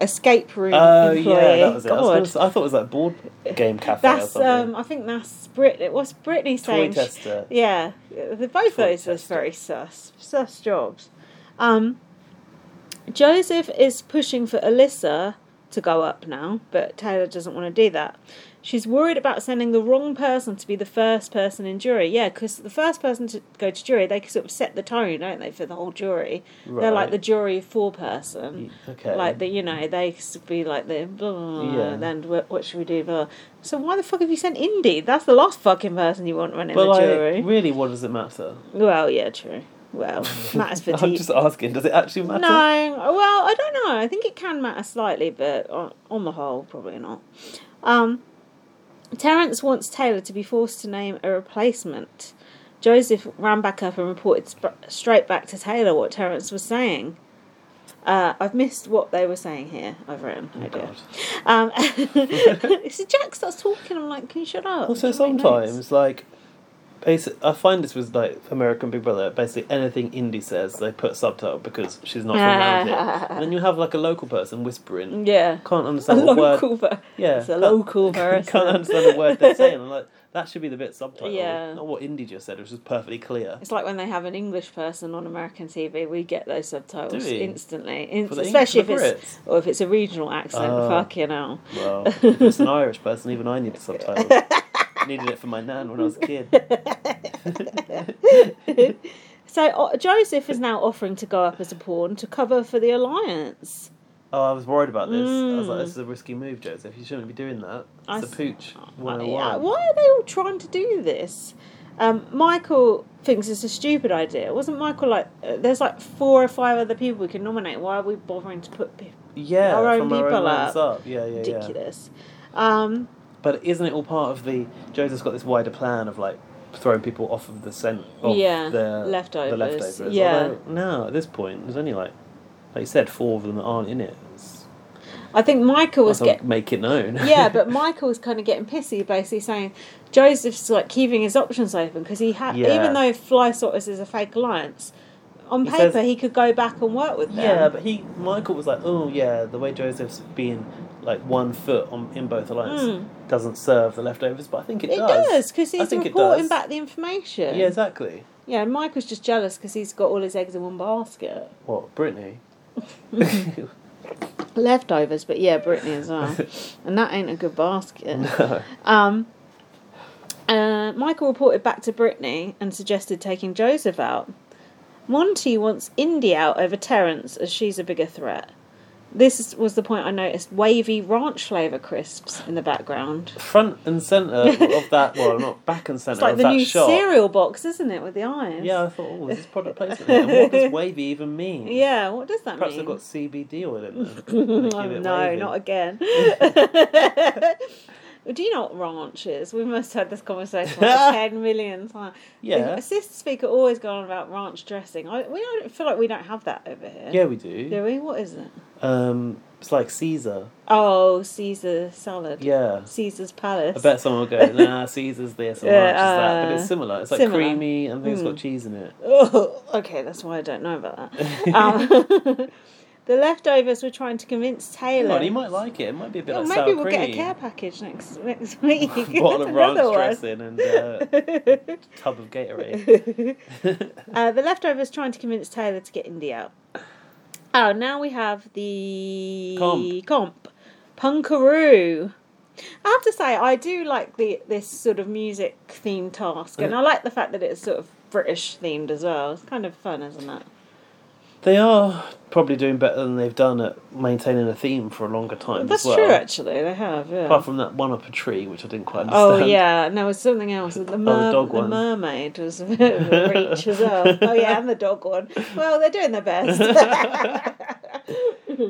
Speaker 1: escape room
Speaker 2: Oh
Speaker 1: employee.
Speaker 2: yeah, that was it. I, was
Speaker 1: God.
Speaker 2: gonna say- I thought it was like board game cafe or
Speaker 1: That's
Speaker 2: something.
Speaker 1: um, I think that's Brit. What's Britney
Speaker 2: Toy
Speaker 1: saying?
Speaker 2: tester.
Speaker 1: Yeah, the, both
Speaker 2: Toy
Speaker 1: those are
Speaker 2: tester.
Speaker 1: very sus, sus jobs. Um, Joseph is pushing for Alyssa to go up now, but Taylor doesn't want to do that. She's worried about sending the wrong person to be the first person in jury. Yeah, because the first person to go to jury, they sort of set the tone, don't they, for the whole jury? They're like
Speaker 2: Right.
Speaker 1: the jury four person
Speaker 2: Okay.
Speaker 1: like the you know they used to be like the blah blah blah,
Speaker 2: Yeah.
Speaker 1: and then what, what should we do blah. so why the fuck have you sent Indy that's the last fucking person you want running
Speaker 2: but
Speaker 1: the
Speaker 2: like,
Speaker 1: jury
Speaker 2: really, what does it matter?
Speaker 1: well yeah true well Um, matters for
Speaker 2: I'm
Speaker 1: tea
Speaker 2: just asking. Does it actually
Speaker 1: no
Speaker 2: matter?
Speaker 1: well I don't know I think it can matter slightly but on, on the whole probably not um Terence wants Taylor to be forced to name a replacement Joseph ran back up and reported sp- straight back to Taylor what Terence was saying uh, I've missed what they were saying here. I've written.
Speaker 2: Oh,
Speaker 1: I do.
Speaker 2: God.
Speaker 1: Um, so Jack starts talking. I'm like, can you shut up?
Speaker 2: Also,
Speaker 1: Give me notes.
Speaker 2: sometimes like, basic. I find this with like American Big Brother. Basically, anything Indy says, they put subtitle because she's not from around here. And then you have like a local person whispering.
Speaker 1: yeah, Mm.
Speaker 2: Can't
Speaker 1: a
Speaker 2: understand what word.
Speaker 1: local, ver-
Speaker 2: Yeah,
Speaker 1: it's a
Speaker 2: can't-
Speaker 1: local person.
Speaker 2: Can't understand a word they're saying. I'm like, that should be the bit subtitled.
Speaker 1: Yeah.
Speaker 2: Not what Indy just said, which was perfectly clear.
Speaker 1: It's like when they have an English person on American TV, we get those subtitles
Speaker 2: Do we?
Speaker 1: instantly, in-
Speaker 2: For the English
Speaker 1: especially if
Speaker 2: and the
Speaker 1: it's or if it's a regional accent.
Speaker 2: Oh.
Speaker 1: Fucking hell.
Speaker 2: Brits. Well, if it's an Irish person, even I needed subtitles. needed it for my nan when I was a kid.
Speaker 1: So uh, Joseph is now offering to go up as a pawn to cover for the alliance.
Speaker 2: Oh, I was worried about this. I was like,
Speaker 1: Mm.
Speaker 2: this is a risky move, Joseph. You shouldn't be doing that.
Speaker 1: I
Speaker 2: It's a
Speaker 1: s-
Speaker 2: pooch.
Speaker 1: Uh,
Speaker 2: 101.
Speaker 1: yeah, why are they all trying to do this? Um, Michael thinks it's a stupid idea. Wasn't Michael like, uh, there's like four or five other people we can nominate. Why are we bothering to put people?
Speaker 2: Yeah,
Speaker 1: Our own
Speaker 2: from our own
Speaker 1: people
Speaker 2: lands
Speaker 1: are
Speaker 2: up. Yeah, yeah, yeah.
Speaker 1: Ridiculous. Um,
Speaker 2: But isn't it all part of the Joseph's got this wider plan of like throwing people off of the scent of
Speaker 1: Yeah,
Speaker 2: the The
Speaker 1: leftovers,
Speaker 2: leftovers.
Speaker 1: yeah.
Speaker 2: Although now at this point, there's only like like you said, four of them that aren't in it. It's,
Speaker 1: I think Michael was
Speaker 2: might as well
Speaker 1: get
Speaker 2: make it known.
Speaker 1: yeah, but Michael was kind of getting pissy, basically saying Joseph's like keeping his options open because he had,
Speaker 2: Yeah.
Speaker 1: even though Fly Sorters is a fake alliance, on
Speaker 2: He
Speaker 1: paper
Speaker 2: says-
Speaker 1: he could go back and work with them.
Speaker 2: yeah, but he Michael was like, oh yeah, the way Joseph's been like one foot on in both alliances
Speaker 1: Mm.
Speaker 2: doesn't serve the leftovers, but I think it,
Speaker 1: it does because
Speaker 2: I
Speaker 1: he's
Speaker 2: think it
Speaker 1: reporting
Speaker 2: does.
Speaker 1: back the information.
Speaker 2: Yeah, exactly.
Speaker 1: Yeah, and Michael's just jealous because he's got all his eggs in one basket.
Speaker 2: What Brittany?
Speaker 1: Leftovers, but yeah, Brittany as well. and that ain't a good basket.
Speaker 2: no.
Speaker 1: Um, uh, Michael reported back to Brittany and suggested taking Joseph out. Monty wants Indy out over Terence as she's a bigger threat. This was the point I noticed wavy ranch flavour crisps in the background.
Speaker 2: Front and centre of that, well, not back and centre
Speaker 1: It's like
Speaker 2: of
Speaker 1: the
Speaker 2: that
Speaker 1: new
Speaker 2: shot.
Speaker 1: cereal box, isn't it, with the irons?
Speaker 2: Yeah, I thought, oh, is this product placement? here? And what does wavy even mean?
Speaker 1: Yeah, what does that
Speaker 2: Perhaps
Speaker 1: mean?
Speaker 2: they've got CBD oil in it.
Speaker 1: Oh, no, not again. Do you know what ranch is? We must have had this conversation like 10 million times.
Speaker 2: Yeah.
Speaker 1: Sister Speaker always gone on about ranch dressing. I, we don't feel like we don't have that over here.
Speaker 2: Yeah, we do.
Speaker 1: Do we? What is it?
Speaker 2: Um, it's like Caesar.
Speaker 1: Oh, Caesar salad.
Speaker 2: Yeah.
Speaker 1: Caesar's Palace.
Speaker 2: I bet someone will go, nah, Caesar's this or
Speaker 1: Yeah,
Speaker 2: ranch is that. But
Speaker 1: uh,
Speaker 2: it's similar. It's like
Speaker 1: similar. Hmm.
Speaker 2: creamy and I think it's got cheese in it.
Speaker 1: Oh, okay, that's why I don't know about that. Um, the leftovers were trying to convince
Speaker 2: Come
Speaker 1: Taylor.
Speaker 2: on, you might like it. It might be a bit
Speaker 1: Oh,
Speaker 2: like
Speaker 1: maybe
Speaker 2: sour
Speaker 1: we'll
Speaker 2: cream.
Speaker 1: get a care package next next week.
Speaker 2: Bottle of ranch
Speaker 1: Another one.
Speaker 2: dressing and uh, tub of Gatorade.
Speaker 1: uh, the leftovers trying to convince Taylor to get Indy out. Oh, now we have the
Speaker 2: Comp.
Speaker 1: comp. Punkaroo. I have to say, I do like the this sort of music themed task, and I like the fact that it's sort of British themed as well. It's kind of fun, isn't it?
Speaker 2: They are probably doing better than they've done at maintaining a theme for a longer time.
Speaker 1: That's
Speaker 2: as well.
Speaker 1: true, actually. They have, yeah.
Speaker 2: Apart from that one up a tree, which I didn't quite
Speaker 1: Oh
Speaker 2: understand.
Speaker 1: yeah, and there was something else. The, mer-
Speaker 2: Oh, dog
Speaker 1: the
Speaker 2: one.
Speaker 1: mermaid was a bit of a reach as well. Oh yeah, and the dog one. Well, they're doing their best.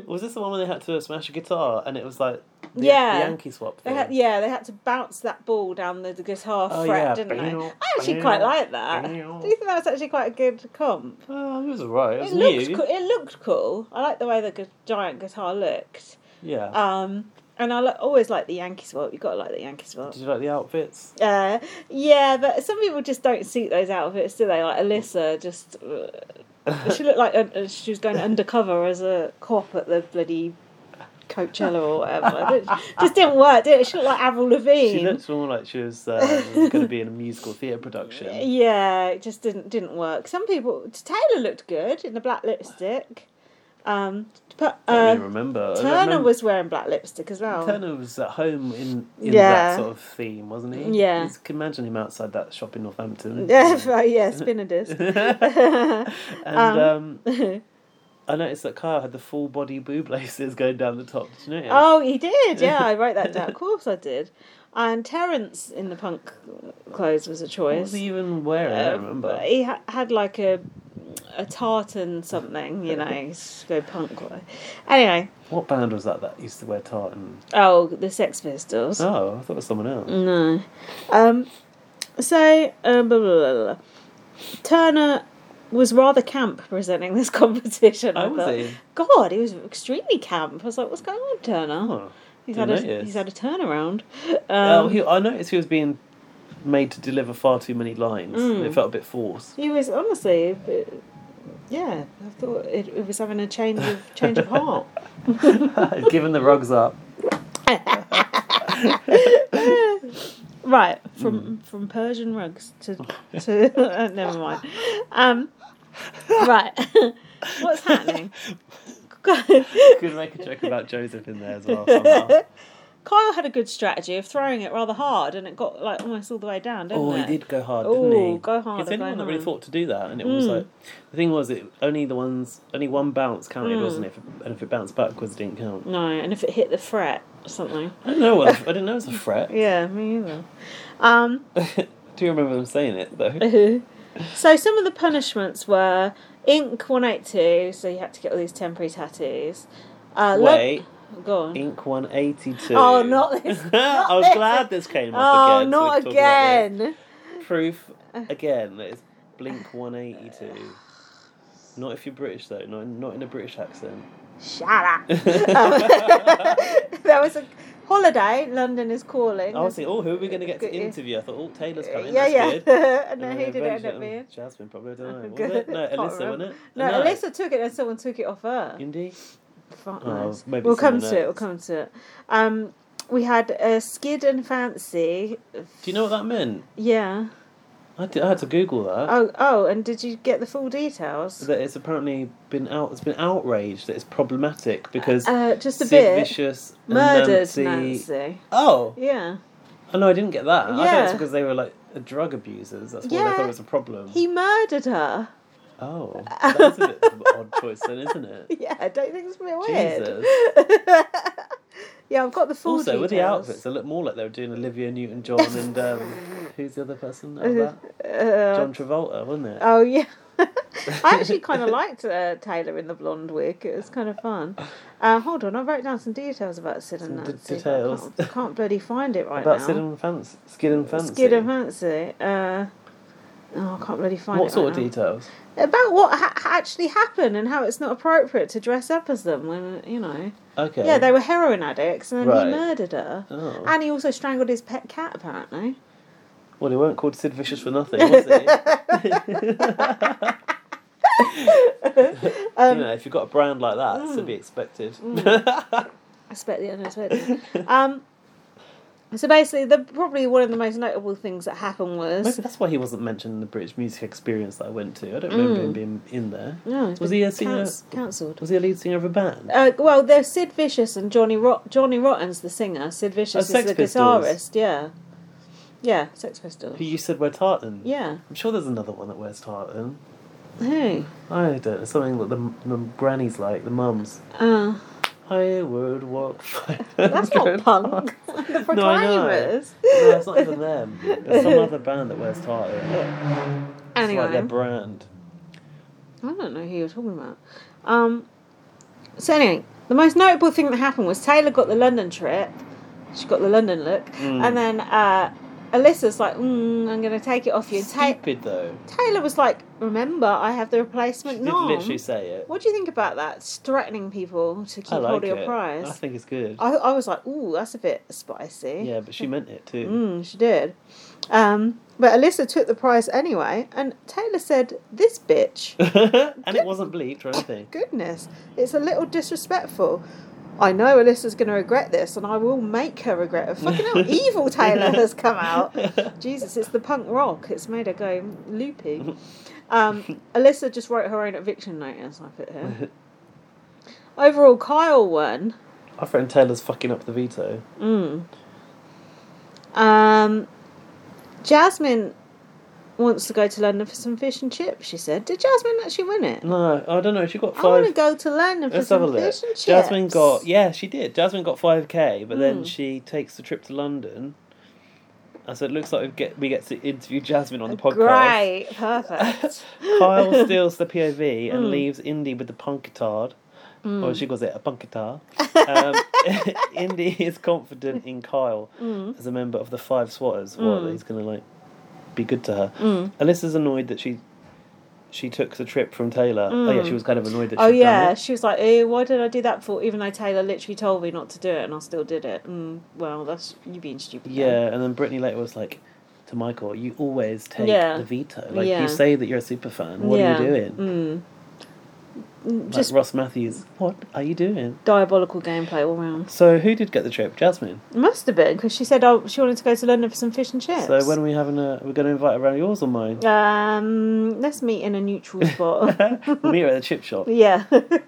Speaker 2: Was this the one where they had to smash a guitar and it was like the,
Speaker 1: Yeah.
Speaker 2: the Yankee swap
Speaker 1: they
Speaker 2: thing?
Speaker 1: had, yeah, they had to bounce that ball down the guitar
Speaker 2: Oh,
Speaker 1: fret,
Speaker 2: yeah.
Speaker 1: didn't they?
Speaker 2: Bow,
Speaker 1: I actually
Speaker 2: bow,
Speaker 1: quite like that. Do
Speaker 2: bow.
Speaker 1: you think that was actually quite a good comp?
Speaker 2: Oh, it was alright. It was
Speaker 1: It looked,
Speaker 2: new.
Speaker 1: coo- it looked cool. I like the way the gu- giant guitar looked.
Speaker 2: Yeah.
Speaker 1: Um, and I li- always like the Yankee swap. You've got to like the Yankee swap.
Speaker 2: Did you like the outfits?
Speaker 1: Uh, yeah, but some people just don't suit those outfits, do they? Like Alyssa, just uh, she looked like uh, she was going undercover as a cop at the bloody Coachella or whatever. Didn't- just didn't work, did it? She looked like Avril Lavigne.
Speaker 2: She looks more like she was uh, going to be in a musical theatre production.
Speaker 1: yeah, it just didn't didn't work. Some people, Taylor looked good in the black lipstick. Um, but
Speaker 2: I don't
Speaker 1: uh,
Speaker 2: really remember. I
Speaker 1: Turner
Speaker 2: remember-
Speaker 1: was wearing black lipstick as well.
Speaker 2: Turner was at home in, in
Speaker 1: Oh. Yeah.
Speaker 2: that sort of theme, wasn't he?
Speaker 1: Yeah.
Speaker 2: You can imagine him outside that shop in Northampton.
Speaker 1: Yeah, right, yeah, spinner disc.
Speaker 2: And um, I noticed that Kyle had the full body boob laces going down the top. Did you notice?
Speaker 1: Oh, he did. Yeah, I wrote that down. Of course, I did. And Terence in the punk clothes was a
Speaker 2: what
Speaker 1: choice.
Speaker 2: was he even wearing? I
Speaker 1: Uh,
Speaker 2: don't remember.
Speaker 1: He ha- had like a a tartan something, you know, just go punk. way. Anyway,
Speaker 2: What band was that that used to wear tartan?
Speaker 1: oh, the Sex Pistols.
Speaker 2: Oh, I thought it was someone else.
Speaker 1: No. Um, so, uh, blah, blah, blah, blah, blah. Turner was rather camp presenting this competition. I
Speaker 2: Oh, was
Speaker 1: thought.
Speaker 2: he?
Speaker 1: God, he was extremely camp. I was like, what's going on, Turner?
Speaker 2: Oh,
Speaker 1: He's had,
Speaker 2: didn't
Speaker 1: a,
Speaker 2: notice.
Speaker 1: he's had a turnaround.
Speaker 2: Oh,
Speaker 1: Um,
Speaker 2: he, I noticed he was being made to deliver far too many lines.
Speaker 1: Mm.
Speaker 2: It felt a bit forced.
Speaker 1: he was honestly, a bit- yeah. I thought it, it was having a change of change of heart.
Speaker 2: He's given the rugs up.
Speaker 1: Right
Speaker 2: Hmm.
Speaker 1: from from Persian rugs to to uh, never mind. Um, right, what's happening?
Speaker 2: Could make a joke about Joseph in there as well somehow.
Speaker 1: Kyle had a good strategy of throwing it rather hard, and it got like almost all the way down, didn't
Speaker 2: Oh,
Speaker 1: it?
Speaker 2: he did go hard,
Speaker 1: Ooh,
Speaker 2: didn't he?
Speaker 1: go hard,
Speaker 2: It's the only
Speaker 1: go
Speaker 2: one that
Speaker 1: hard. Hmm.
Speaker 2: really thought to do that, and it was like the thing was it only the ones only one bounce
Speaker 1: Hmm.
Speaker 2: counted, wasn't it? And if it bounced backwards, it didn't count.
Speaker 1: No, and if it hit the fret or something.
Speaker 2: I don't know. What, I didn't know it was a fret.
Speaker 1: Yeah, me either. Um,
Speaker 2: do you remember them saying it though?
Speaker 1: So some of the punishments were ink one eight two, so you had to get all these temporary tattoos. Uh, lo-
Speaker 2: Wait,
Speaker 1: go on.
Speaker 2: Ink one eighty two.
Speaker 1: Oh, not this! not
Speaker 2: I was
Speaker 1: this.
Speaker 2: glad this came up
Speaker 1: Oh,
Speaker 2: again. so we
Speaker 1: not
Speaker 2: could talk about this.
Speaker 1: again.
Speaker 2: Proof again that it's Blink one eighty two. Not if you're British though. Not not in a British accent.
Speaker 1: Shut up. Um, there was a holiday. London is calling.
Speaker 2: I was thinking, oh, who are we going to get to
Speaker 1: Yeah.
Speaker 2: interview? I thought, oh, Taylor's coming.
Speaker 1: yeah,
Speaker 2: that's
Speaker 1: yeah.
Speaker 2: good.
Speaker 1: and then
Speaker 2: And
Speaker 1: who
Speaker 2: then
Speaker 1: did it end
Speaker 2: eventually-
Speaker 1: up being?
Speaker 2: Jasmine, probably. I don't know. Was
Speaker 1: Good.
Speaker 2: it? No,
Speaker 1: Can't
Speaker 2: Alyssa,
Speaker 1: remember.
Speaker 2: wasn't it?
Speaker 1: No, Alyssa took it and someone took it off her.
Speaker 2: Indy?
Speaker 1: Fuck
Speaker 2: Oh,
Speaker 1: knows.
Speaker 2: maybe
Speaker 1: we'll come
Speaker 2: someone
Speaker 1: to it. We'll
Speaker 2: else.
Speaker 1: come to it. Um, we had uh, Skid and Fancy.
Speaker 2: Do you know what that meant?
Speaker 1: Yeah.
Speaker 2: I, did, I had to Google that.
Speaker 1: Oh, oh, and did you get the full details?
Speaker 2: that it's apparently been out. It's been outraged that it's problematic because
Speaker 1: Uh, just a
Speaker 2: Sid
Speaker 1: bit.
Speaker 2: Vicious and
Speaker 1: Murdered
Speaker 2: Nancy.
Speaker 1: Nancy.
Speaker 2: Oh,
Speaker 1: Yeah.
Speaker 2: oh no, I didn't get that. I thought
Speaker 1: Yeah.
Speaker 2: it's because they were like drug abusers. That's why
Speaker 1: Yeah.
Speaker 2: they thought it was a problem.
Speaker 1: He murdered her.
Speaker 2: Oh, that is a bit of an odd choice then, isn't it?
Speaker 1: Yeah, I don't think it's a bit weird.
Speaker 2: Jesus.
Speaker 1: yeah, I've got the full
Speaker 2: Also, with the
Speaker 1: details.
Speaker 2: outfits, they look more like they were doing Olivia Newton-John and um, who's the other person? that was that?
Speaker 1: Uh,
Speaker 2: John Travolta, wasn't it?
Speaker 1: Oh yeah. I actually kind of liked uh, Taylor in the blonde wig. It was kind of fun. Uh, hold on, I wrote down some details about Sid and
Speaker 2: Some d-
Speaker 1: Nancy. but
Speaker 2: details.
Speaker 1: I can't, can't bloody find it right
Speaker 2: About
Speaker 1: now.
Speaker 2: Skid and Fancy. Skid and Fancy.
Speaker 1: Skid and Fancy. Uh, oh, I can't bloody find
Speaker 2: What
Speaker 1: it.
Speaker 2: sort
Speaker 1: right
Speaker 2: of
Speaker 1: now.
Speaker 2: details?
Speaker 1: About what ha- actually happened and how it's not appropriate to dress up as them when you know.
Speaker 2: Okay.
Speaker 1: Yeah, they were heroin addicts, and then
Speaker 2: Right.
Speaker 1: he murdered her,
Speaker 2: Oh.
Speaker 1: and he also strangled his pet cat. Apparently.
Speaker 2: Well, he weren't called Sid Vicious for nothing, was he?
Speaker 1: Um,
Speaker 2: you know, if you've got a brand like that, it's to
Speaker 1: mm.
Speaker 2: be expected.
Speaker 1: I expect the unexpected. um, so basically, the probably one of the most notable things that happened was
Speaker 2: Maybe that's why he wasn't mentioned in the British music experience that I went to. I don't remember
Speaker 1: Mm.
Speaker 2: him being in there.
Speaker 1: no, it's
Speaker 2: Was
Speaker 1: been
Speaker 2: he a singer?
Speaker 1: canc- cancelled?
Speaker 2: Was he a lead singer of a band?
Speaker 1: Uh, well, there's Sid Vicious and Johnny Rot- Johnny Rotten's the singer. Sid
Speaker 2: Oh,
Speaker 1: Vicious is
Speaker 2: Sex
Speaker 1: the
Speaker 2: Pistols.
Speaker 1: guitarist. Yeah, yeah, Sex Pistols.
Speaker 2: Who you said were tartan?
Speaker 1: Yeah,
Speaker 2: I'm sure there's another one that wears tartan.
Speaker 1: who?
Speaker 2: I don't know, something that the, the grannies like, the mums.
Speaker 1: Uh,
Speaker 2: I would walk.
Speaker 1: that's not punk. the
Speaker 2: No, I know.
Speaker 1: Proclaimers.
Speaker 2: No, it's not even them. It's some other band that wears tartan. It's
Speaker 1: Anyway,
Speaker 2: like their brand.
Speaker 1: I don't know who you're talking about. Um, so anyway, the most notable thing that happened was Taylor got the London trip. She got the London look,
Speaker 2: Mm.
Speaker 1: and then uh, Alyssa's like, mm, "I'm going to take it off you." And Ta-
Speaker 2: Stupid though.
Speaker 1: Taylor was like, "Remember, I have the replacement
Speaker 2: Did
Speaker 1: norm."
Speaker 2: literally say it.
Speaker 1: What do you think about that? It's threatening people to keep
Speaker 2: I like
Speaker 1: hold of your
Speaker 2: it. I
Speaker 1: prize.
Speaker 2: think it's good.
Speaker 1: I, I was like, "Ooh, that's a bit spicy."
Speaker 2: Yeah, but she meant it too.
Speaker 1: Mm, she did. Um, but Alyssa took the prize anyway, and Taylor said, "This bitch." Mm.
Speaker 2: and it wasn't bleeped or anything.
Speaker 1: goodness, it's a little disrespectful. I know Alyssa's going to regret this, and I will make her regret it. Fucking hell, evil Taylor has come out. Jesus, it's the punk rock. It's made her go loopy. Um, Alyssa just wrote her own eviction notice. I put here. Overall, Kyle won.
Speaker 2: Our friend Taylor's fucking up the veto.
Speaker 1: Mm. Um, Jasmine wants to go to London for some fish and chips. She said, "Did Jasmine actually win it?
Speaker 2: No, I don't know. She got
Speaker 1: I want to
Speaker 2: five.
Speaker 1: go to London for
Speaker 2: Let's have a
Speaker 1: some
Speaker 2: look.
Speaker 1: fish and chips." Hmm.
Speaker 2: Jasmine got yeah, she did. Jasmine got five k, but then she takes the trip to London. And so it looks like we get we get to interview Jasmine on the podcast.
Speaker 1: Great, perfect.
Speaker 2: Kyle steals the POV
Speaker 1: Hmm.
Speaker 2: and leaves Indy with the punkitard.
Speaker 1: Mm.
Speaker 2: Or Oh, she calls it a punkitard. Um, Indy is confident in Kyle
Speaker 1: Hmm. Mm.
Speaker 2: as a member of the Five Swatters. What that he's gonna like be good to her.
Speaker 1: Hmm. Mm. Oh,
Speaker 2: Alyssa's annoyed that she she took the trip from Taylor. Oh yeah, she was kind of annoyed that
Speaker 1: Oh
Speaker 2: she'd done
Speaker 1: yeah,
Speaker 2: it.
Speaker 1: she was like, "Eh, "Why did I do that for?" Even though Taylor literally told me not to do it, and I still did it. Mm, well, that's you being stupid. then.
Speaker 2: Yeah, and then Brittany later was like to Michael, you always take
Speaker 1: Yeah.
Speaker 2: the veto. Like
Speaker 1: Yeah.
Speaker 2: you say that you're a super fan. What
Speaker 1: Yeah.
Speaker 2: are you doing?
Speaker 1: Mm,
Speaker 2: Like
Speaker 1: just
Speaker 2: Ross Matthews, what are you doing?
Speaker 1: diabolical gameplay all round.
Speaker 2: So who did get the trip? Jasmine.
Speaker 1: It must have been because she said, "Oh, she wanted to go to London for some fish and chips."
Speaker 2: So when are we having a? We're going to invite around yours or mine?
Speaker 1: um, let's meet in a neutral spot.
Speaker 2: we'll meet her at the chip shop.
Speaker 1: yeah.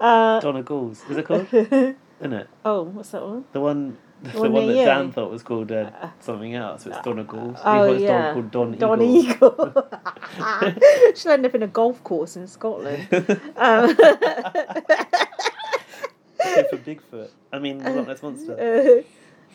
Speaker 1: Uh,
Speaker 2: Donna Gauls. Is it called? Isn't it?
Speaker 1: oh, what's that one?
Speaker 2: The one. The
Speaker 1: One
Speaker 2: one
Speaker 1: near
Speaker 2: that
Speaker 1: you.
Speaker 2: Dan thought was called uh, something else. It's Donna Gauls. He
Speaker 1: Oh
Speaker 2: thought his dog
Speaker 1: yeah,
Speaker 2: called Don,
Speaker 1: Don
Speaker 2: Eagle.
Speaker 1: Eagle. She'll end up in a golf course in Scotland. um,
Speaker 2: Except for Bigfoot. I mean, Loch Ness monster.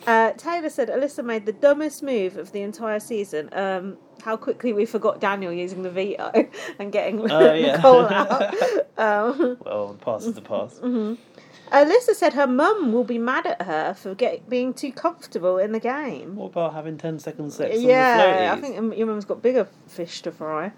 Speaker 1: Uh, Taylor said Alyssa made the dumbest move of the entire season. Um, how quickly we forgot Daniel using the veto and getting
Speaker 2: Oh, yeah.
Speaker 1: Nicole out. Um,
Speaker 2: Well, the past is the past.
Speaker 1: Alyssa said her mum will be mad at her for get, being too comfortable in the game.
Speaker 2: What about having 10 second sex on
Speaker 1: yeah, I
Speaker 2: the floaties?
Speaker 1: think um, your mum's got bigger fish to fry.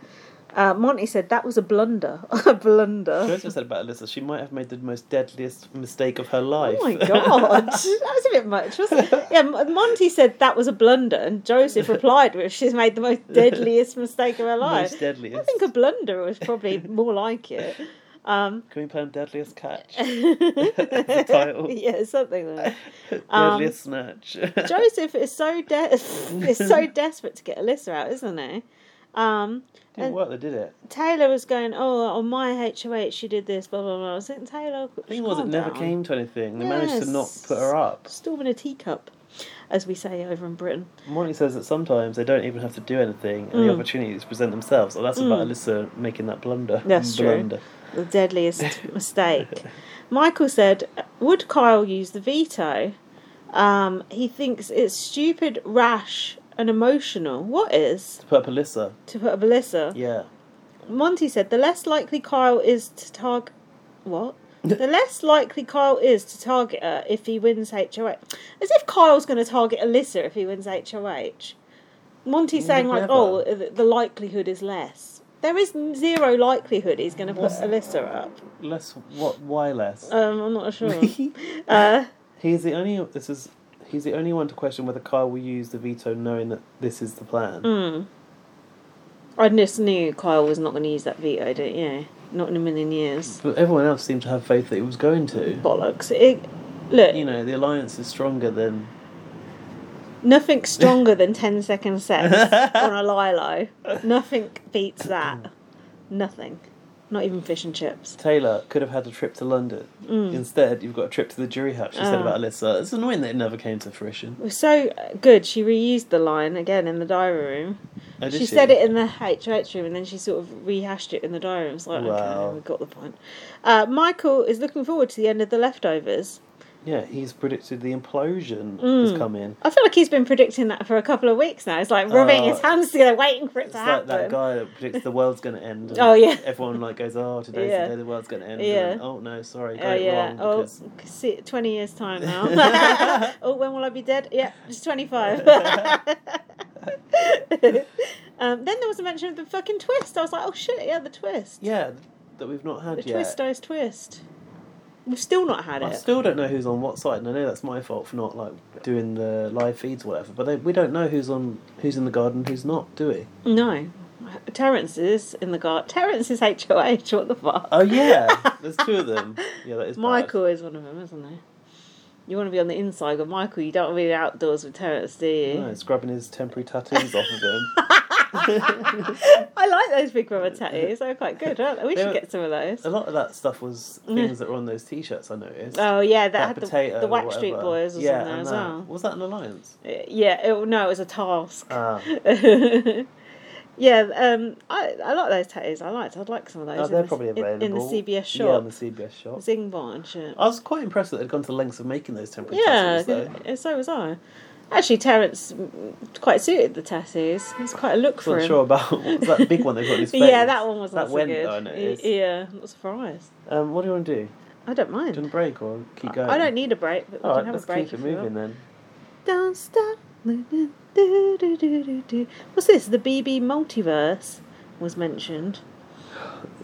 Speaker 1: Uh, Monty said that was a blunder. a
Speaker 2: She
Speaker 1: blunder.
Speaker 2: also said about Alyssa, she might have made the most deadliest mistake of her life.
Speaker 1: Oh my god, that was a bit much, wasn't it? Yeah, Mon- Monty said that was a blunder, and Joseph replied with, "She's made the most deadliest mistake of her life."
Speaker 2: most
Speaker 1: I
Speaker 2: deadliest.
Speaker 1: think a blunder was probably more like it. Um,
Speaker 2: Can we play on Deadliest Catch? the title.
Speaker 1: yeah, something like that. Um,
Speaker 2: Deadliest Snatch.
Speaker 1: Joseph is so de- is so desperate to get Alyssa out, isn't he? Um,
Speaker 2: Didn't work, they did it.
Speaker 1: Taylor was going, oh, on my HOH she did this, blah blah blah. I was thinking, Taylor,
Speaker 2: The thing was, it never came to anything. They managed to not
Speaker 1: Yes.
Speaker 2: put her up.
Speaker 1: Storm in a teacup. as we say over in Britain.
Speaker 2: Morning says that sometimes they don't even have to do anything, and
Speaker 1: Mm.
Speaker 2: the opportunities present themselves. Oh, that's about Alyssa making that blunder.
Speaker 1: That's true.
Speaker 2: blunder.
Speaker 1: The deadliest mistake. Michael said, Would Kyle use the veto? Um, he thinks it's stupid, rash, and emotional. What is?
Speaker 2: To put up Alyssa,
Speaker 1: To put a Melissa.
Speaker 2: yeah.
Speaker 1: Monty said, The less likely Kyle is to target. What? the less likely Kyle is to target her if he wins HOH. As if Kyle's going to target Alyssa if he wins HOH. Monty's saying, like,
Speaker 2: Never.
Speaker 1: oh, th- the likelihood is less. There is zero likelihood he's going to put
Speaker 2: What's-
Speaker 1: Alyssa up.
Speaker 2: Less what? Why less?
Speaker 1: Um, I'm not sure. uh,
Speaker 2: He's the only. This is. He's the only one to question whether Kyle will use the veto, knowing that this is the plan.
Speaker 1: Mm. hmm. I just knew Kyle was not going to use that veto, don't you? Not in a million years.
Speaker 2: But everyone else seemed to have faith that he was going to.
Speaker 1: Bollocks. It, look,
Speaker 2: You know, the alliance is stronger than.
Speaker 1: nothing stronger than 10 second sex on a Lilo. Nothing beats that. Nothing. Not even fish and chips.
Speaker 2: Taylor could have had a trip to London. Instead, you've got a trip to the jury house. She said
Speaker 1: Mm. Ah.
Speaker 2: about Alyssa. It's annoying that it never came to fruition.
Speaker 1: It was so good. She reused the line again in the diary room.
Speaker 2: Oh, did
Speaker 1: she, said it in the HH room and then she sort of rehashed it in the diary room. It's like,
Speaker 2: Wow.
Speaker 1: okay, we got the point. Uh, Michael is looking forward to the end of the leftovers.
Speaker 2: Yeah, he's predicted the implosion
Speaker 1: Mm.
Speaker 2: has come in.
Speaker 1: I feel like he's been predicting that for a couple of weeks now. It's like rubbing
Speaker 2: Oh.
Speaker 1: his hands together, waiting for it
Speaker 2: It's
Speaker 1: to
Speaker 2: like
Speaker 1: happen.
Speaker 2: that guy that predicts the world's going to end. and
Speaker 1: Oh, yeah.
Speaker 2: Everyone like goes, oh, today's
Speaker 1: Yeah.
Speaker 2: the day the world's going to end.
Speaker 1: Yeah.
Speaker 2: and then, oh no, sorry, got
Speaker 1: Oh
Speaker 2: it
Speaker 1: yeah.
Speaker 2: wrong.
Speaker 1: Oh,
Speaker 2: Because...
Speaker 1: c- see, twenty years time now. oh, when will I be dead? Yeah, just twenty five. um, then there was a mention of the fucking twist. I was like, oh shit, yeah, the twist.
Speaker 2: Yeah, that we've not had
Speaker 1: the
Speaker 2: yet.
Speaker 1: twist dies twist. We've still not had
Speaker 2: I
Speaker 1: it.
Speaker 2: still don't know who's on what side, and I know that's my fault for not like doing the live feeds or whatever. But they, we don't know who's on, who's in the garden, who's not, do we?
Speaker 1: No, Terence is in the guard. Terence is HOH. What the fuck?
Speaker 2: Oh yeah, there's two of them. Yeah, that is bad.
Speaker 1: Michael is one of them, isn't he? You want to be on the inside with Michael. You don't want to be outdoors with Terence, do you?
Speaker 2: No, scrubbing his temporary tattoos off of him.
Speaker 1: I like those big rubber tattoos. They're quite good, aren't they? We
Speaker 2: They
Speaker 1: should
Speaker 2: were-
Speaker 1: get some of those.
Speaker 2: A lot of that stuff was things that were on those t-shirts. I noticed.
Speaker 1: Oh yeah, that,
Speaker 2: That
Speaker 1: had
Speaker 2: potato,
Speaker 1: the, the Wax Street
Speaker 2: whatever.
Speaker 1: Boys was
Speaker 2: yeah,
Speaker 1: in there
Speaker 2: and
Speaker 1: as
Speaker 2: that.
Speaker 1: well.
Speaker 2: Was that an alliance?
Speaker 1: Uh, Yeah, it, no, it was a task.
Speaker 2: Ah,
Speaker 1: yeah, um, I I like those tattoos. I liked. I'd like some of those.
Speaker 2: oh,
Speaker 1: in
Speaker 2: they're
Speaker 1: the-
Speaker 2: probably
Speaker 1: in-
Speaker 2: available
Speaker 1: in the CBS shop.
Speaker 2: Yeah, on the CBS shop.
Speaker 1: Zing bar and shit.
Speaker 2: I was quite impressed that they'd gone to the lengths of making those temporary
Speaker 1: Yeah,
Speaker 2: tattoos. Though.
Speaker 1: and so was I. Actually, Terence mm, quite suited the tattoos. It was quite a look for
Speaker 2: Wasn't
Speaker 1: him.
Speaker 2: sure about what was that big one they got on his face.
Speaker 1: Yeah, that one was
Speaker 2: that
Speaker 1: not so
Speaker 2: went
Speaker 1: good.
Speaker 2: though. I noticed.
Speaker 1: Y- yeah, I'm not surprised.
Speaker 2: Um, what do you want to do?
Speaker 1: I don't mind.
Speaker 2: Do you want a break or keep going?
Speaker 1: I don't need a break, but we
Speaker 2: All
Speaker 1: can
Speaker 2: right,
Speaker 1: have
Speaker 2: let's
Speaker 1: a break.
Speaker 2: keep it
Speaker 1: if we want.
Speaker 2: moving then.
Speaker 1: Don't stop. Do, do, do, do, do. What's this? The BB multiverse was mentioned.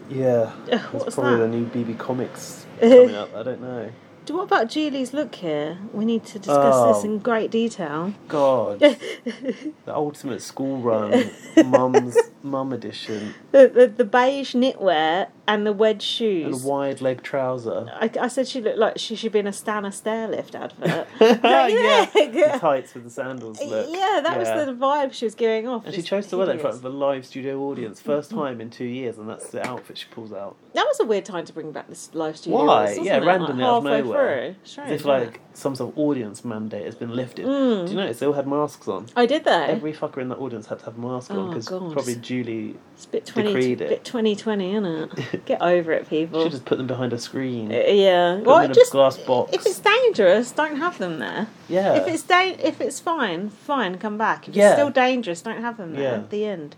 Speaker 2: Yeah,
Speaker 1: Ugh, what was
Speaker 2: that's
Speaker 1: that?
Speaker 2: probably the new BB Comics coming up. I don't know.
Speaker 1: Do- What about Julie's look here? We need to discuss this
Speaker 2: Oh.
Speaker 1: in great detail.
Speaker 2: God, the ultimate school run, mum's mum edition,
Speaker 1: The, the, the beige knitwear and the wedge
Speaker 2: and a
Speaker 1: shoes.
Speaker 2: wide leg trouser.
Speaker 1: I, I said she looked like she should be in a Stana stairlift advert.
Speaker 2: yeah,
Speaker 1: think?
Speaker 2: the tights with the sandals. Look.
Speaker 1: yeah, that
Speaker 2: Yeah.
Speaker 1: was the vibe she was giving off.
Speaker 2: And she
Speaker 1: It's
Speaker 2: chose to wear that in
Speaker 1: hideous.
Speaker 2: front of a live studio audience, first time in two years, and that's the outfit she pulls out.
Speaker 1: That was a weird time to bring back this live studio.
Speaker 2: Why?
Speaker 1: wasn't
Speaker 2: Yeah,
Speaker 1: it?
Speaker 2: randomly
Speaker 1: like
Speaker 2: out of
Speaker 1: halfway Through.
Speaker 2: nowhere. As
Speaker 1: Strange,
Speaker 2: if
Speaker 1: wasn't it?
Speaker 2: like some sort of audience mandate has been lifted.
Speaker 1: Mm.
Speaker 2: Do you notice they all had masks on?
Speaker 1: I Oh, did that.
Speaker 2: Every fucker in the audience had to have a mask on
Speaker 1: Oh,
Speaker 2: because
Speaker 1: God.
Speaker 2: probably Julie
Speaker 1: It's a bit 20,
Speaker 2: decreed it.
Speaker 1: bit 2020, isn't it? Get over it, people.
Speaker 2: should just put them behind a screen.
Speaker 1: Uh, yeah.
Speaker 2: Mm. Put
Speaker 1: Well,
Speaker 2: them in a
Speaker 1: just
Speaker 2: glass box.
Speaker 1: if it's dangerous, don't have them there.
Speaker 2: yeah.
Speaker 1: If it's da- if it's fine, fine, come back. If
Speaker 2: Yeah.
Speaker 1: it's still dangerous, don't have them there
Speaker 2: Yeah.
Speaker 1: at the end.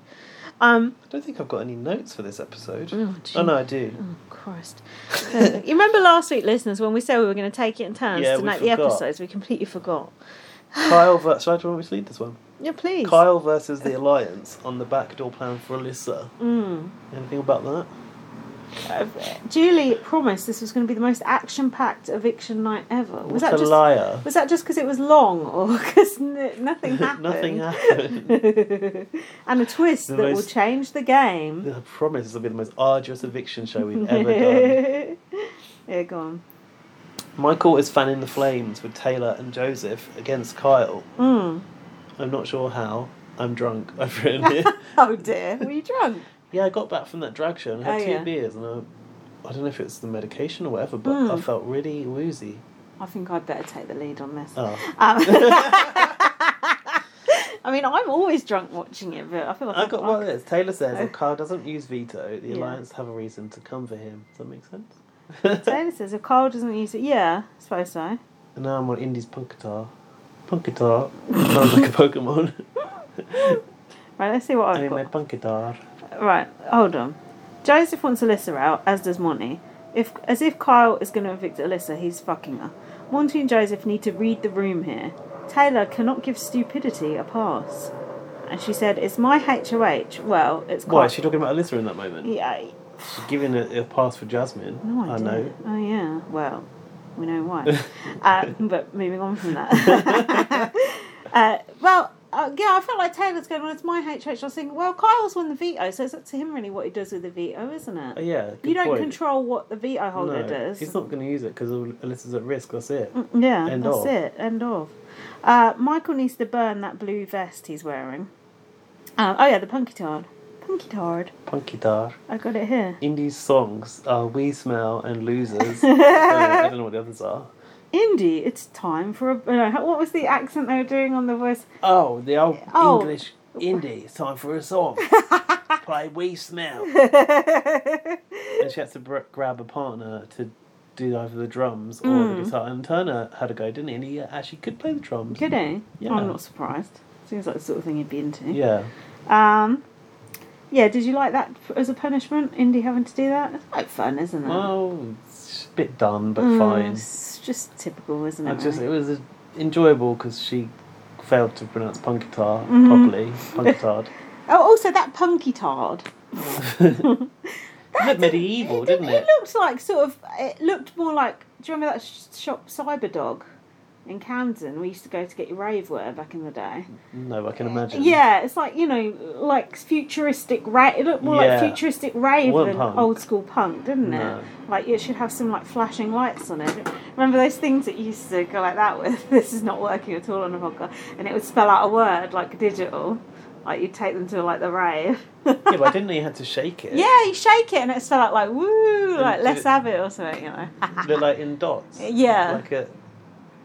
Speaker 1: Um,
Speaker 2: I don't think I've got any notes for this episode.
Speaker 1: Oh,
Speaker 2: Oh,
Speaker 1: gee.
Speaker 2: no, I do.
Speaker 1: oh Christ! you remember last week, listeners, when we said we were going to take it in turns
Speaker 2: Yeah,
Speaker 1: to
Speaker 2: we
Speaker 1: make the
Speaker 2: forgot.
Speaker 1: episods? We completely forgot.
Speaker 2: Kyle versus. Should I do you want me to lead this one?
Speaker 1: Yeah, please.
Speaker 2: Kyle versus the Alliance on the backdoor plan for Alyssa.
Speaker 1: Mm.
Speaker 2: Anything about that?
Speaker 1: Uh, Julie promised this was going to be the most action-packed eviction night ever. Was
Speaker 2: What
Speaker 1: that
Speaker 2: a
Speaker 1: just
Speaker 2: liar.
Speaker 1: was that just because it was long, or because n- nothing happened?
Speaker 2: Nothing happened.
Speaker 1: and a twist
Speaker 2: The
Speaker 1: that will
Speaker 2: most-
Speaker 1: change the game.
Speaker 2: I promise this will be the most arduous eviction show we've ever done.
Speaker 1: yeah, go on.
Speaker 2: Michael is fanning the flames with Taylor and Joseph against Kyle.
Speaker 1: Mm.
Speaker 2: I'm not sure how. I'm drunk. I've written here.
Speaker 1: Oh dear, were you drunk?
Speaker 2: yeah, I got back from that drag show and had
Speaker 1: Oh,
Speaker 2: two
Speaker 1: yeah. Hmm.
Speaker 2: beers, and I, I don't know if it's the medication or whatever, but I felt really woozy.
Speaker 1: I think I'd better take the lead on this.
Speaker 2: Oh.
Speaker 1: Um, I mean, I'm always drunk watching it, but I feel like
Speaker 2: I got one of this. Taylor says
Speaker 1: Oh.
Speaker 2: if Carl doesn't use veto, the
Speaker 1: Yeah.
Speaker 2: Alliance have a reason to come for him. Does that make sense?
Speaker 1: Taylor says if Carl doesn't use it, yeah, I suppose so.
Speaker 2: and now I'm on Indy's punk guitar. Punk guitar sounds like a Pokemon.
Speaker 1: Right, let's see what
Speaker 2: I
Speaker 1: I've
Speaker 2: mean, my
Speaker 1: got.
Speaker 2: punk guitar.
Speaker 1: Right, hold on. Joseph wants Alyssa out, as does Monty. If as if Kyle is going to evict Alyssa, he's fucking her. Monty and Joseph need to read the room here. Taylor cannot give stupidity a pass, and she said, "It's my HOH." Well, it's
Speaker 2: Why
Speaker 1: Kyle.
Speaker 2: is she talking about Alyssa in that moment?
Speaker 1: Yeah,
Speaker 2: She's giving a, a pass for Jasmine.
Speaker 1: No
Speaker 2: I
Speaker 1: idea.
Speaker 2: know.
Speaker 1: Oh yeah. Well, we know why. uh, but moving on from that. uh, well, uh, yeah, I felt like Taylor's going. Well, it's my HH. I was thinking, well, Kyle's won the veto, so it's up to him really what he does with the veto, isn't
Speaker 2: Oh,
Speaker 1: it?
Speaker 2: yeah, good
Speaker 1: you don't
Speaker 2: point.
Speaker 1: control what the veto holder
Speaker 2: No,
Speaker 1: does. Mm,
Speaker 2: He's not going to use it because Alyssa's at risk. That's it.
Speaker 1: yeah,
Speaker 2: End
Speaker 1: that's
Speaker 2: of.
Speaker 1: it. End of. Uh, Michael needs to burn that blue vest he's wearing. Uh, oh yeah, the punky tard. Punky tard.
Speaker 2: Punk guitar.
Speaker 1: I got it here.
Speaker 2: Indie's songs are We Smell and Losers. Uh, I don't know what the others are.
Speaker 1: Indy, it's time for a. No, what was the accent they were doing on the voice?
Speaker 2: Oh, the old
Speaker 1: Oh.
Speaker 2: English indie. It's time for a song. Play We Smell. and she had to br- grab a partner to do either the drums or
Speaker 1: Hmm.
Speaker 2: the guitar. And Turner had a go, didn't he? And he actually could play the drums.
Speaker 1: Could he?
Speaker 2: Yeah.
Speaker 1: I'm not surprised. Seems like the sort of thing he'd be into.
Speaker 2: Yeah.
Speaker 1: Um, yeah, did you like that f- as a punishment, Indy having to do that? It's quite fun, isn't it?
Speaker 2: Well, it's a bit done, but
Speaker 1: Mm,
Speaker 2: fine.
Speaker 1: It's just typical, isn't it?
Speaker 2: I just it
Speaker 1: really?
Speaker 2: was uh, enjoyable because she failed to pronounce punk guitar
Speaker 1: Mm-hmm.
Speaker 2: properly. Punk guitar.
Speaker 1: Oh, also that punky tard.
Speaker 2: It looked medieval, didn't
Speaker 1: It
Speaker 2: it?
Speaker 1: looked like sort of. It looked more like. Do you remember that sh- shop Cyberdog in Camden? We used to go to get your rave wear back in the day.
Speaker 2: No, I can imagine.
Speaker 1: Yeah, it's like you know, like futuristic rave. It looked more like
Speaker 2: Yeah.
Speaker 1: futuristic rave
Speaker 2: Wasn't
Speaker 1: than
Speaker 2: punk.
Speaker 1: old school punk, didn't
Speaker 2: No.
Speaker 1: it? Like it should have some like flashing lights on it. Remember those things that you used to go like that with? This is not working at all on a vodka, and it would spell out a word like digital. Like you'd take them to like the rave.
Speaker 2: Yeah, but I didn't know you had to shake it.
Speaker 1: Yeah, you shake it and it spell out like woo, like
Speaker 2: did
Speaker 1: let's
Speaker 2: it-
Speaker 1: have it or something, you know.
Speaker 2: Look like in dots.
Speaker 1: Yeah.
Speaker 2: Like a,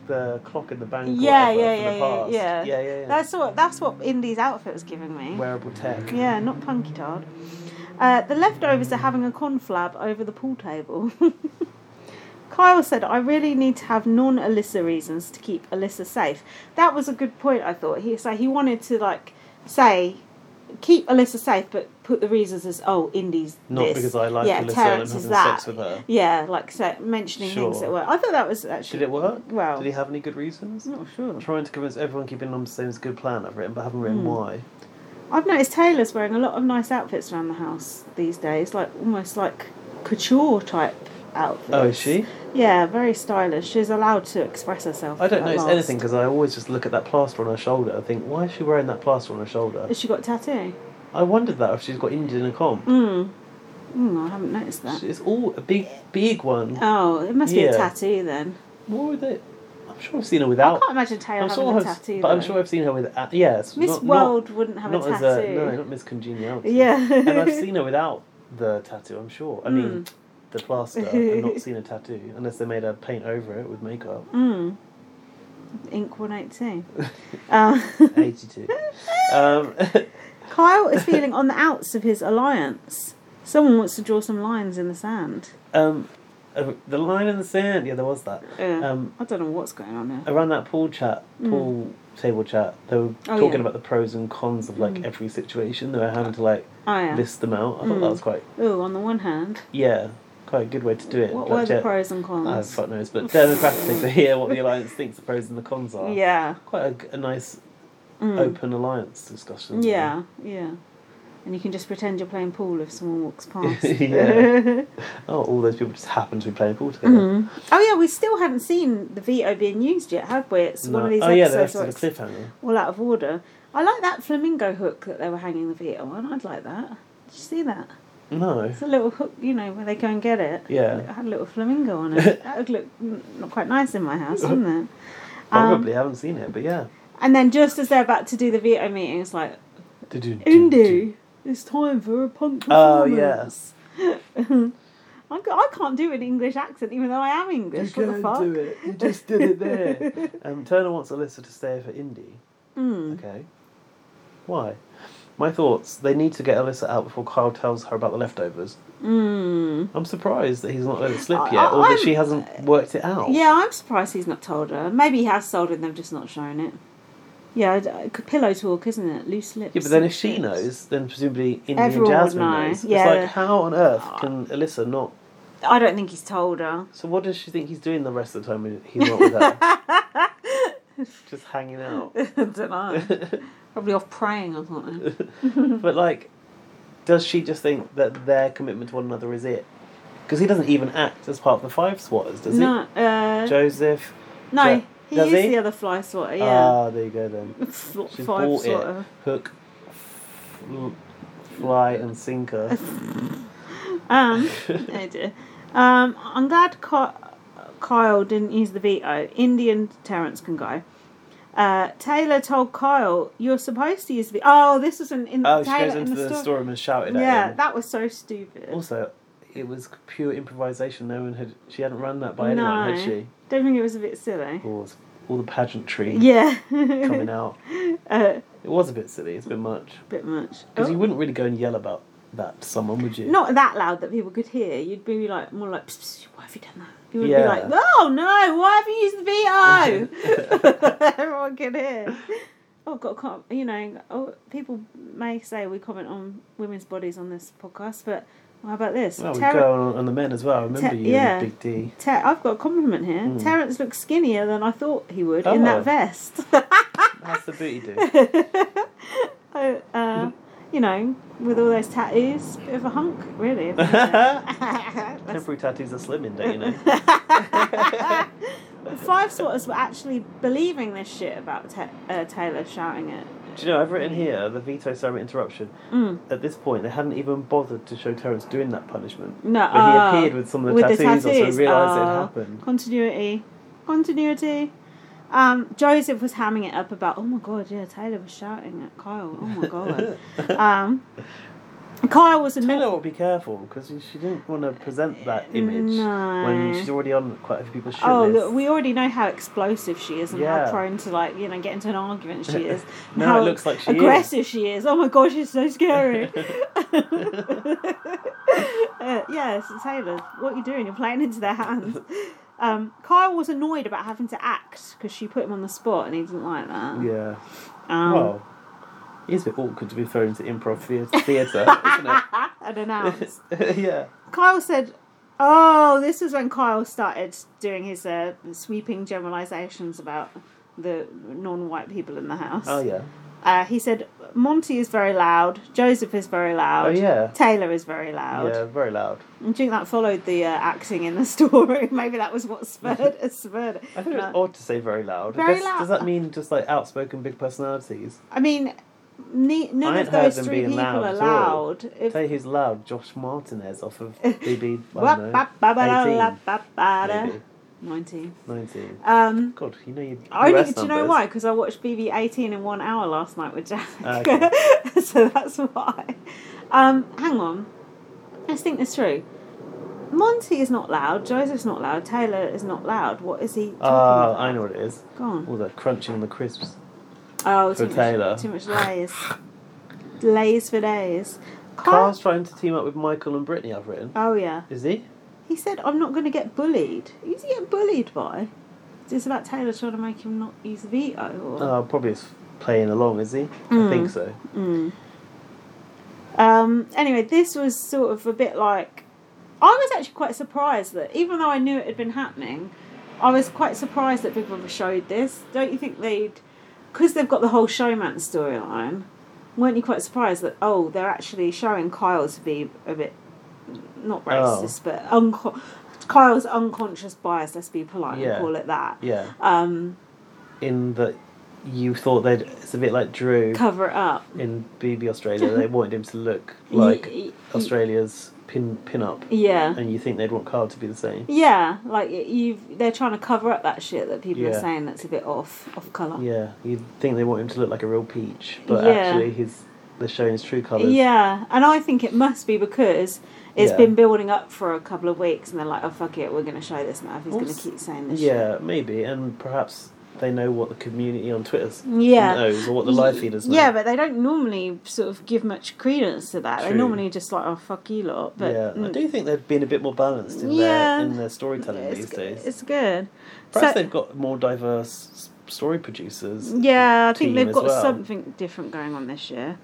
Speaker 2: the clock in the bank. or
Speaker 1: Yeah,
Speaker 2: whatever
Speaker 1: yeah,
Speaker 2: from
Speaker 1: yeah,
Speaker 2: the
Speaker 1: yeah,
Speaker 2: past.
Speaker 1: yeah.
Speaker 2: yeah, yeah, yeah.
Speaker 1: That's what that's what Indy's outfit was giving me.
Speaker 2: wearable tech.
Speaker 1: Yeah, not punky tard. Uh, the leftovers are having a conflab over the pool table. Kyle said, I really need to have non Alyssa reasons to keep Alyssa safe. That was a good point, I thought. He so he wanted to like say keep Alyssa safe but put the reasons as oh Indy's
Speaker 2: Not
Speaker 1: this.
Speaker 2: because I like
Speaker 1: yeah,
Speaker 2: Alyssa
Speaker 1: Terrence
Speaker 2: and
Speaker 1: is
Speaker 2: I'm having
Speaker 1: that.
Speaker 2: sex with her.
Speaker 1: Yeah, like so, mentioning things
Speaker 2: Sure.
Speaker 1: that were I thought that was
Speaker 2: Did
Speaker 1: actually
Speaker 2: it work?
Speaker 1: Well-
Speaker 2: Did he have any good reasons?
Speaker 1: I'm not sure.
Speaker 2: Trying to convince everyone keeping on the same is a good plan I've written, but I haven't
Speaker 1: Mm.
Speaker 2: written why.
Speaker 1: I've noticed Taylor's wearing a lot of nice outfits around the house these days, like almost like couture type outfits.
Speaker 2: Oh, is she?
Speaker 1: Yeah, very stylish. She's allowed to express herself.
Speaker 2: I don't
Speaker 1: at
Speaker 2: notice
Speaker 1: last.
Speaker 2: anything because I always just look at that plaster on her shoulder and think, why is she wearing that plaster on her shoulder?
Speaker 1: Has she got a tattoo?
Speaker 2: I wondered that if she's got injured in a comp.
Speaker 1: Mm, I haven't noticed that.
Speaker 2: It's all a big, big one.
Speaker 1: Oh, it must be
Speaker 2: Yeah.
Speaker 1: a tattoo then.
Speaker 2: What would it? I'm sure I've seen her
Speaker 1: I
Speaker 2: without.
Speaker 1: can't imagine Taylor
Speaker 2: I'm
Speaker 1: having
Speaker 2: sure
Speaker 1: a
Speaker 2: I've,
Speaker 1: tattoo.
Speaker 2: but I'm
Speaker 1: though.
Speaker 2: sure I've seen her with. Uh, yeah, it's
Speaker 1: Miss
Speaker 2: not,
Speaker 1: World wouldn't
Speaker 2: not,
Speaker 1: have
Speaker 2: not
Speaker 1: a
Speaker 2: as
Speaker 1: tattoo.
Speaker 2: a no, not Miss Congeniality.
Speaker 1: Yeah. Hmm.
Speaker 2: and I've seen her without the tattoo. I'm sure. I
Speaker 1: Mm.
Speaker 2: mean, the plaster. I've not seen a tattoo unless they made her paint over it with makeup.
Speaker 1: Hmm. Ink 182. um,
Speaker 2: Eighty-two.
Speaker 1: Uh,
Speaker 2: um,
Speaker 1: Kyle is feeling on the outs of his alliance. Someone wants to draw some lines in the sand.
Speaker 2: um, uh, the line in the sand. Yeah, there was that.
Speaker 1: Yeah.
Speaker 2: Um,
Speaker 1: I don't know what's going on there.
Speaker 2: around that pool chat, pool table chat, they were
Speaker 1: Hmm. Oh,
Speaker 2: talking
Speaker 1: yeah.
Speaker 2: about the pros and cons of like every situation. They were having to like
Speaker 1: Oh, yeah.
Speaker 2: list them out. I thought that was quite
Speaker 1: Oh, on the one hand,
Speaker 2: yeah, quite a good way to do it.
Speaker 1: what
Speaker 2: Like,
Speaker 1: were the
Speaker 2: yeah,
Speaker 1: pros and cons?
Speaker 2: I fuck knows, but democratically to hear what the alliance thinks the pros and the cons are.
Speaker 1: Yeah, mm. Hmm.
Speaker 2: quite a g- a, nice open alliance discussion. really.
Speaker 1: yeah, yeah. And you can just pretend you're playing pool if someone walks past.
Speaker 2: Yeah. Oh, all those people just happen to be playing pool together.
Speaker 1: oh yeah, we still haven't seen the veto being used yet, have we? It's one
Speaker 2: No-
Speaker 1: of these
Speaker 2: oh yeah, the
Speaker 1: episodes
Speaker 2: rest
Speaker 1: where
Speaker 2: of
Speaker 1: it's
Speaker 2: the cliffhanger.
Speaker 1: all out of order. I like that flamingo hook that they were hanging the veto on. I'd like that. Did you see that?
Speaker 2: No,
Speaker 1: It's a little hook, you know, where they go and get it.
Speaker 2: Yeah.
Speaker 1: It had a little flamingo on it. that would look mm, not quite nice in my house, wouldn't it? Um,
Speaker 2: probably haven't seen it, but yeah.
Speaker 1: And then just as they're about to do the veto meeting, it's like,
Speaker 2: Do-do-do-do.
Speaker 1: Indy, it's time for a punk
Speaker 2: Oh,
Speaker 1: performance. I'm, go- I can't do an English accent, even though I am
Speaker 2: You
Speaker 1: English. what the
Speaker 2: can't
Speaker 1: fuck?
Speaker 2: do it. You just did it there. um, Turner wants Alyssa to stay for Indy.
Speaker 1: Mm.
Speaker 2: Okay. Why? My thoughts. They need to get Alyssa out before Kyle tells her about the leftovers.
Speaker 1: Mm.
Speaker 2: I'm surprised that he's not let it
Speaker 1: I-
Speaker 2: slip yet, or
Speaker 1: I'm-
Speaker 2: that she hasn't worked it out.
Speaker 1: Yeah, I'm surprised he's not told her. Maybe he has told her and they've just not shown it. Yeah, d- uh, pillow talk, isn't it? Loose lips.
Speaker 2: Yeah, but then if
Speaker 1: loose
Speaker 2: she
Speaker 1: lips.
Speaker 2: knows, then presumably Indy
Speaker 1: Everyone would
Speaker 2: and Jasmine
Speaker 1: know.
Speaker 2: knows.
Speaker 1: Yeah. Ah.
Speaker 2: It's like how on earth can Alyssa not?
Speaker 1: I don't think he's told her.
Speaker 2: So what does she think he's doing the rest of the time when he's not with her? Just hanging out.
Speaker 1: I don't know. Probably off praying or something.
Speaker 2: but like, does she just think that their commitment to one another is it? Because he doesn't even act as part of the five swatters, does
Speaker 1: no, uh,
Speaker 2: he? Joseph.
Speaker 1: no,
Speaker 2: Jo-
Speaker 1: he
Speaker 2: does
Speaker 1: is
Speaker 2: he?
Speaker 1: the other fly swatter. Yeah,
Speaker 2: Ah, there you go then.
Speaker 1: Fl-
Speaker 2: She's
Speaker 1: five
Speaker 2: bought
Speaker 1: swatter.
Speaker 2: it. Hook, fl- fly, and sinker.
Speaker 1: Um, oh dear. Um, I'm glad Ky- Kyle didn't use the veto. Indian Terence can go. Uh, Taylor told Kyle, "You're supposed to use the." Oh, this was an in
Speaker 2: Oh, she
Speaker 1: Taylor
Speaker 2: goes into
Speaker 1: in the,
Speaker 2: the
Speaker 1: story.
Speaker 2: storm and shouted at
Speaker 1: Yeah,
Speaker 2: him.
Speaker 1: that was so stupid.
Speaker 2: Also, it was pure improvisation. No one had. She hadn't run that by
Speaker 1: No.
Speaker 2: anyone, had she?
Speaker 1: Don't think it was a bit silly.
Speaker 2: All, all the pageantry
Speaker 1: Yeah,
Speaker 2: coming out.
Speaker 1: uh,
Speaker 2: It was a bit silly. It's a bit much.
Speaker 1: bit much.
Speaker 2: Because
Speaker 1: Oh.
Speaker 2: you wouldn't really go and yell about that to someone, would you?
Speaker 1: Not that loud that people could hear. You'd be like more like, "Psst, psst, why have you done that? You would
Speaker 2: Yeah.
Speaker 1: be like, oh no, why have you used the veto? Everyone can hear. Oh, got com- you know. Oh, people may say we comment on women's bodies on this podcast, but how about this?
Speaker 2: Well, we
Speaker 1: Ter-
Speaker 2: go on, on the men as well. I remember
Speaker 1: Ter-
Speaker 2: you,
Speaker 1: yeah.
Speaker 2: Big D.
Speaker 1: Ter- I've got a compliment here. Terence looks skinnier than I thought he would in
Speaker 2: Hmm. Oh.
Speaker 1: that vest.
Speaker 2: That's the booty do.
Speaker 1: Oh, uh, you know, with all those tattoos, bit of a hunk, really. isn't it? That's-
Speaker 2: Temporary tattoos are slimming, don't you know?
Speaker 1: The five sorters were actually believing this shit about Ta uh, Taylor shouting it.
Speaker 2: Do you know, I've written here the veto ceremony interruption. At this point, they hadn't even bothered to show Terence doing that punishment.
Speaker 1: No,
Speaker 2: But he
Speaker 1: oh,
Speaker 2: appeared with some of the tattoos, also realised it had
Speaker 1: oh,
Speaker 2: happened.
Speaker 1: Continuity, continuity. Um, Joseph was hamming it up about, oh my god, yeah, Taylor was shouting at Kyle. Oh my god. um, Kyle was
Speaker 2: Tell her
Speaker 1: annoyed.
Speaker 2: will be careful because she didn't want to present that image
Speaker 1: No.
Speaker 2: when she's already on quite a few people's shit
Speaker 1: Oh,
Speaker 2: lists.
Speaker 1: look, we already know how explosive she is and how
Speaker 2: Yeah.
Speaker 1: prone to like you know get into an argument she is. and
Speaker 2: Now
Speaker 1: how
Speaker 2: it looks like she is.
Speaker 1: aggressive she is. Oh my gosh, she's so scary. uh, yes, Taylor, what are you doing? You're playing into their hands. Um, Kyle was annoyed about having to act because she put him on the spot and he didn't like that.
Speaker 2: Yeah.
Speaker 1: Um,
Speaker 2: well, it is a bit awkward to be thrown into improv thea- theatre, isn't
Speaker 1: and announced.
Speaker 2: it? yeah.
Speaker 1: Kyle said, "Oh, this was when Kyle started doing his uh, sweeping generalizations about the non-white people in the house."
Speaker 2: Oh, yeah.
Speaker 1: Uh, he said Monty is very loud, Joseph is very loud,
Speaker 2: Oh, yeah.
Speaker 1: Taylor is very loud.
Speaker 2: Yeah, very loud.
Speaker 1: I think that followed the uh, acting in the story. Maybe that was what spurred spurred. it.
Speaker 2: I thought it was
Speaker 1: No.
Speaker 2: odd to say very loud. I
Speaker 1: Very
Speaker 2: guess-
Speaker 1: loud.
Speaker 2: Does that mean just like outspoken big personalities?
Speaker 1: I mean, ne- none
Speaker 2: I
Speaker 1: of
Speaker 2: ain't heard
Speaker 1: those
Speaker 2: them
Speaker 1: three
Speaker 2: being
Speaker 1: people
Speaker 2: loud
Speaker 1: are
Speaker 2: at all.
Speaker 1: loud. If
Speaker 2: Tell you who's loud, Josh Martinez off of BB, I
Speaker 1: Wah,
Speaker 2: don't
Speaker 1: ba, ba, ba, da,
Speaker 2: know,
Speaker 1: la, ba, ba,
Speaker 2: 18,
Speaker 1: da.
Speaker 2: maybe,
Speaker 1: 19.
Speaker 2: 19.
Speaker 1: Um,
Speaker 2: God, you know you.
Speaker 1: I
Speaker 2: your
Speaker 1: only,
Speaker 2: rest
Speaker 1: do you know
Speaker 2: numbers.
Speaker 1: why? Because I watched BB 18 in one hour last night with Jack.
Speaker 2: Ah, Okay.
Speaker 1: so that's why. Um, hang on. Let's think this through. Monty is not loud. Joseph's not loud. Taylor is not loud. What is he talking
Speaker 2: Ah,
Speaker 1: about?
Speaker 2: I know what it is.
Speaker 1: Go on.
Speaker 2: All the crunching on the crisps.
Speaker 1: Oh,
Speaker 2: For
Speaker 1: too
Speaker 2: Taylor.
Speaker 1: much, too much lays. lays for days. Carl-
Speaker 2: Carl's trying to team up with Michael and Brittany, I've written.
Speaker 1: Oh, yeah.
Speaker 2: Is he?
Speaker 1: He said, I'm not going to get bullied. Who's he getting bullied by? Is this about Taylor trying to make him not use veto? Or...
Speaker 2: Oh, probably is playing along, is he?
Speaker 1: Hmm.
Speaker 2: I think so.
Speaker 1: Mm. Um, anyway, this was sort of a bit like I was actually quite surprised that even though I knew it had been happening, I was quite surprised that Big Brother showed this. Don't you think they'd because they've got the whole showman storyline? Weren't you quite surprised that oh they're actually showing Kyle to be a bit
Speaker 2: Oh.
Speaker 1: not racist but unco- Kyle's unconscious bias? Let's be polite
Speaker 2: Yeah.
Speaker 1: and call it that.
Speaker 2: Yeah.
Speaker 1: Um,
Speaker 2: In that you thought they'd. It's a bit like Drew
Speaker 1: cover it up.
Speaker 2: in BB Australia. They wanted him to look
Speaker 1: Y-
Speaker 2: like
Speaker 1: y-
Speaker 2: Australia's pin pin up.
Speaker 1: Yeah.
Speaker 2: And you think they'd want Carl to be the same.
Speaker 1: Yeah, like you've they're trying to cover up that shit that people are
Speaker 2: Yeah.
Speaker 1: saying that's a bit off off colour.
Speaker 2: Yeah. You'd think they want him to look like a real peach. But
Speaker 1: Yeah.
Speaker 2: actually, he's they're showing his true colours.
Speaker 1: Yeah, and I think it must be because it's
Speaker 2: Yeah.
Speaker 1: been building up for a couple of weeks, and they're like, "Oh fuck it, we're going to show this now." If he's going to
Speaker 2: What's-
Speaker 1: keep saying this, shit."
Speaker 2: Yeah, maybe, and perhaps they know what the community on Twitter
Speaker 1: Yeah.
Speaker 2: knows or what the live feeders know.
Speaker 1: Yeah, but they don't normally sort of give much credence to that. They
Speaker 2: True.
Speaker 1: normally just like, "Oh fuck you lot," but
Speaker 2: yeah, I
Speaker 1: mm,
Speaker 2: do think they've been a bit more balanced in
Speaker 1: Yeah.
Speaker 2: their in their storytelling
Speaker 1: it's,
Speaker 2: these days.
Speaker 1: it's good.
Speaker 2: Perhaps
Speaker 1: So-
Speaker 2: they've got more diverse s- story producers.
Speaker 1: Yeah, I think
Speaker 2: team
Speaker 1: they've
Speaker 2: as
Speaker 1: got
Speaker 2: well.
Speaker 1: something different going on this year.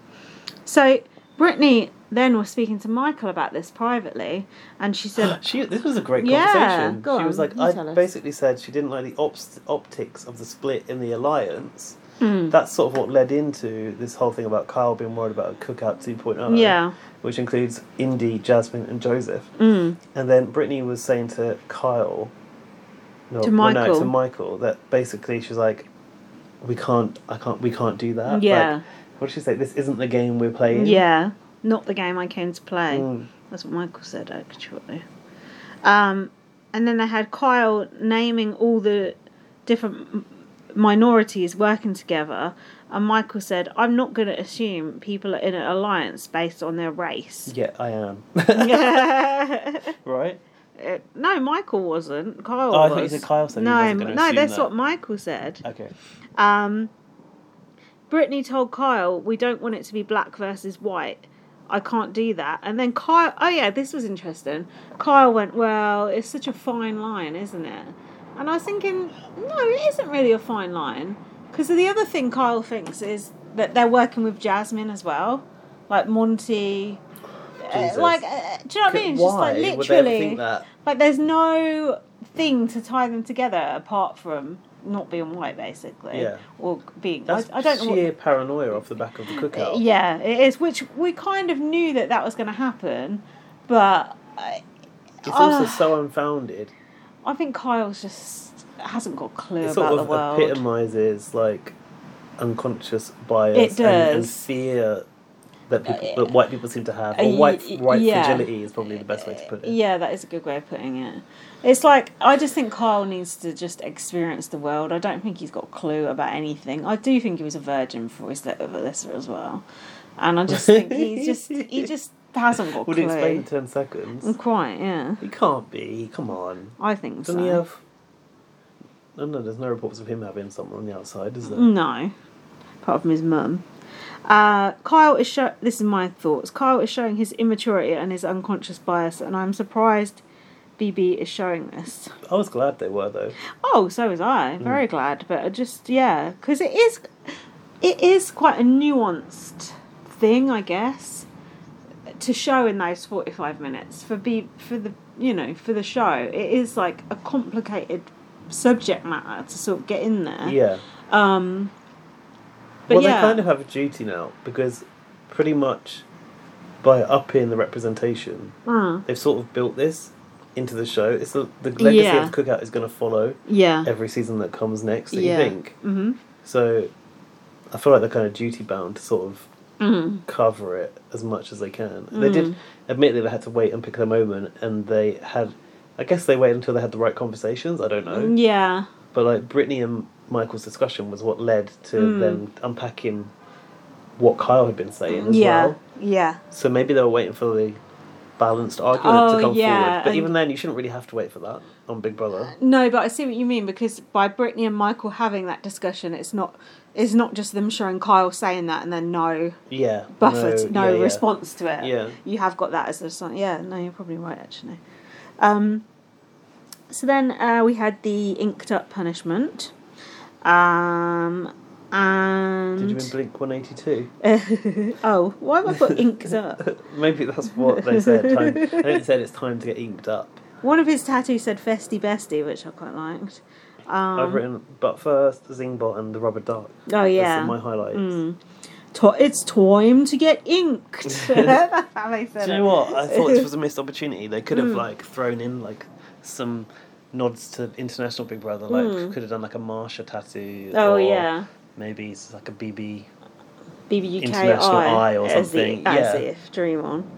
Speaker 1: So Brittany then was speaking to Michael about this privately, and she said,
Speaker 2: She, this was a great
Speaker 1: Yeah,
Speaker 2: conversation.
Speaker 1: go
Speaker 2: she was
Speaker 1: on,
Speaker 2: like,
Speaker 1: you tell
Speaker 2: I
Speaker 1: us.
Speaker 2: basically said she didn't like the ops- optics of the split in the alliance.
Speaker 1: "Hmm,
Speaker 2: That's sort of what led into this whole thing about Kyle being worried about a cookout 2.0.
Speaker 1: "Yeah,
Speaker 2: which includes Indy, Jasmine, and Joseph.
Speaker 1: hmm,
Speaker 2: And then Brittany was saying to Kyle, no,
Speaker 1: To
Speaker 2: well, no,
Speaker 1: Michael.
Speaker 2: to Michael, that basically she's like, "We can't, I can't, we can't do that."
Speaker 1: Yeah.
Speaker 2: Like, what did she say? This isn't the game we're playing.
Speaker 1: yeah, not the game I came to play."
Speaker 2: Mm.
Speaker 1: That's what Michael said actually. Um, and then they had Kyle naming all the different m- minorities working together, and Michael said, "I'm not going to assume people are in an alliance based on their race."
Speaker 2: Yeah, I am. right?
Speaker 1: Uh, no, Michael wasn't. Kyle.
Speaker 2: Oh, I
Speaker 1: was.
Speaker 2: thought you said Kyle said he
Speaker 1: no,
Speaker 2: wasn't gonna
Speaker 1: no,
Speaker 2: assume
Speaker 1: that's
Speaker 2: that. Uh,
Speaker 1: what Michael said.
Speaker 2: Okay.
Speaker 1: Um, Brittany told Kyle, "We don't want it to be black versus white. I can't do that." And then Kyle, oh yeah, this was interesting. Kyle went, "Well, it's such a fine line, isn't it?" And I was thinking, no, it isn't really a fine line because the other thing Kyle thinks is that they're working with Jasmine as well, like Monty. uh,
Speaker 2: Jesus.
Speaker 1: like, uh, do you know what I mean? It's just
Speaker 2: Why
Speaker 1: like literally.
Speaker 2: would they ever think that?
Speaker 1: Like, there's no thing to tie them together apart from not being white, basically.
Speaker 2: Yeah.
Speaker 1: Or being. I,
Speaker 2: That's
Speaker 1: I don't know.
Speaker 2: sheer
Speaker 1: What,
Speaker 2: paranoia off the back of the cookout.
Speaker 1: yeah, it is. Which we kind of knew that that was going to happen, but I,
Speaker 2: It's also
Speaker 1: Ah.
Speaker 2: so unfounded.
Speaker 1: I think Kyle's just hasn't got a clue
Speaker 2: It
Speaker 1: about
Speaker 2: sort
Speaker 1: the
Speaker 2: of
Speaker 1: world.
Speaker 2: epitomizes like unconscious bias
Speaker 1: It
Speaker 2: And, and
Speaker 1: does.
Speaker 2: fear that people
Speaker 1: Uh,
Speaker 2: that white people seem to have,
Speaker 1: Uh,
Speaker 2: or white
Speaker 1: y-
Speaker 2: white
Speaker 1: yeah.
Speaker 2: fragility is probably the best way to put it.
Speaker 1: Yeah, that is a good way of putting it. It's like I just think Kyle needs to just experience the world. I don't think he's got a clue about anything. I do think he was a virgin before he slept with Alyssa as well, and I just think he just he just hasn't got a
Speaker 2: Would
Speaker 1: clue. Mm.
Speaker 2: you explain in ten seconds?
Speaker 1: Quite, yeah.
Speaker 2: He can't be. Come on.
Speaker 1: I think
Speaker 2: Doesn't
Speaker 1: so.
Speaker 2: he have? No, no. There's no reports of him having someone on the outside, is there?
Speaker 1: No, apart from his mum. Uh, Kyle is show- this is my thoughts. Kyle is showing his immaturity and his unconscious bias, and I'm surprised BB is showing this.
Speaker 2: I was glad they were though.
Speaker 1: Oh, so was I.
Speaker 2: Mm.
Speaker 1: Very glad, but I just yeah, because it is, it is quite a nuanced thing, I guess, to show in those forty-five minutes for be for the you know for the show. It is like a complicated subject matter to sort of get in there.
Speaker 2: Yeah.
Speaker 1: Um. But
Speaker 2: well,
Speaker 1: yeah,
Speaker 2: they kind of have a duty now because pretty much by upping the representation,
Speaker 1: Mm.
Speaker 2: they've sort of built this into the show. It's the, the legacy
Speaker 1: Yeah.
Speaker 2: of Cookout is going to follow
Speaker 1: yeah,
Speaker 2: every season that comes next. That
Speaker 1: yeah.
Speaker 2: you think
Speaker 1: hmm
Speaker 2: so? I feel like they're kind of duty bound to sort of
Speaker 1: Mm.
Speaker 2: cover it as much as they can. They did admit that they had to wait and pick their moment, and they had. I guess they waited until they had the right conversations. I don't know,
Speaker 1: Mm, Yeah.
Speaker 2: but like Brittany and Michael's discussion was what led to
Speaker 1: Hmm.
Speaker 2: them unpacking what Kyle had been saying as
Speaker 1: Yeah.
Speaker 2: well.
Speaker 1: Yeah.
Speaker 2: So maybe they were waiting for the balanced argument
Speaker 1: Oh,
Speaker 2: to come
Speaker 1: yeah,
Speaker 2: forward. But
Speaker 1: and-
Speaker 2: even then, you shouldn't really have to wait for that on Big Brother.
Speaker 1: No, but I see what you mean because by Brittany and Michael having that discussion, it's not it's not just them showing Kyle saying that and then no
Speaker 2: Yeah.
Speaker 1: buffer, to- no,
Speaker 2: yeah, yeah.
Speaker 1: response to it.
Speaker 2: Yeah.
Speaker 1: you have got that as a sign. Yeah, no, you're probably right actually. Um, so then uh, we had the inked up punishment, um, and
Speaker 2: Did you mean Blink 182?
Speaker 1: oh, why have I put inked up?
Speaker 2: Maybe that's what they said. Time, I think they said it's time to get inked up.
Speaker 1: One of his tattoos said "Festy Bestie," which I quite liked. Uh-huh. Um,
Speaker 2: I've written But First, Zingbot, and The Rubber Duck.
Speaker 1: Oh yeah, Hmm.
Speaker 2: That's my highlights.
Speaker 1: Mm. To- it's time to get inked. that makes sense.
Speaker 2: Do you know what? I thought this was a missed opportunity. They could have
Speaker 1: Hmm.
Speaker 2: like thrown in like some nods to international Big Brother. Like could have done like a Marsha tattoo.
Speaker 1: Hmm. Oh
Speaker 2: or
Speaker 1: yeah,
Speaker 2: Maybe it's like a BB.
Speaker 1: BBUK
Speaker 2: International
Speaker 1: Eye
Speaker 2: Eye or
Speaker 1: as the-
Speaker 2: something,
Speaker 1: As
Speaker 2: yeah.
Speaker 1: if dream on.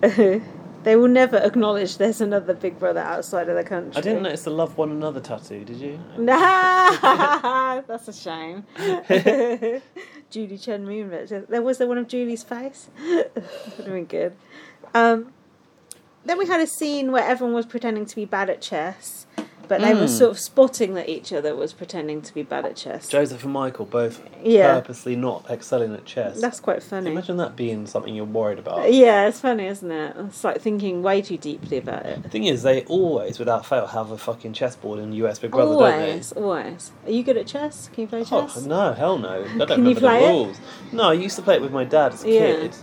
Speaker 1: then They will never acknowledge there's another Big Brother outside of the country.
Speaker 2: I didn't notice the love one another tattoo, did you?
Speaker 1: Nah, that's a shame. Julie Chen Moonbit. There was the one of Julie's face. Would have been good. Um, then we had a scene where everyone was pretending to be bad at chess, but they were
Speaker 2: Mm.
Speaker 1: sort of spotting that each other was pretending to be bad at chess.
Speaker 2: Joseph and Michael both
Speaker 1: Yeah.
Speaker 2: purposely not excelling at chess.
Speaker 1: That's quite funny. Uh,
Speaker 2: Imagine that being something you're worried about.
Speaker 1: Yeah, it's funny, isn't it? It's like thinking way too deeply about it.
Speaker 2: The thing is, they always, without fail, have a fucking chessboard in US Big Brother,
Speaker 1: always, always. Are you good at chess? Can you play
Speaker 2: don't
Speaker 1: chess?
Speaker 2: they? Oh, no, hell no. I don't
Speaker 1: Can you
Speaker 2: remember
Speaker 1: play
Speaker 2: the
Speaker 1: it?
Speaker 2: rules. No, I used to play it with my dad as a
Speaker 1: Yeah.
Speaker 2: kid.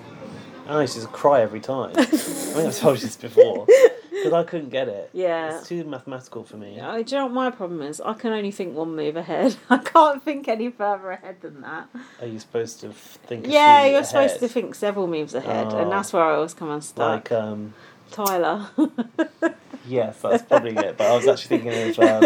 Speaker 2: And I used to cry every time. I think I've told you this before. Because I couldn't get it.
Speaker 1: Yeah.
Speaker 2: It's too mathematical for me.
Speaker 1: Oh, do you know what my problem is? I can only think one move ahead. I can't think any further ahead than that.
Speaker 2: Are you supposed to f- think? a
Speaker 1: yeah,
Speaker 2: few
Speaker 1: you're supposed
Speaker 2: ahead?
Speaker 1: to think several moves ahead,
Speaker 2: Oh.
Speaker 1: and that's where I always come unstuck.
Speaker 2: Like, um,
Speaker 1: Tyler.
Speaker 2: yes, that's probably it. But I was actually thinking of um,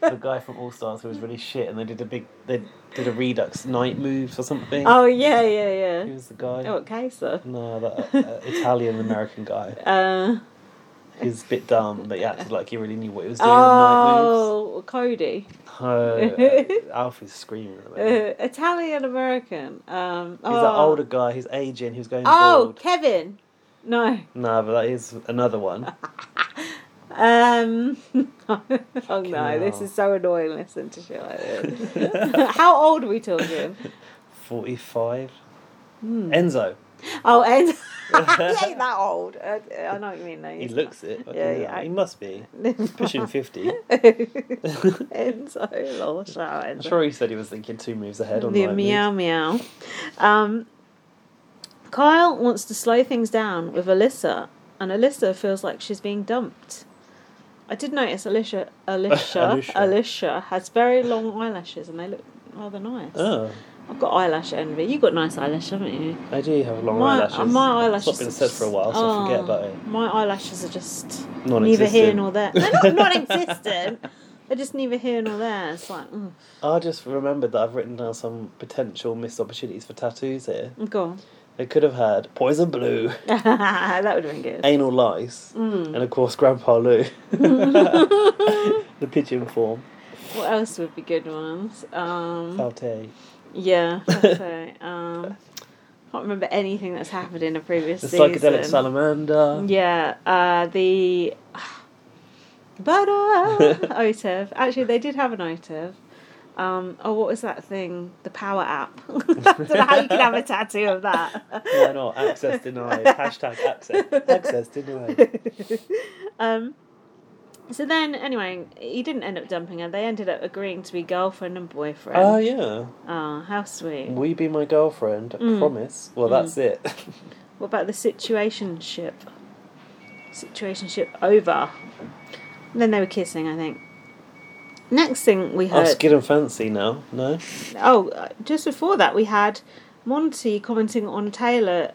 Speaker 2: the guy from All Stars who was really shit, and they did a big, they did a Redux night moves or something.
Speaker 1: oh yeah, yeah,
Speaker 2: Who
Speaker 1: yeah.
Speaker 2: was the guy?
Speaker 1: Oh, what case though?
Speaker 2: No, that uh, Italian American guy.
Speaker 1: Uh,
Speaker 2: He's a bit dumb, but he acted like he really knew what he was doing. Oh,
Speaker 1: oh, Cody.
Speaker 2: night moves. Oh, Alfie's screaming at the
Speaker 1: Uh,
Speaker 2: moment.
Speaker 1: Italian American. Um,
Speaker 2: He's
Speaker 1: oh.
Speaker 2: that older guy. He's aging. Who's going
Speaker 1: Oh,
Speaker 2: bald?
Speaker 1: Kevin. No.
Speaker 2: No, but that is another one.
Speaker 1: Um, oh no, this
Speaker 2: hell.
Speaker 1: is so annoying listening to shit like this. How old are we talking?
Speaker 2: Forty-five. Enzo.
Speaker 1: Hmm. Oh, and he ain't that old. Uh, I know what you mean. though.
Speaker 2: He looks it.
Speaker 1: Yeah,
Speaker 2: Yeah,
Speaker 1: yeah, I-
Speaker 2: He must be. He's pushing 50.
Speaker 1: Enzo, lol, shout out
Speaker 2: I'm
Speaker 1: Enzo.
Speaker 2: sure he said he was thinking two moves ahead on
Speaker 1: the
Speaker 2: that.
Speaker 1: meow meow. Um, Kyle wants to slow things down with Alyssa, and Alyssa feels like she's being dumped. I did notice Alicia, Alicia,
Speaker 2: Alicia.
Speaker 1: Alicia has very long eyelashes, and they look rather nice.
Speaker 2: Oh,
Speaker 1: I've got eyelash envy. You got nice eyelash, haven't you?
Speaker 2: I do have long
Speaker 1: My-
Speaker 2: eyelashes.
Speaker 1: uh, my eyelashes
Speaker 2: It's not been
Speaker 1: are
Speaker 2: said for a while, so
Speaker 1: just-
Speaker 2: forget about it.
Speaker 1: oh, My eyelashes are just neither
Speaker 2: Non-existent.
Speaker 1: here nor there. They're not non-existent. They're just neither here nor there. It's like, mm,
Speaker 2: I just remembered that I've written down some potential missed opportunities for tattoos here.
Speaker 1: go on.
Speaker 2: They could have had poison blue,
Speaker 1: that would have been good. Mm.
Speaker 2: anal lice, and of course Grandpa Lou, the pigeon form,
Speaker 1: What else would be good ones? Um,
Speaker 2: Falte.
Speaker 1: yeah, that's it. Um, can't remember anything that's happened in a previous
Speaker 2: The
Speaker 1: season.
Speaker 2: psychedelic salamander.
Speaker 1: Yeah, uh, the uh, butter OTIV. Actually, they did have an OTIV. Um, oh, what was that thing? The Power app. I don't know how you can have a tattoo of that.
Speaker 2: Why not? Access denied. Hashtag access. Access denied.
Speaker 1: Um, so then, anyway, he didn't end up dumping her. They ended up agreeing to be girlfriend and boyfriend.
Speaker 2: Oh, yeah.
Speaker 1: oh, how sweet.
Speaker 2: Will you be my girlfriend?
Speaker 1: Mm.
Speaker 2: Promise. Well, that's it.
Speaker 1: What about the situationship? Situationship over. And then they were kissing, I think. Next thing we
Speaker 2: I'm
Speaker 1: heard.
Speaker 2: skin and fancy now. No.
Speaker 1: Oh, uh, just before that, we had Monty commenting on Taylor's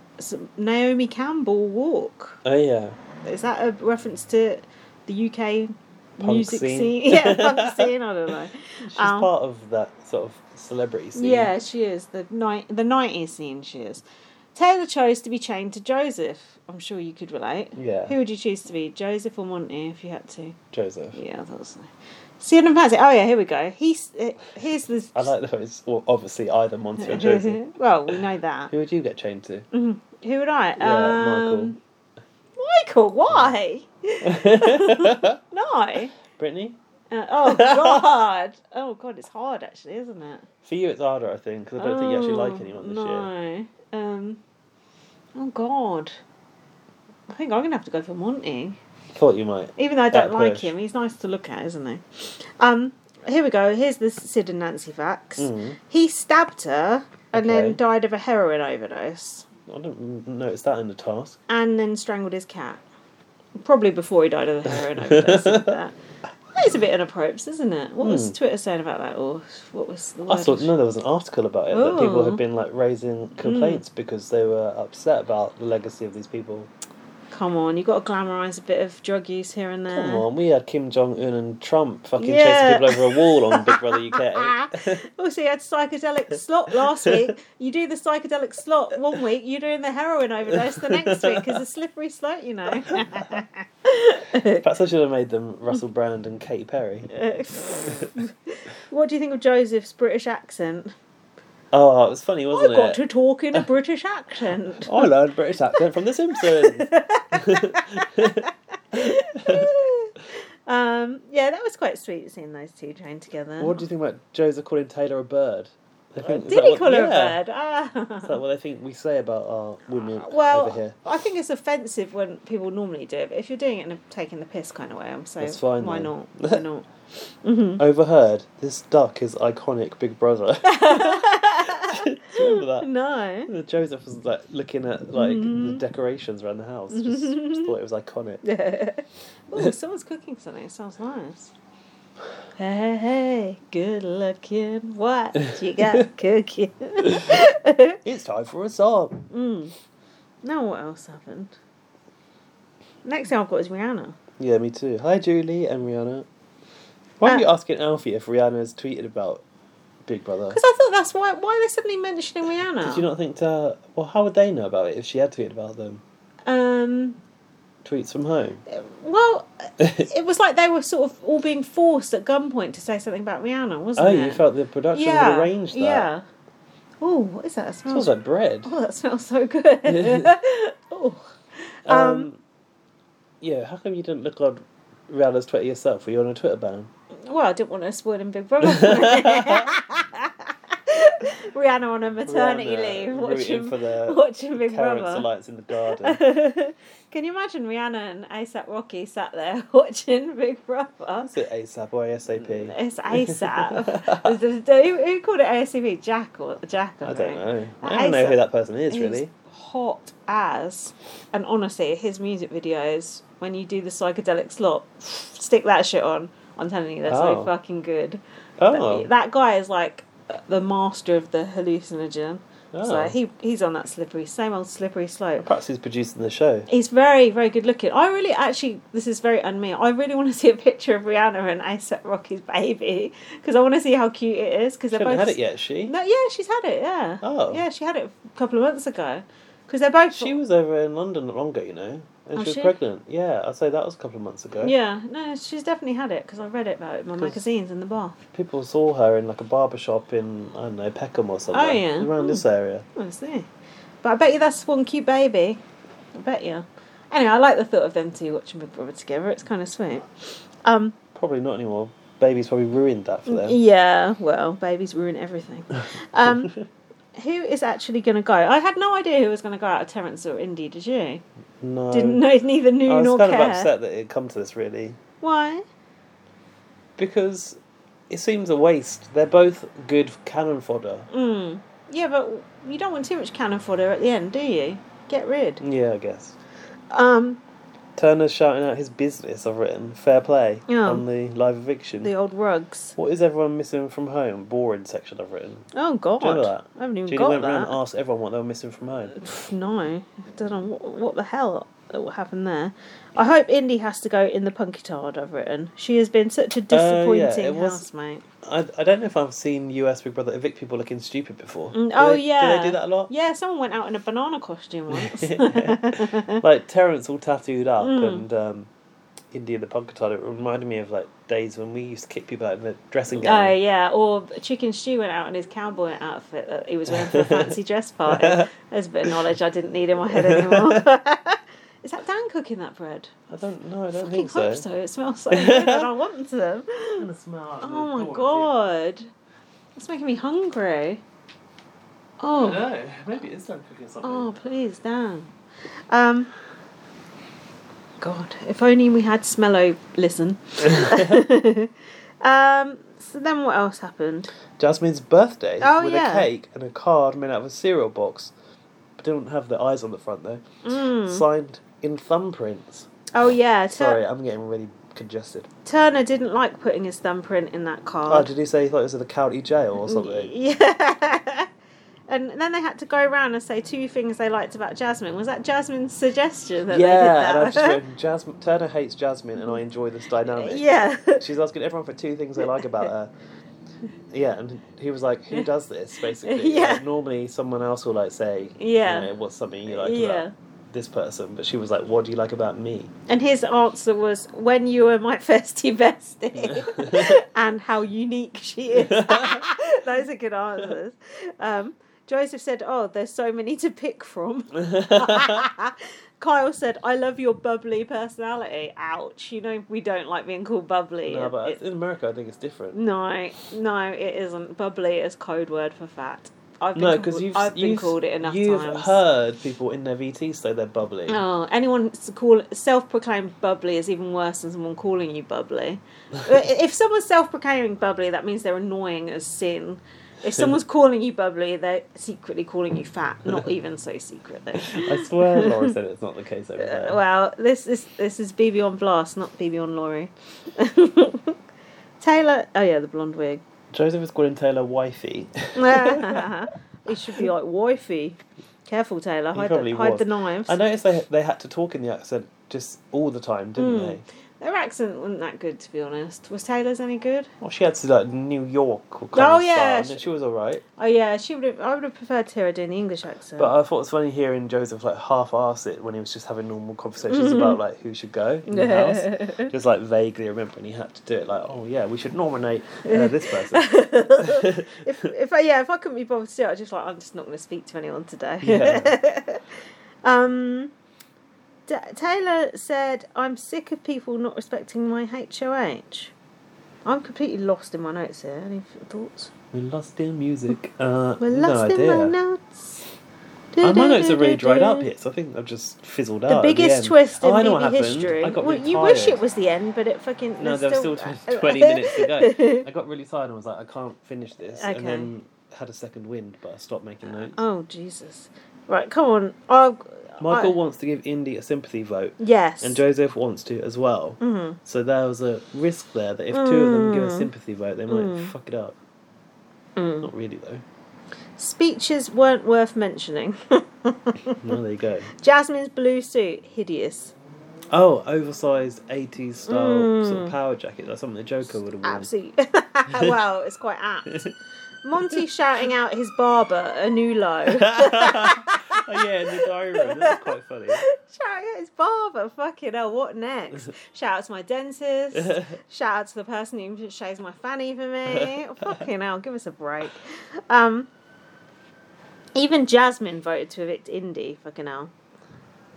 Speaker 1: Naomi Campbell walk.
Speaker 2: Oh yeah.
Speaker 1: Is that a reference to the UK
Speaker 2: Punk
Speaker 1: music
Speaker 2: scene.
Speaker 1: scene? Yeah, punk scene. I don't know.
Speaker 2: She's
Speaker 1: Um,
Speaker 2: part of that sort of celebrity scene.
Speaker 1: Yeah, she is the night the nineties scene. She is. Taylor chose to be chained to Joseph. I'm sure you could relate.
Speaker 2: Yeah.
Speaker 1: Who would you choose to be, Joseph or Monty, if you had to?
Speaker 2: Joseph.
Speaker 1: Yeah, I thought so. Shannon Pansy. Oh yeah, here we go. He's uh, here's the.
Speaker 2: I like that it's well, obviously either Monty or Joseph.
Speaker 1: well, we know that. Mm-hmm.
Speaker 2: Who would you get chained to?
Speaker 1: Who would I?
Speaker 2: Yeah,
Speaker 1: um, Michael. Why?
Speaker 2: Michael.
Speaker 1: No.
Speaker 2: Brittany?
Speaker 1: Uh, oh God. Oh God. It's hard, actually, isn't it?
Speaker 2: For you, it's harder, I think, because I don't think you actually like anyone this year.
Speaker 1: Oh, no. Um. Oh God. I think I'm gonna have to go for Monty,
Speaker 2: Thought you might.
Speaker 1: even though I don't
Speaker 2: That
Speaker 1: like
Speaker 2: push.
Speaker 1: him. He's nice to look at, isn't he? Um. Here we go. Here's the Sid and Nancy facts.
Speaker 2: Mm.
Speaker 1: He stabbed her and
Speaker 2: Okay.
Speaker 1: then died of a heroin overdose,
Speaker 2: I didn't notice that in the task.
Speaker 1: and then strangled his cat. Probably before he died of the heroin overdose. isn't that? That is a bit inappropriate, isn't it? What was Twitter saying about that, or what was the
Speaker 2: Hmm. I
Speaker 1: word?
Speaker 2: thought no, there was an article about it that people
Speaker 1: Oh.
Speaker 2: had been like raising complaints because they were upset about the legacy of these people.
Speaker 1: Come on, you've got to glamorise a bit of drug use here and there.
Speaker 2: Come on, we had Kim Jong Un and Trump fucking
Speaker 1: Yeah.
Speaker 2: chasing people over a wall on Big Brother
Speaker 1: Ah.
Speaker 2: UK.
Speaker 1: also, you Oh, had psychedelic slop last week. You do the psychedelic slop one week, you're doing the heroin overdose the next week. It's a slippery slope, you know.
Speaker 2: Perhaps I should have made them Russell Brand and Katy Perry.
Speaker 1: what do you think of Joseph's British accent?
Speaker 2: Oh, it was funny,
Speaker 1: I
Speaker 2: wasn't
Speaker 1: got
Speaker 2: it?
Speaker 1: to talk in a British accent.
Speaker 2: I learned British accent from The Simpsons.
Speaker 1: Um, yeah, that was quite sweet seeing those two train together.
Speaker 2: what do you think about Joseph calling Taylor a bird? They think- is
Speaker 1: Uh, Did
Speaker 2: that
Speaker 1: he
Speaker 2: what-
Speaker 1: call her
Speaker 2: yeah.
Speaker 1: a bird? Ah.
Speaker 2: Is that what they think we say about our women
Speaker 1: Well,
Speaker 2: over here?
Speaker 1: I think it's offensive when people normally do it, but if you're doing it in a taking the piss kind of way, I'm saying,
Speaker 2: That's fine
Speaker 1: why
Speaker 2: then.
Speaker 1: not? Why not? Mm-hmm.
Speaker 2: Overheard, this duck is iconic Big Brother. Do you Oh. remember that?
Speaker 1: No. Mm-hmm.
Speaker 2: The Joseph was like looking at like the decorations around the house. Just, just thought it was iconic.
Speaker 1: oh, someone's cooking something. It sounds nice. Hey, hey, good looking. What you got cooking? Hmm.
Speaker 2: It's time for a song.
Speaker 1: now what else happened? Next thing I've got is Rihanna.
Speaker 2: Yeah, me too. Hi, Julie and Rihanna. Why are
Speaker 1: Uh,
Speaker 2: you asking Alfie if Rihanna's tweeted about Big Brother?
Speaker 1: Because I thought that's why. Why are they suddenly mentioning Rihanna?
Speaker 2: Did you not think to? Well, how would they know about it if she had tweeted about them?
Speaker 1: Um.
Speaker 2: Tweets from home.
Speaker 1: Well, it was like they were sort of all being forced at gunpoint to say something about Rihanna, wasn't
Speaker 2: oh,
Speaker 1: it?
Speaker 2: you felt the production had arranged that.
Speaker 1: Yeah. Oh, what is that? It smells.
Speaker 2: Smells like bread.
Speaker 1: oh, that smells so good. oh.
Speaker 2: Um,
Speaker 1: Um,
Speaker 2: yeah, how come you didn't look on Rihanna's Twitter yourself? Were you on a Twitter ban?
Speaker 1: Well, I didn't want to spoil in Big Brother. Rihanna on a maternity
Speaker 2: Rihanna
Speaker 1: leave,
Speaker 2: rooting
Speaker 1: watching
Speaker 2: for the
Speaker 1: watching Big
Speaker 2: Carrots
Speaker 1: Brother.
Speaker 2: and lights in the garden.
Speaker 1: Can you imagine Rihanna and ASAP Rocky sat there watching Big Brother?
Speaker 2: Is it ASAP or ASAP?
Speaker 1: Mm, It's ASAP. Who- Who called it ASAP? Jack or Jack?
Speaker 2: I don't know. I
Speaker 1: That
Speaker 2: don't know
Speaker 1: ASAP
Speaker 2: who that person is,
Speaker 1: He's
Speaker 2: really.
Speaker 1: hot as, and honestly, his music videos when you do the psychedelic slop, stick that shit on. I'm telling you, they're so
Speaker 2: Oh.
Speaker 1: fucking good.
Speaker 2: Oh.
Speaker 1: That, that guy is like uh, the master of the hallucinogen.
Speaker 2: Oh.
Speaker 1: So he he's on that slippery, same old slippery slope.
Speaker 2: Perhaps he's producing the show.
Speaker 1: He's very, very good looking. I really, actually, this is very unme. I really want to see a picture of Rihanna and ASAP Rocky's baby because I want to see how cute it is. Because
Speaker 2: She
Speaker 1: they're
Speaker 2: hasn't
Speaker 1: both
Speaker 2: had it yet, has she?
Speaker 1: No, yeah, she's had it. Yeah.
Speaker 2: Oh.
Speaker 1: Yeah, she had it a couple of months ago because they're both.
Speaker 2: She was over in London not long ago, you know, and
Speaker 1: Oh,
Speaker 2: she was
Speaker 1: she?
Speaker 2: pregnant. Yeah, I'd say that was a couple of months ago.
Speaker 1: Yeah, no, she's definitely had it because I read it about it in my
Speaker 2: 'Cause-
Speaker 1: magazines in the bath.
Speaker 2: People saw her in like a barber shop in, I don't know, Peckham or somewhere.
Speaker 1: Oh, yeah. Hmm.
Speaker 2: Around this area.
Speaker 1: I see. But I bet you that's one cute baby. I bet you. Anyway, I like the thought of them two watching Big Brother together. It's kind of sweet. Um,
Speaker 2: Probably not anymore. Baby's probably ruined that for
Speaker 1: Mm,
Speaker 2: them.
Speaker 1: yeah, well, babies ruin everything. Um, who is actually going to go? I had no idea who was going to go out of Terence or Indy, did you?
Speaker 2: No.
Speaker 1: Didn't know, neither knew
Speaker 2: I was
Speaker 1: nor
Speaker 2: kind
Speaker 1: care.
Speaker 2: of upset that it come to this, really.
Speaker 1: Why?
Speaker 2: because it seems a waste. They're both good cannon fodder.
Speaker 1: Hmm. Yeah, but you don't want too much cannon fodder at the end, do you? Get rid.
Speaker 2: Yeah, I guess.
Speaker 1: Um,
Speaker 2: Turner's shouting out his business. I've written fair play
Speaker 1: Yeah.
Speaker 2: on the live eviction.
Speaker 1: the old rugs.
Speaker 2: What is everyone missing from home? Boring section. I've written.
Speaker 1: Oh God!
Speaker 2: Do you remember that?
Speaker 1: I haven't even
Speaker 2: Julie
Speaker 1: got
Speaker 2: went
Speaker 1: that.
Speaker 2: round and asked everyone what they were missing from home.
Speaker 1: Pff, no, don't know what, what the hell that what happened there. I hope Indy has to go in the punkitard. I've written. She has been such a
Speaker 2: Oh, yeah, it
Speaker 1: disappointing
Speaker 2: was-
Speaker 1: housemate.
Speaker 2: I, I don't know if I've seen US Big Brother evict people looking stupid before.
Speaker 1: Mm,
Speaker 2: Do
Speaker 1: oh
Speaker 2: they-
Speaker 1: yeah.
Speaker 2: Do they do that a lot?
Speaker 1: Yeah, someone went out in a banana costume once. Mm.
Speaker 2: like Terence all tattooed up and um, India the Punkatard. It reminded me of like days when we used to kick people out in the dressing gown.
Speaker 1: Oh yeah, or Chicken Stew went out in his cowboy outfit that he was wearing for a fancy dress party. There's a bit of knowledge I didn't need in my head anymore. Is that Dan cooking that bread?
Speaker 2: I don't know. I don't
Speaker 1: I think
Speaker 2: think so.
Speaker 1: hope so. It smells so good, and I want them. Oh my god, it's making me hungry. Oh,
Speaker 2: No, maybe it's done cooking something.
Speaker 1: oh, please, damn. Um, God, if only we had Smello listen. um, so then what else happened?
Speaker 2: Jasmine's birthday
Speaker 1: Oh,
Speaker 2: with
Speaker 1: yeah.
Speaker 2: a cake and a card made out of a cereal box, but didn't have the eyes on the front though.
Speaker 1: Hmm.
Speaker 2: Signed in thumbprints.
Speaker 1: Mm. Oh yeah, Tur-
Speaker 2: Sorry, I'm getting really congested.
Speaker 1: Turner didn't like putting his thumbprint in that
Speaker 2: Oh,
Speaker 1: card. Mm,
Speaker 2: did he say he thought it was at the county jail or something?
Speaker 1: Yeah. and then they had to go around and say two things they liked about Jasmine. Was that Jasmine's suggestion that
Speaker 2: yeah, and
Speaker 1: they did
Speaker 2: I've just
Speaker 1: that?
Speaker 2: written Jasmine. Turner hates Jasmine, and I enjoy this dynamic.
Speaker 1: yeah.
Speaker 2: She's asking everyone for two things they like about her. Yeah, and he was like, "Who does this?" Basically,
Speaker 1: Yeah.
Speaker 2: Like, normally someone else will like say,
Speaker 1: Yeah.
Speaker 2: you know, what's something you like
Speaker 1: Yeah.
Speaker 2: about this person?" But she was like, "What do you like about me?"
Speaker 1: And his answer was when you were my bestie bestie and how unique she is. Those are good answers. Um, Joseph said, Oh, there's so many to pick from. Kyle said, I love your bubbly personality. Ouch. You know, we don't like being called bubbly.
Speaker 2: No, but
Speaker 1: It-
Speaker 2: in America, I think it's different.
Speaker 1: no, no, it isn't. Bubbly is code word for fat. I've been,
Speaker 2: No,
Speaker 1: called,
Speaker 2: because you've
Speaker 1: I've been
Speaker 2: you've-
Speaker 1: called it enough
Speaker 2: You've
Speaker 1: times.
Speaker 2: heard people in their VT say they're bubbly.
Speaker 1: Oh, anyone s- call self-proclaimed bubbly is even worse than someone calling you bubbly. Uh, if someone's self-proclaiming bubbly, that means they're annoying as sin. If someone's calling you bubbly, they're secretly calling you fat. Not even so secretly.
Speaker 2: I swear, Laura said it's not the case over there.
Speaker 1: Uh, Well, this is this is BB on blast, not BB on Laurie. Taylor. Oh yeah, the blonde wig.
Speaker 2: Joseph is calling Taylor wifey.
Speaker 1: it should be like wifey. Careful, Taylor.
Speaker 2: He
Speaker 1: Hide,
Speaker 2: probably
Speaker 1: the, hide
Speaker 2: was.
Speaker 1: the knives.
Speaker 2: I noticed they they had to talk in the accent just all the time, didn't
Speaker 1: Mm.
Speaker 2: they?
Speaker 1: Their accent wasn't that good, to be honest. Was Taylor's any good?
Speaker 2: Well, she had to like New York or
Speaker 1: Oh,
Speaker 2: kind of
Speaker 1: yeah,
Speaker 2: yeah,
Speaker 1: she-
Speaker 2: she, was all right.
Speaker 1: Oh yeah, she would have. I would have preferred to hear her doing the English accent.
Speaker 2: But I thought it was funny hearing Joseph like half arse it when he was just having normal conversations
Speaker 1: Mm-hmm.
Speaker 2: about like who should go in the house. Just like vaguely remembering he had to do it. Like, oh yeah, we should nominate uh, this person.
Speaker 1: if if I, yeah, if I couldn't be bothered to do it, I'd just like I'm just not going to speak to anyone today.
Speaker 2: Yeah.
Speaker 1: um, D- Taylor said, "I'm sick of people not respecting my HOH." I'm completely lost in my notes here. Any f- thoughts?
Speaker 2: We lost in music. Uh,
Speaker 1: We're lost
Speaker 2: no
Speaker 1: in
Speaker 2: idea.
Speaker 1: my notes.
Speaker 2: Uh, my notes are really dried up yet, so I think I've just fizzled out.
Speaker 1: The
Speaker 2: at the
Speaker 1: biggest
Speaker 2: end.
Speaker 1: twist in
Speaker 2: oh, I know what
Speaker 1: BB
Speaker 2: happened.
Speaker 1: history.
Speaker 2: I got
Speaker 1: well,
Speaker 2: really
Speaker 1: you wish
Speaker 2: tired.
Speaker 1: it was the end, but it fucking
Speaker 2: No,
Speaker 1: there's
Speaker 2: there was still 20, 20 minutes to go. I got really tired and was like, I can't finish this.
Speaker 1: Okay.
Speaker 2: And then had a second wind, but I stopped making notes.
Speaker 1: oh Jesus! Right, come on. I'll,
Speaker 2: Michael
Speaker 1: I-
Speaker 2: wants to give Indy a sympathy vote,
Speaker 1: yes.
Speaker 2: and Joseph wants to as well.
Speaker 1: Mhm.
Speaker 2: So there was a risk there that if two of them give a sympathy vote, they might fuck it up.
Speaker 1: Mm.
Speaker 2: Not really, though.
Speaker 1: Speeches weren't worth mentioning.
Speaker 2: No, there you go.
Speaker 1: Jasmine's blue suit, hideous.
Speaker 2: Oh, oversized 80s style sort of power jacket. That's something the Joker would have worn.
Speaker 1: Mm. Absolutely. well, it's quite apt. Monty shouting out his barber, a new low.
Speaker 2: Oh, yeah, in the diary room. That's quite funny.
Speaker 1: Shout out his barber. Fucking hell, what next? Shout out to my dentist. Shout out to the person who shaves my fanny for me. Fucking hell, give us a break. Um, even Jasmine voted to evict Indy. Fucking hell.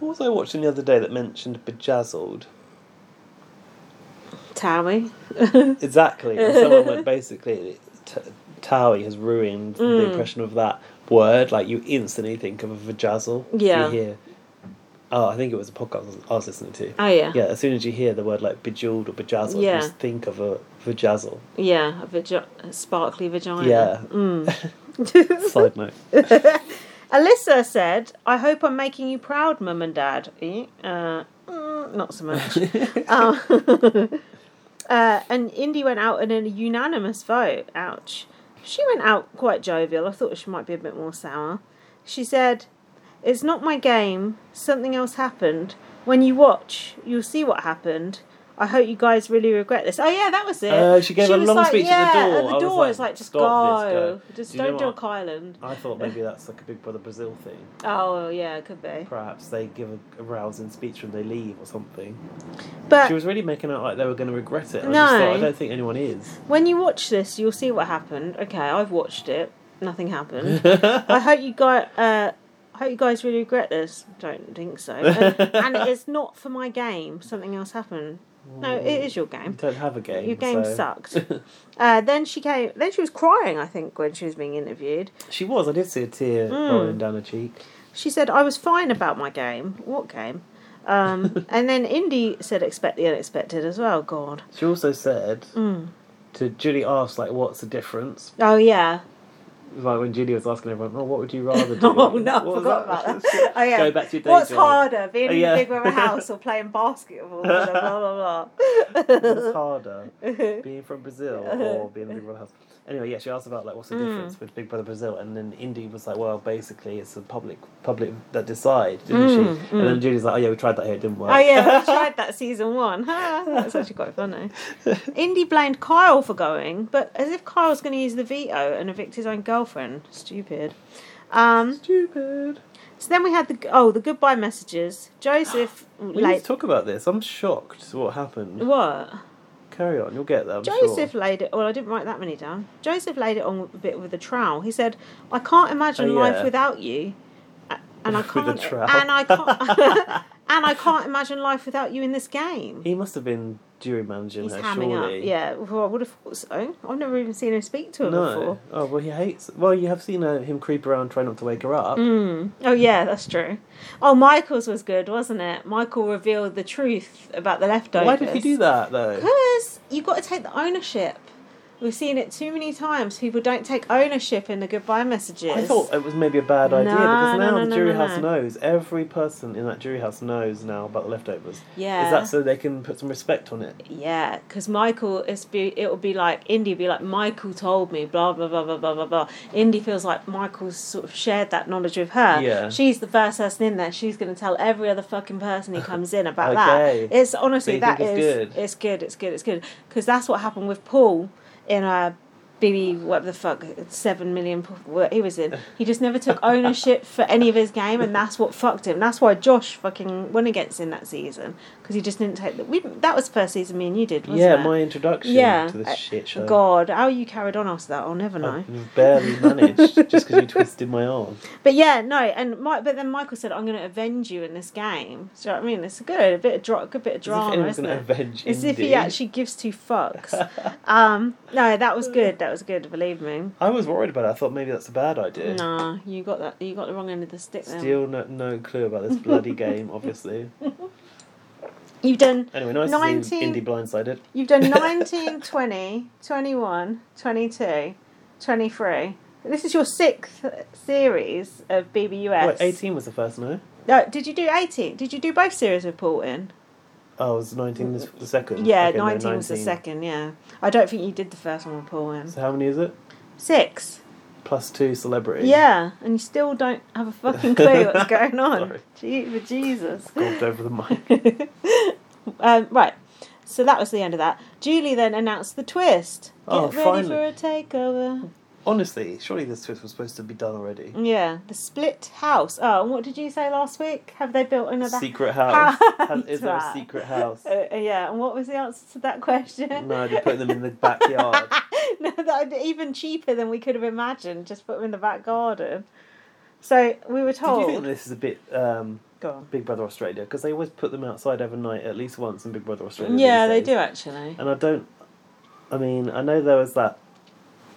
Speaker 2: What was I watching the other day that mentioned Bejazzled?
Speaker 1: Towie. Oh,
Speaker 2: Exactly. And someone went basically, t- Towie has ruined
Speaker 1: Mm.
Speaker 2: the impression of that word. Like you instantly think of a vajazzle.
Speaker 1: Yeah.
Speaker 2: You hear, oh, I think it was a podcast I was listening to.
Speaker 1: Oh yeah.
Speaker 2: Yeah, as soon as you hear the word like bejeweled or bejazzled,
Speaker 1: Yeah.
Speaker 2: you just think of a vajazzle.
Speaker 1: Yeah, a, vagi- a sparkly vagina.
Speaker 2: Yeah.
Speaker 1: Mm.
Speaker 2: Side note.
Speaker 1: Alyssa said, I hope I'm making you proud, Mum and Dad. Eh? Uh, mm, not so much. Oh. uh, and Indy went out in a unanimous vote. Ouch. She went out quite jovial. I thought she might be a bit more sour. She said, It's not my game. Something else happened. When you watch, you'll see what happened. I hope you guys really regret this. Oh, yeah, that was it.
Speaker 2: Uh, she gave a
Speaker 1: was
Speaker 2: long speech at the door.
Speaker 1: At
Speaker 2: I
Speaker 1: the
Speaker 2: was
Speaker 1: door,
Speaker 2: like,
Speaker 1: it's like, just go.
Speaker 2: "Stop this, go."
Speaker 1: Just
Speaker 2: Do you know
Speaker 1: don't do
Speaker 2: what?
Speaker 1: Cock Island.
Speaker 2: I thought maybe that's like a Big Brother Brazil thing.
Speaker 1: Oh yeah, it could be.
Speaker 2: Perhaps they give a, a rousing speech when they leave or something. She
Speaker 1: But
Speaker 2: was really making out like they were going to regret it. and
Speaker 1: No.
Speaker 2: I just thought, I don't think anyone is.
Speaker 1: when you watch this, you'll see what happened. Okay, I've watched it. Nothing happened. I hope you guys. Uh, I hope you guys really regret this. Don't think so. And, and it's not for my game. Something else happened. No, it is your
Speaker 2: You
Speaker 1: game.
Speaker 2: don't have a game.
Speaker 1: Your game
Speaker 2: so-
Speaker 1: sucked. Uh, then she came. Then she was crying. I think when she was being interviewed,
Speaker 2: She was. I did see a
Speaker 1: Hmm.
Speaker 2: tear rolling down her cheek.
Speaker 1: she said, "I was fine about my game. What game?" Um, and then Indy said, "Expect the unexpected as well." God. Hmm.
Speaker 2: She also said to Julie asked like, "What's the difference?"
Speaker 1: Oh yeah.
Speaker 2: It was Like when Julie was asking everyone, "Oh, what would you rather do?"
Speaker 1: Oh no, I
Speaker 2: What was
Speaker 1: forgot about that. Oh, yeah.
Speaker 2: Go back to your day
Speaker 1: What's
Speaker 2: job.
Speaker 1: harder, being
Speaker 2: Oh, yeah.
Speaker 1: in the Big Brother house or playing basketball? blah, blah, blah, blah, blah.
Speaker 2: What's harder, being from Brazil or being in the Big Brother house? Anyway, yeah, she asked about like what's the
Speaker 1: Mm.
Speaker 2: difference with Big Brother Brazil, and then Indy was like, well, basically it's the public public that decide, didn't she? And then Julie's like, oh yeah, we tried that here, it didn't work.
Speaker 1: Mm, Oh yeah, we tried that season one. Ha, That's actually quite funny. Indy blamed Kyle for going, but as if Kyle's going to use the veto and evict his own girlfriend. Stupid. Um,
Speaker 2: Stupid.
Speaker 1: so then we had the oh the goodbye messages. Joseph
Speaker 2: We need
Speaker 1: laid
Speaker 2: to talk about this. I'm shocked what happened.
Speaker 1: what?
Speaker 2: Carry on, you'll get there. I'm
Speaker 1: Joseph
Speaker 2: sure.
Speaker 1: laid it. Well, I didn't write that many down. Joseph laid it on a bit with a trowel. He said, "I can't imagine
Speaker 2: Oh, yeah.
Speaker 1: life without you, a- and I
Speaker 2: With a
Speaker 1: can't,
Speaker 2: trowel.
Speaker 1: and I can't, and I can't imagine life without you in this game."
Speaker 2: He must have been jury managing
Speaker 1: He's
Speaker 2: her,
Speaker 1: hamming
Speaker 2: surely.
Speaker 1: up. Yeah, well, I would have thought so. I've never even seen him speak to her
Speaker 2: No.
Speaker 1: before.
Speaker 2: Oh well, he hates. Well, you have seen uh, him creep around trying not to wake her up.
Speaker 1: Oh yeah, that's true. Oh, Michael's was good, wasn't it? Michael revealed the truth about the leftovers.
Speaker 2: Why did he do that though?
Speaker 1: Because you've got to take the ownership. We've seen it too many times. People don't take ownership in the goodbye messages.
Speaker 2: I thought it was maybe a bad idea
Speaker 1: No,
Speaker 2: because
Speaker 1: no,
Speaker 2: now
Speaker 1: no,
Speaker 2: the
Speaker 1: no,
Speaker 2: jury
Speaker 1: no,
Speaker 2: house
Speaker 1: no.
Speaker 2: knows. Every person in that jury house knows now about the leftovers.
Speaker 1: Yeah.
Speaker 2: Is that so they can put some respect on it?
Speaker 1: Yeah, because Michael is be it'll be like Indy be like Michael told me blah blah blah blah blah blah blah. Indy feels like Michael's sort of shared that knowledge with her.
Speaker 2: Yeah.
Speaker 1: she's the first person in there. She's gonna tell every other fucking person who comes in about
Speaker 2: Okay.
Speaker 1: that. It's honestly
Speaker 2: So you
Speaker 1: that
Speaker 2: think
Speaker 1: is
Speaker 2: it's good?
Speaker 1: it's good it's good it's good because that's what happened with Paul in uh, a. BB, whatever the fuck, seven million. p- What he was in, he just never took ownership for any of his game, and that's what fucked him. That's why Josh fucking won against him that season because he just didn't take the. We that was first season me and you did, wasn't
Speaker 2: yeah,
Speaker 1: it?
Speaker 2: my introduction
Speaker 1: yeah.
Speaker 2: to this
Speaker 1: Uh,
Speaker 2: shit show.
Speaker 1: God, how you carried on after that, I'll never know.
Speaker 2: I barely managed just because you twisted my arm.
Speaker 1: But yeah, no, and my, but then Michael said, "I'm going to avenge you in this game." Do you know what I mean? It's good, a bit of dra- good bit of
Speaker 2: As if
Speaker 1: drama,
Speaker 2: anyone's
Speaker 1: isn't
Speaker 2: going to
Speaker 1: it?
Speaker 2: avenge
Speaker 1: As if he
Speaker 2: Indy.
Speaker 1: actually gives two fucks. um, no, that was good. That was good. Believe me.
Speaker 2: I was worried about it. I thought maybe that's a bad idea.
Speaker 1: Nah, you got that. You got the wrong end of the stick. there.
Speaker 2: Still no, no clue about this bloody game, obviously.
Speaker 1: you've done
Speaker 2: Anyway, nice to see
Speaker 1: 19
Speaker 2: Indy blindsided.
Speaker 1: You've done 19, 20, 21, 22, 23. This is your sixth series of BBUS.
Speaker 2: Wait, 18 was the first, no?
Speaker 1: No, did you do 18? Did you do both series of Paulton?
Speaker 2: Oh, it was 19 the s- the second?
Speaker 1: Yeah,
Speaker 2: Okay, no,
Speaker 1: 19 was the second, yeah. I don't think you did the first one with Paulton.
Speaker 2: So how many is it?
Speaker 1: Six.
Speaker 2: Plus two celebrity.
Speaker 1: Yeah, and you still don't have a fucking clue what's going on.
Speaker 2: Sorry.
Speaker 1: Gee, for Jesus.
Speaker 2: Gulped over the mic.
Speaker 1: um, right. So that was the end of that. Julie then announced the twist. Get
Speaker 2: Oh,
Speaker 1: ready
Speaker 2: finally.
Speaker 1: for a takeover.
Speaker 2: Honestly, surely this twist was supposed to be done already.
Speaker 1: Yeah, the split house. Oh, and what did you say last week? Have they built another?
Speaker 2: Secret house.
Speaker 1: How-
Speaker 2: Has- Is there a
Speaker 1: Right.
Speaker 2: secret house?
Speaker 1: Uh, uh, yeah, and what was the answer to that question?
Speaker 2: No, they put them in the backyard.
Speaker 1: no, that'd be even cheaper than we could have imagined. Just put them in the back garden. So we were
Speaker 2: Did
Speaker 1: told.
Speaker 2: you think this is a bit um,
Speaker 1: Go on.
Speaker 2: Big Brother Australia? Because they always put them outside every night, at least once in Big Brother Australia.
Speaker 1: Yeah,
Speaker 2: these
Speaker 1: they
Speaker 2: days.
Speaker 1: do actually.
Speaker 2: And I don't. I mean, I know there was that.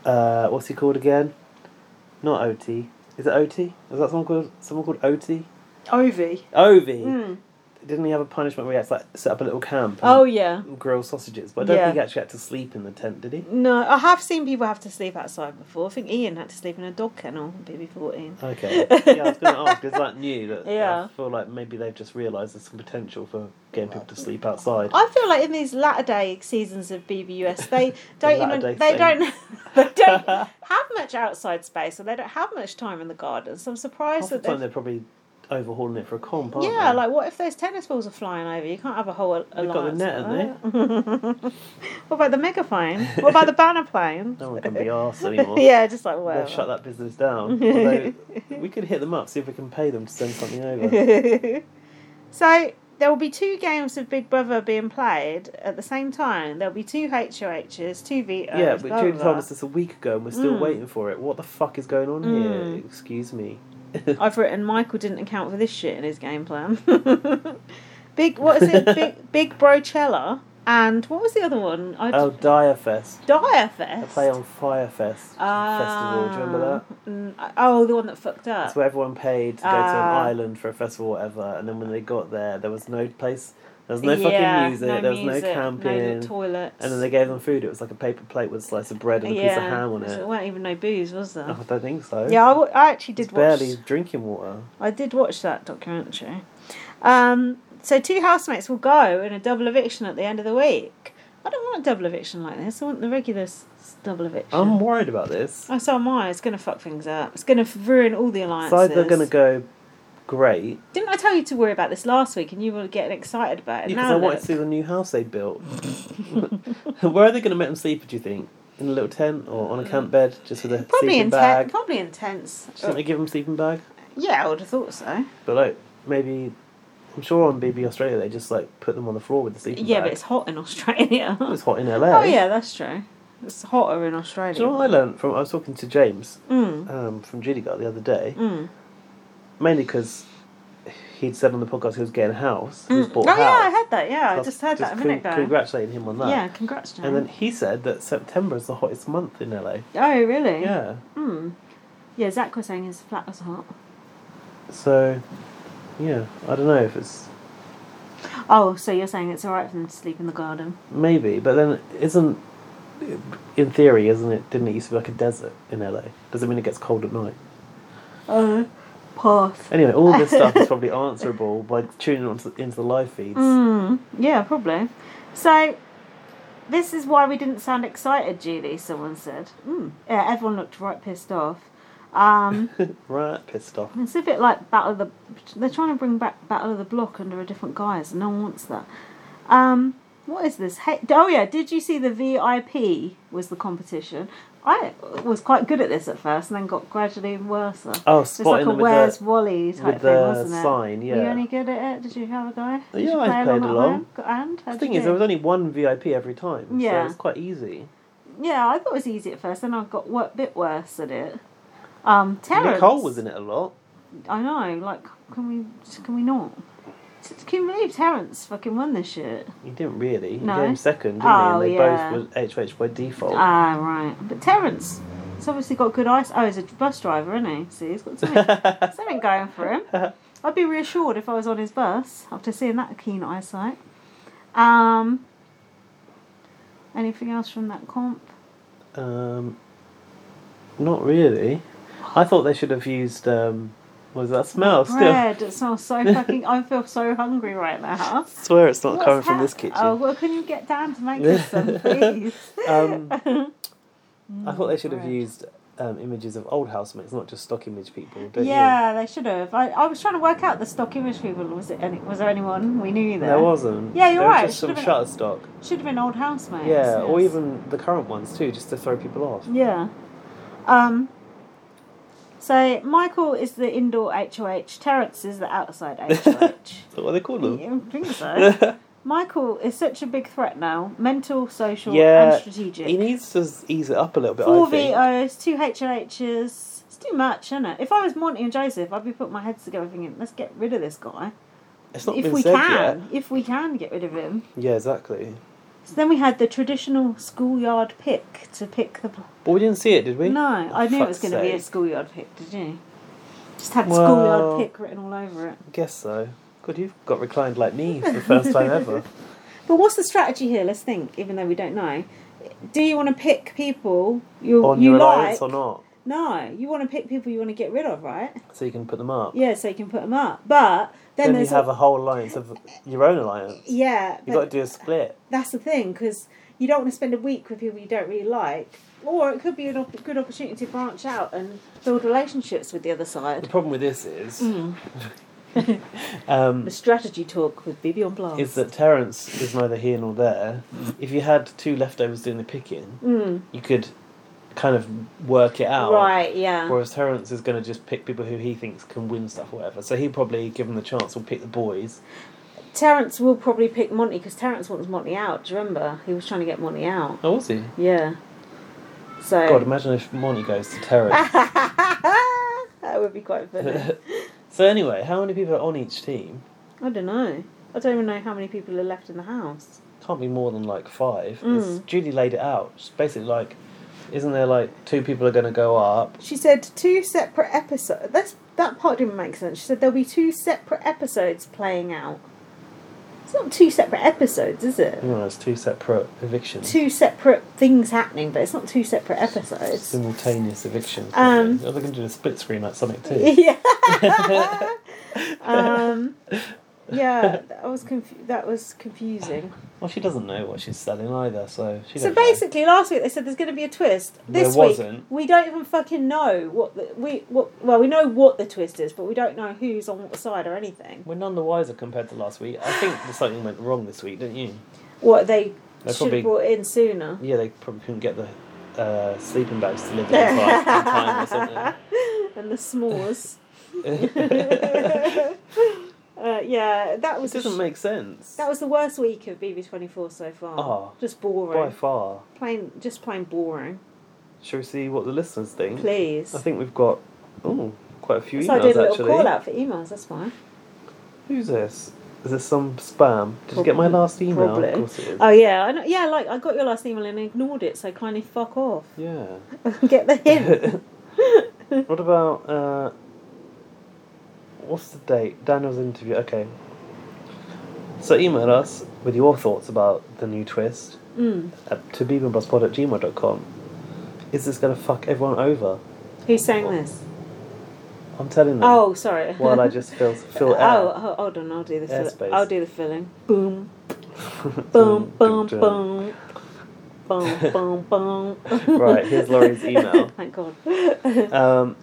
Speaker 2: Uh, what's he called again? Not OT. Is it OT? Is that someone called someone called OT?
Speaker 1: Ovi.
Speaker 2: Ovi.
Speaker 1: Mm.
Speaker 2: Didn't he have a punishment where he had to like, set up a little camp? and
Speaker 1: Oh yeah.
Speaker 2: Grill sausages, but I don't
Speaker 1: Yeah.
Speaker 2: think he actually had to sleep in the tent, did he?
Speaker 1: No, I have seen people have to sleep outside before. I think Ian had to sleep in a dog kennel, BB fourteen.
Speaker 2: Okay. Yeah, I was going to ask. Is that new? That
Speaker 1: Yeah.
Speaker 2: I feel like maybe they've just realised there's some potential for getting people to sleep outside.
Speaker 1: I feel like in these latter day seasons of BBUS, they don't
Speaker 2: latter
Speaker 1: even
Speaker 2: day
Speaker 1: they don't they don't have much outside space, or they don't have much time in the garden. So I'm surprised
Speaker 2: Half the
Speaker 1: that
Speaker 2: time
Speaker 1: they.
Speaker 2: they're probably overhauling it for a comp, aren't
Speaker 1: Yeah,
Speaker 2: they?
Speaker 1: like what if those tennis balls are flying over? You can't have a whole
Speaker 2: They've got the
Speaker 1: alliance.
Speaker 2: net, haven't
Speaker 1: like that. what about the megaphone? What about the banner plane?
Speaker 2: No one can be arsed anymore.
Speaker 1: yeah, just like whatever.
Speaker 2: They've shut that business down. Although we could hit them up, see if we can pay them to send something over.
Speaker 1: so there will be two games of Big Brother being played at the same time. There'll be two HOHs, two Vito's.
Speaker 2: yeah, but
Speaker 1: blah,
Speaker 2: Julie
Speaker 1: blah,
Speaker 2: told
Speaker 1: blah.
Speaker 2: us this a week ago and we're still
Speaker 1: Hmm.
Speaker 2: waiting for it. What the fuck is going on here? Excuse me.
Speaker 1: I've written Michael didn't account for this shit in his game plan. big what is it? Big Big Brochella and what was the other one? I
Speaker 2: Oh, Direfest.
Speaker 1: Dire
Speaker 2: They
Speaker 1: Fest. Ah.
Speaker 2: play on Firefest festival. Do you remember that?
Speaker 1: remember that? Uh, Oh, the one that fucked up.
Speaker 2: That's where everyone paid to go to an
Speaker 1: Ah.
Speaker 2: island for a festival or whatever, and then when they got there, there was no place, there was no
Speaker 1: Yeah,
Speaker 2: fucking music, there was no camping,
Speaker 1: no toilets,
Speaker 2: and then they gave them food. It was like a paper plate with a slice of bread and a piece of ham on
Speaker 1: so There
Speaker 2: it.
Speaker 1: weren't even no booze, was there?
Speaker 2: Oh, I don't think so.
Speaker 1: Yeah, I, w- I actually did
Speaker 2: it's
Speaker 1: watch.
Speaker 2: barely drinking water.
Speaker 1: I did watch that documentary. Um, so two housemates will go in a double eviction at the end of the week. I don't want a double eviction like this. I want the regular s- double eviction.
Speaker 2: I'm worried about this.
Speaker 1: Oh, so am I. It's going to fuck things up. It's going to ruin all the
Speaker 2: It's
Speaker 1: alliances.
Speaker 2: either going to go great
Speaker 1: Didn't I tell you to worry about this last week and you were getting excited about it?
Speaker 2: because
Speaker 1: now
Speaker 2: I wanted
Speaker 1: look.
Speaker 2: to see the new house they built. Where are they going to make them sleep? Do you think in a little tent or on a camp bed, just with a
Speaker 1: Mm. Probably
Speaker 2: sleeping
Speaker 1: in
Speaker 2: bag?
Speaker 1: ten- probably in tents.
Speaker 2: Do you think they give them a sleeping bag?
Speaker 1: Yeah, I would have thought so.
Speaker 2: But like maybe, I'm sure on BB Australia they just like put them on the floor with the sleeping
Speaker 1: Yeah,
Speaker 2: bag.
Speaker 1: but it's hot in Australia.
Speaker 2: It was hot in LA.
Speaker 1: Oh yeah, that's true. It's hotter in Australia.
Speaker 2: Do you know what I learned from? I was talking to James
Speaker 1: Mm.
Speaker 2: um, from Judy Guy the other day,
Speaker 1: Mm.
Speaker 2: mainly because he'd said on the podcast he was getting a house. He was
Speaker 1: Mm.
Speaker 2: bought
Speaker 1: oh
Speaker 2: a house.
Speaker 1: yeah, I heard that. Yeah, I
Speaker 2: was
Speaker 1: just heard that a
Speaker 2: con-
Speaker 1: minute ago.
Speaker 2: Congratulating him on that.
Speaker 1: Yeah, congrats, James.
Speaker 2: And then he said that September is the hottest month in LA.
Speaker 1: oh really?
Speaker 2: Yeah.
Speaker 1: Mm. Yeah, Zach was saying his flat was hot.
Speaker 2: So, yeah, I don't know if it's
Speaker 1: Oh, so you're saying it's alright for them to sleep in the garden?
Speaker 2: maybe, but then isn't in theory, isn't it? Didn't it used to be like a desert in LA? Does it mean it gets cold at night?
Speaker 1: Oh, path.
Speaker 2: Anyway, all this stuff is probably answerable by tuning onto, into the live feeds.
Speaker 1: Mm, yeah, probably. So, this is why we didn't sound excited, Julie, someone said. Mm. Yeah, everyone looked right pissed off. Um,
Speaker 2: Right, pissed off.
Speaker 1: it's a bit like Battle of the... They're trying to bring back Battle of the Block under a different guise, and no one wants that. Um, what is this? Hey, oh, yeah, did you see the VIP was the competition? I was quite good at this at first, and then got gradually worse.
Speaker 2: Oh,
Speaker 1: It's like
Speaker 2: spotting
Speaker 1: a
Speaker 2: them with
Speaker 1: Where's
Speaker 2: the
Speaker 1: Wally type
Speaker 2: with
Speaker 1: thing,
Speaker 2: the
Speaker 1: wasn't it?
Speaker 2: sign,
Speaker 1: Were you
Speaker 2: yeah.
Speaker 1: any good at it? Did you have a go? Did
Speaker 2: Yeah,
Speaker 1: you
Speaker 2: I
Speaker 1: play
Speaker 2: played
Speaker 1: along at
Speaker 2: along.
Speaker 1: home? Go- And
Speaker 2: The
Speaker 1: How'd
Speaker 2: thing
Speaker 1: you
Speaker 2: is, there
Speaker 1: do?
Speaker 2: was only one VIP every time,
Speaker 1: Yeah.
Speaker 2: so it's quite easy.
Speaker 1: yeah, I thought it was easy at first, then I got wor- a bit worse at it. Um, Terrence,
Speaker 2: Nicole was in it a lot.
Speaker 1: I know. Like, can we? Can we not? T- Can you believe Terrence fucking won this shit?
Speaker 2: He didn't really. He
Speaker 1: No.
Speaker 2: came second, didn't
Speaker 1: Oh,
Speaker 2: he? And they
Speaker 1: yeah.
Speaker 2: both were HH by default.
Speaker 1: Ah, right. But Terrence, he's obviously got good eyes. Oh, he's a bus driver, isn't he? See, he's got something, something going for him. I'd be reassured if I was on his bus after seeing that keen eyesight. Um, anything else from that comp?
Speaker 2: um, not really. I thought they should have used. Um, what was that smell? Still,
Speaker 1: Bread. It smells so fucking. I feel so hungry right now.
Speaker 2: swear it's not
Speaker 1: What's
Speaker 2: coming from
Speaker 1: hap-
Speaker 2: this kitchen.
Speaker 1: Oh well, can you get Dan to make us some, please? Mm,
Speaker 2: Um, I thought they should have
Speaker 1: bread.
Speaker 2: used um, images of old housemates, not just stock image people. Don't you?
Speaker 1: yeah, they should have. I, I was trying to work out the stock image people. Was it? Any, was there anyone we knew there?
Speaker 2: There wasn't.
Speaker 1: Yeah, you're
Speaker 2: There was
Speaker 1: right,
Speaker 2: Just
Speaker 1: it
Speaker 2: some
Speaker 1: should have
Speaker 2: shutter stock.
Speaker 1: Should have been old housemates.
Speaker 2: Yeah, or
Speaker 1: yes.
Speaker 2: even the current ones too, just to throw people off.
Speaker 1: Yeah. Um. So Michael is the indoor HOH. Terence is the outside HOH.
Speaker 2: Is that what they call them?
Speaker 1: I think so. Michael is such a big threat now, mental, social,
Speaker 2: Yeah,
Speaker 1: and strategic.
Speaker 2: he needs to ease it up a little bit.
Speaker 1: Four
Speaker 2: I think.
Speaker 1: VOs, two HLHs. It's too much, isn't it? If I was Monty and Joseph, I'd be putting my heads together thinking, let's get rid of this guy.
Speaker 2: It's not
Speaker 1: if
Speaker 2: been
Speaker 1: we
Speaker 2: said
Speaker 1: can. If we can get rid of him.
Speaker 2: yet. Yeah, exactly.
Speaker 1: So then we had the traditional schoolyard pick to pick the. pl-
Speaker 2: But we didn't see it, did we?
Speaker 1: No, I knew it was
Speaker 2: fuck's
Speaker 1: going to be a
Speaker 2: sake.
Speaker 1: schoolyard pick, did you? Just had
Speaker 2: Well-
Speaker 1: schoolyard pick written all over it.
Speaker 2: Guess so. God, you've got reclined like me for the first time ever.
Speaker 1: But what's the strategy here? Let's think, even though we don't know. Do you want to pick people you,
Speaker 2: On
Speaker 1: you
Speaker 2: your alliance
Speaker 1: like?
Speaker 2: or not,
Speaker 1: No, you want to pick people you want to get rid of, right?
Speaker 2: so you can put them up.
Speaker 1: Yeah, so you can put them up. But then,
Speaker 2: Oh. then you
Speaker 1: there's
Speaker 2: have
Speaker 1: a-
Speaker 2: a whole alliance of your own alliance.
Speaker 1: yeah,
Speaker 2: You've got
Speaker 1: but
Speaker 2: to do a split.
Speaker 1: that's the thing because you don't want to spend a week with people you don't really like, or it could be a op- good opportunity to branch out and build relationships with the other
Speaker 2: The
Speaker 1: side.
Speaker 2: problem with this is, um,
Speaker 1: Mm. The strategy talk with Bibi on Blast.
Speaker 2: is that Terence is neither here nor there. If you had two leftovers doing the picking,
Speaker 1: Mm,
Speaker 2: you could kind of work it out.
Speaker 1: right? Yeah.
Speaker 2: Whereas Terence is going to just pick people who he thinks can win stuff or whatever. So he probably, given the chance, will pick the boys.
Speaker 1: Terence will probably pick Monty because Terence wants Monty out. Do you remember? He was trying to get Monty out.
Speaker 2: Oh, was he?
Speaker 1: Yeah. So.
Speaker 2: God, imagine if Monty goes to Terence.
Speaker 1: Ah. that would be quite funny.
Speaker 2: so anyway, how many people are on each team?
Speaker 1: I don't know. I don't even know how many people are left in the house.
Speaker 2: Can't be more than like five. It's-
Speaker 1: Mm.
Speaker 2: Judy laid it out. She's basically like, isn't there like two people are going to go up?
Speaker 1: She said two separate episodes. That's that part didn't make sense. She said there'll be two separate episodes playing out. It's not two separate episodes, is it?
Speaker 2: You know, it's two separate evictions.
Speaker 1: Two separate things happening, but it's not two separate episodes.
Speaker 2: Simultaneous evictions.
Speaker 1: Um,
Speaker 2: probably. Are they going to do a split screen like Sonic 2?
Speaker 1: yeah. um, yeah, that was confu- that was confusing.
Speaker 2: Well, she doesn't know what she's selling either, so she.
Speaker 1: So
Speaker 2: don't know.
Speaker 1: basically, last week they said there's going to be a twist.
Speaker 2: There
Speaker 1: This week
Speaker 2: wasn't.
Speaker 1: we don't even fucking know what the, we what. Well, we know what the twist is, but we don't know who's on what side or anything.
Speaker 2: we're none the wiser compared to last week. I think something went wrong this week, don't you?
Speaker 1: What they
Speaker 2: They
Speaker 1: should
Speaker 2: probably-
Speaker 1: have brought in sooner.
Speaker 2: Yeah, they probably couldn't get the uh, sleeping bags delivered in time- in time or something.
Speaker 1: and the s'mores.
Speaker 2: it
Speaker 1: uh, yeah, that was a
Speaker 2: doesn't
Speaker 1: sh-
Speaker 2: make sense.
Speaker 1: that was the worst week of BB24 so far.
Speaker 2: Oh.
Speaker 1: just
Speaker 2: By
Speaker 1: boring.
Speaker 2: far.
Speaker 1: Plain, just plain boring.
Speaker 2: Shall we see what the listeners think?
Speaker 1: Please.
Speaker 2: I think we've got oh quite a few
Speaker 1: so I did
Speaker 2: emails
Speaker 1: a little
Speaker 2: actually.
Speaker 1: call out for emails. That's fine.
Speaker 2: Who's this? Is this some spam? Did you get my last email?
Speaker 1: Probably.
Speaker 2: Of course it is.
Speaker 1: Oh yeah, I know, yeah. Like I got your last email and ignored it, so kindly fuck off.
Speaker 2: yeah.
Speaker 1: Get the hint.
Speaker 2: what about uh, what's the date? Daniel's interview. Okay. So email us with your thoughts about the new twist
Speaker 1: Mm.
Speaker 2: at to bebumbuspod at gmail.com. Is this gonna fuck everyone over?
Speaker 1: Who's saying this?
Speaker 2: I'm telling them.
Speaker 1: Oh, sorry.
Speaker 2: While I just fill fill
Speaker 1: Oh,
Speaker 2: out.
Speaker 1: ho- hold on. I'll do the
Speaker 2: Airspace.
Speaker 1: fill- I'll do the filling. Boom, boom, boom, boom, boom, boom, boom.
Speaker 2: Right, here's Laurie's email.
Speaker 1: Thank God.
Speaker 2: Um,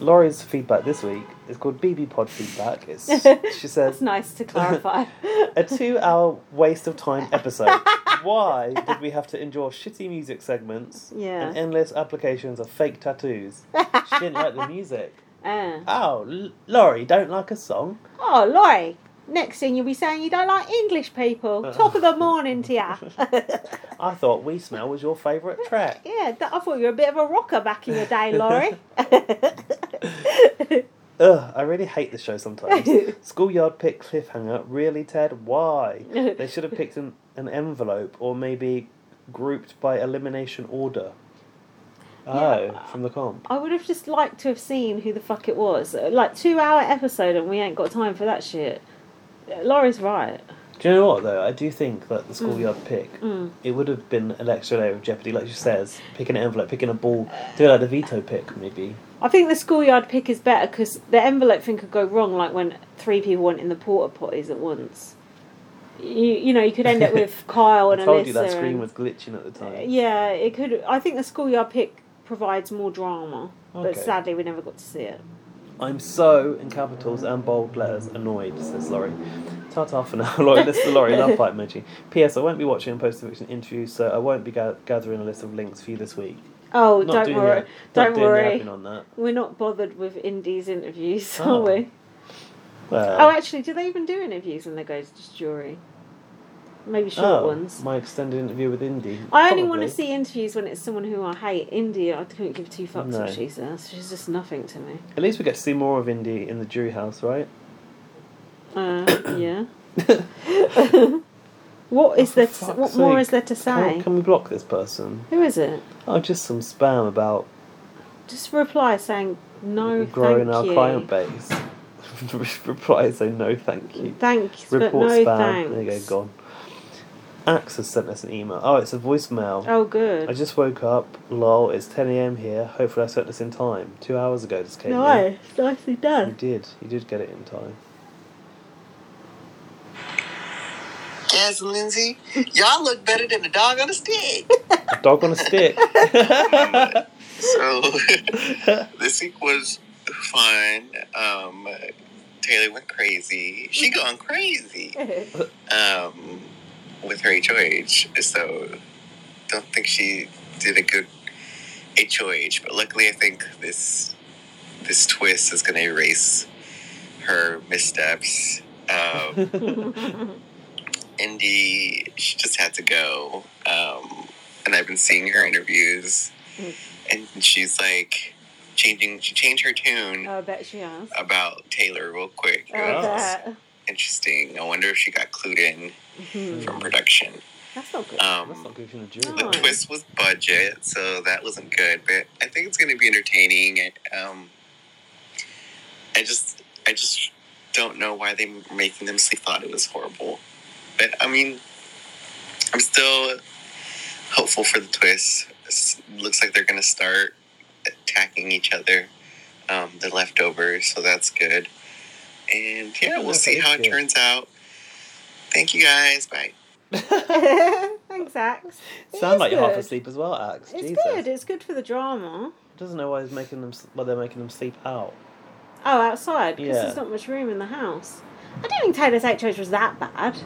Speaker 2: Laurie's feedback this week is called BB Pod feedback. It's, she
Speaker 1: That's
Speaker 2: says
Speaker 1: nice to clarify.
Speaker 2: a two-hour waste of time episode. Why did we have to endure shitty music segments
Speaker 1: Yeah.
Speaker 2: and endless applications of fake tattoos? She didn't like the music.
Speaker 1: Uh.
Speaker 2: Oh, L- Laurie, don't like a song.
Speaker 1: Oh, Laurie. Next thing you'll be saying you don't like English people.
Speaker 2: Uh-huh.
Speaker 1: Top of the morning to ya.
Speaker 2: I thought "We Smell" was your favourite track.
Speaker 1: yeah, that, I thought you were a bit of a rocker back in your day, Laurie.
Speaker 2: Ugh, I really hate this show sometimes. Schoolyard pick cliffhanger. Really, Ted? Why? They should have picked an, an envelope or maybe grouped by elimination order. Oh, from the comp.
Speaker 1: I would have just liked to have seen who the fuck it was. Like two hour episode and we ain't got time for that shit. Laurie's right.
Speaker 2: Do you know what though? I do think that the schoolyard pick it would have been an extra layer of jeopardy, like she says. Picking an envelope, picking a ball, do it like the veto pick maybe.
Speaker 1: I think the schoolyard pick is better because the envelope thing could go wrong, like when three people went in the porta potties at once. You, you know, you could end up with Kyle
Speaker 2: I
Speaker 1: and
Speaker 2: told
Speaker 1: Alyssa.
Speaker 2: you that screen
Speaker 1: and-
Speaker 2: was glitching at the time.
Speaker 1: Uh, Yeah, it could. I think the schoolyard pick provides more drama, but
Speaker 2: Okay.
Speaker 1: sadly we never got to see it.
Speaker 2: I'm so in capitals and bold letters annoyed, says Laurie. Ta-ta for now, Laurie. This is the Laurie love bite emoji. P.S. I won't be watching a post-fiction interview, so I won't be ga- gathering a list of links for you this week.
Speaker 1: Oh,
Speaker 2: Not
Speaker 1: don't
Speaker 2: doing
Speaker 1: worry.
Speaker 2: the-
Speaker 1: don't
Speaker 2: not doing the
Speaker 1: worry.
Speaker 2: admin on that.
Speaker 1: We're not bothered with indies interviews,
Speaker 2: Oh.
Speaker 1: are we? Oh,
Speaker 2: Well,
Speaker 1: actually, do they even do interviews when they go to jury? Maybe short
Speaker 2: oh,
Speaker 1: ones.
Speaker 2: My extended interview with Indy.
Speaker 1: I only want to
Speaker 2: Probably.
Speaker 1: see interviews when it's someone who I hate. India, I couldn't give two fucks
Speaker 2: No.
Speaker 1: what she says. She's just nothing to me.
Speaker 2: At least we get to see more of Indy in the jury house, right?
Speaker 1: Uh, yeah. what is there? To,
Speaker 2: fuck's
Speaker 1: what more
Speaker 2: sake.
Speaker 1: is there to
Speaker 2: Can,
Speaker 1: say?
Speaker 2: we- Oh, can we block this person?
Speaker 1: Who is it?
Speaker 2: Oh, just some spam about
Speaker 1: Just reply saying no,
Speaker 2: growing
Speaker 1: thank
Speaker 2: our
Speaker 1: you.
Speaker 2: client base. Reply say no, thank you.
Speaker 1: Thanks, but
Speaker 2: Report
Speaker 1: no
Speaker 2: spam.
Speaker 1: thanks.
Speaker 2: There you go, gone. Axe has sent us an email. Oh, it's a voicemail.
Speaker 1: Oh,
Speaker 2: I
Speaker 1: good.
Speaker 2: just woke up. Lol, it's 10 a.m. here. Hopefully, I sent this in time. Two hours ago, this came in.
Speaker 1: Nice, nicely
Speaker 2: You
Speaker 1: done.
Speaker 2: did. You did get it in time.
Speaker 3: Yes, Lindsay, y'all look better than the dog on the stick.
Speaker 2: A dog on a stick.
Speaker 3: So this week was fun. Um, Taylor went crazy. She gone crazy um, with her HOH. So don't think she did a good HOH. But luckily, I think this this twist is going to erase her missteps. Um,
Speaker 1: Oh,
Speaker 3: Indy, she just had to go. Um, and I've been seeing her interviews,
Speaker 1: Mm.
Speaker 3: and she's like changing. She changed her tune
Speaker 1: I bet she has.
Speaker 3: about Taylor real quick. It
Speaker 1: I
Speaker 2: Yeah.
Speaker 3: was
Speaker 1: bet.
Speaker 3: interesting. I wonder if she got clued in
Speaker 1: Mhm.
Speaker 3: from production.
Speaker 1: That's not good.
Speaker 2: That's
Speaker 3: Um,
Speaker 2: not good from the jury.
Speaker 3: the
Speaker 1: No.
Speaker 3: twist was budget, so that wasn't good. But I think it's going to be entertaining. Um, I just, I just don't know why they were making them. They thought it was horrible, but I mean, I'm still hopeful for the twist. It's- looks like they're going to start attacking each other, um, the leftovers. So that's good. And yeah,
Speaker 2: Yeah,
Speaker 3: we'll see
Speaker 2: Oh, that is
Speaker 3: how it
Speaker 2: good.
Speaker 3: turns out. Thank you guys. Bye.
Speaker 1: Thanks, Axe. It
Speaker 2: Uh, Sound
Speaker 1: is
Speaker 2: like you're half
Speaker 1: good.
Speaker 2: asleep as well, Axe.
Speaker 1: It's
Speaker 2: Jesus.
Speaker 1: good. It's good for the drama.
Speaker 2: Doesn't know why he's making them. s- Why they're making them sleep out.
Speaker 1: Oh, outside because
Speaker 2: Yeah.
Speaker 1: there's not much room in the house. I don't think Taylor's outrage was that bad.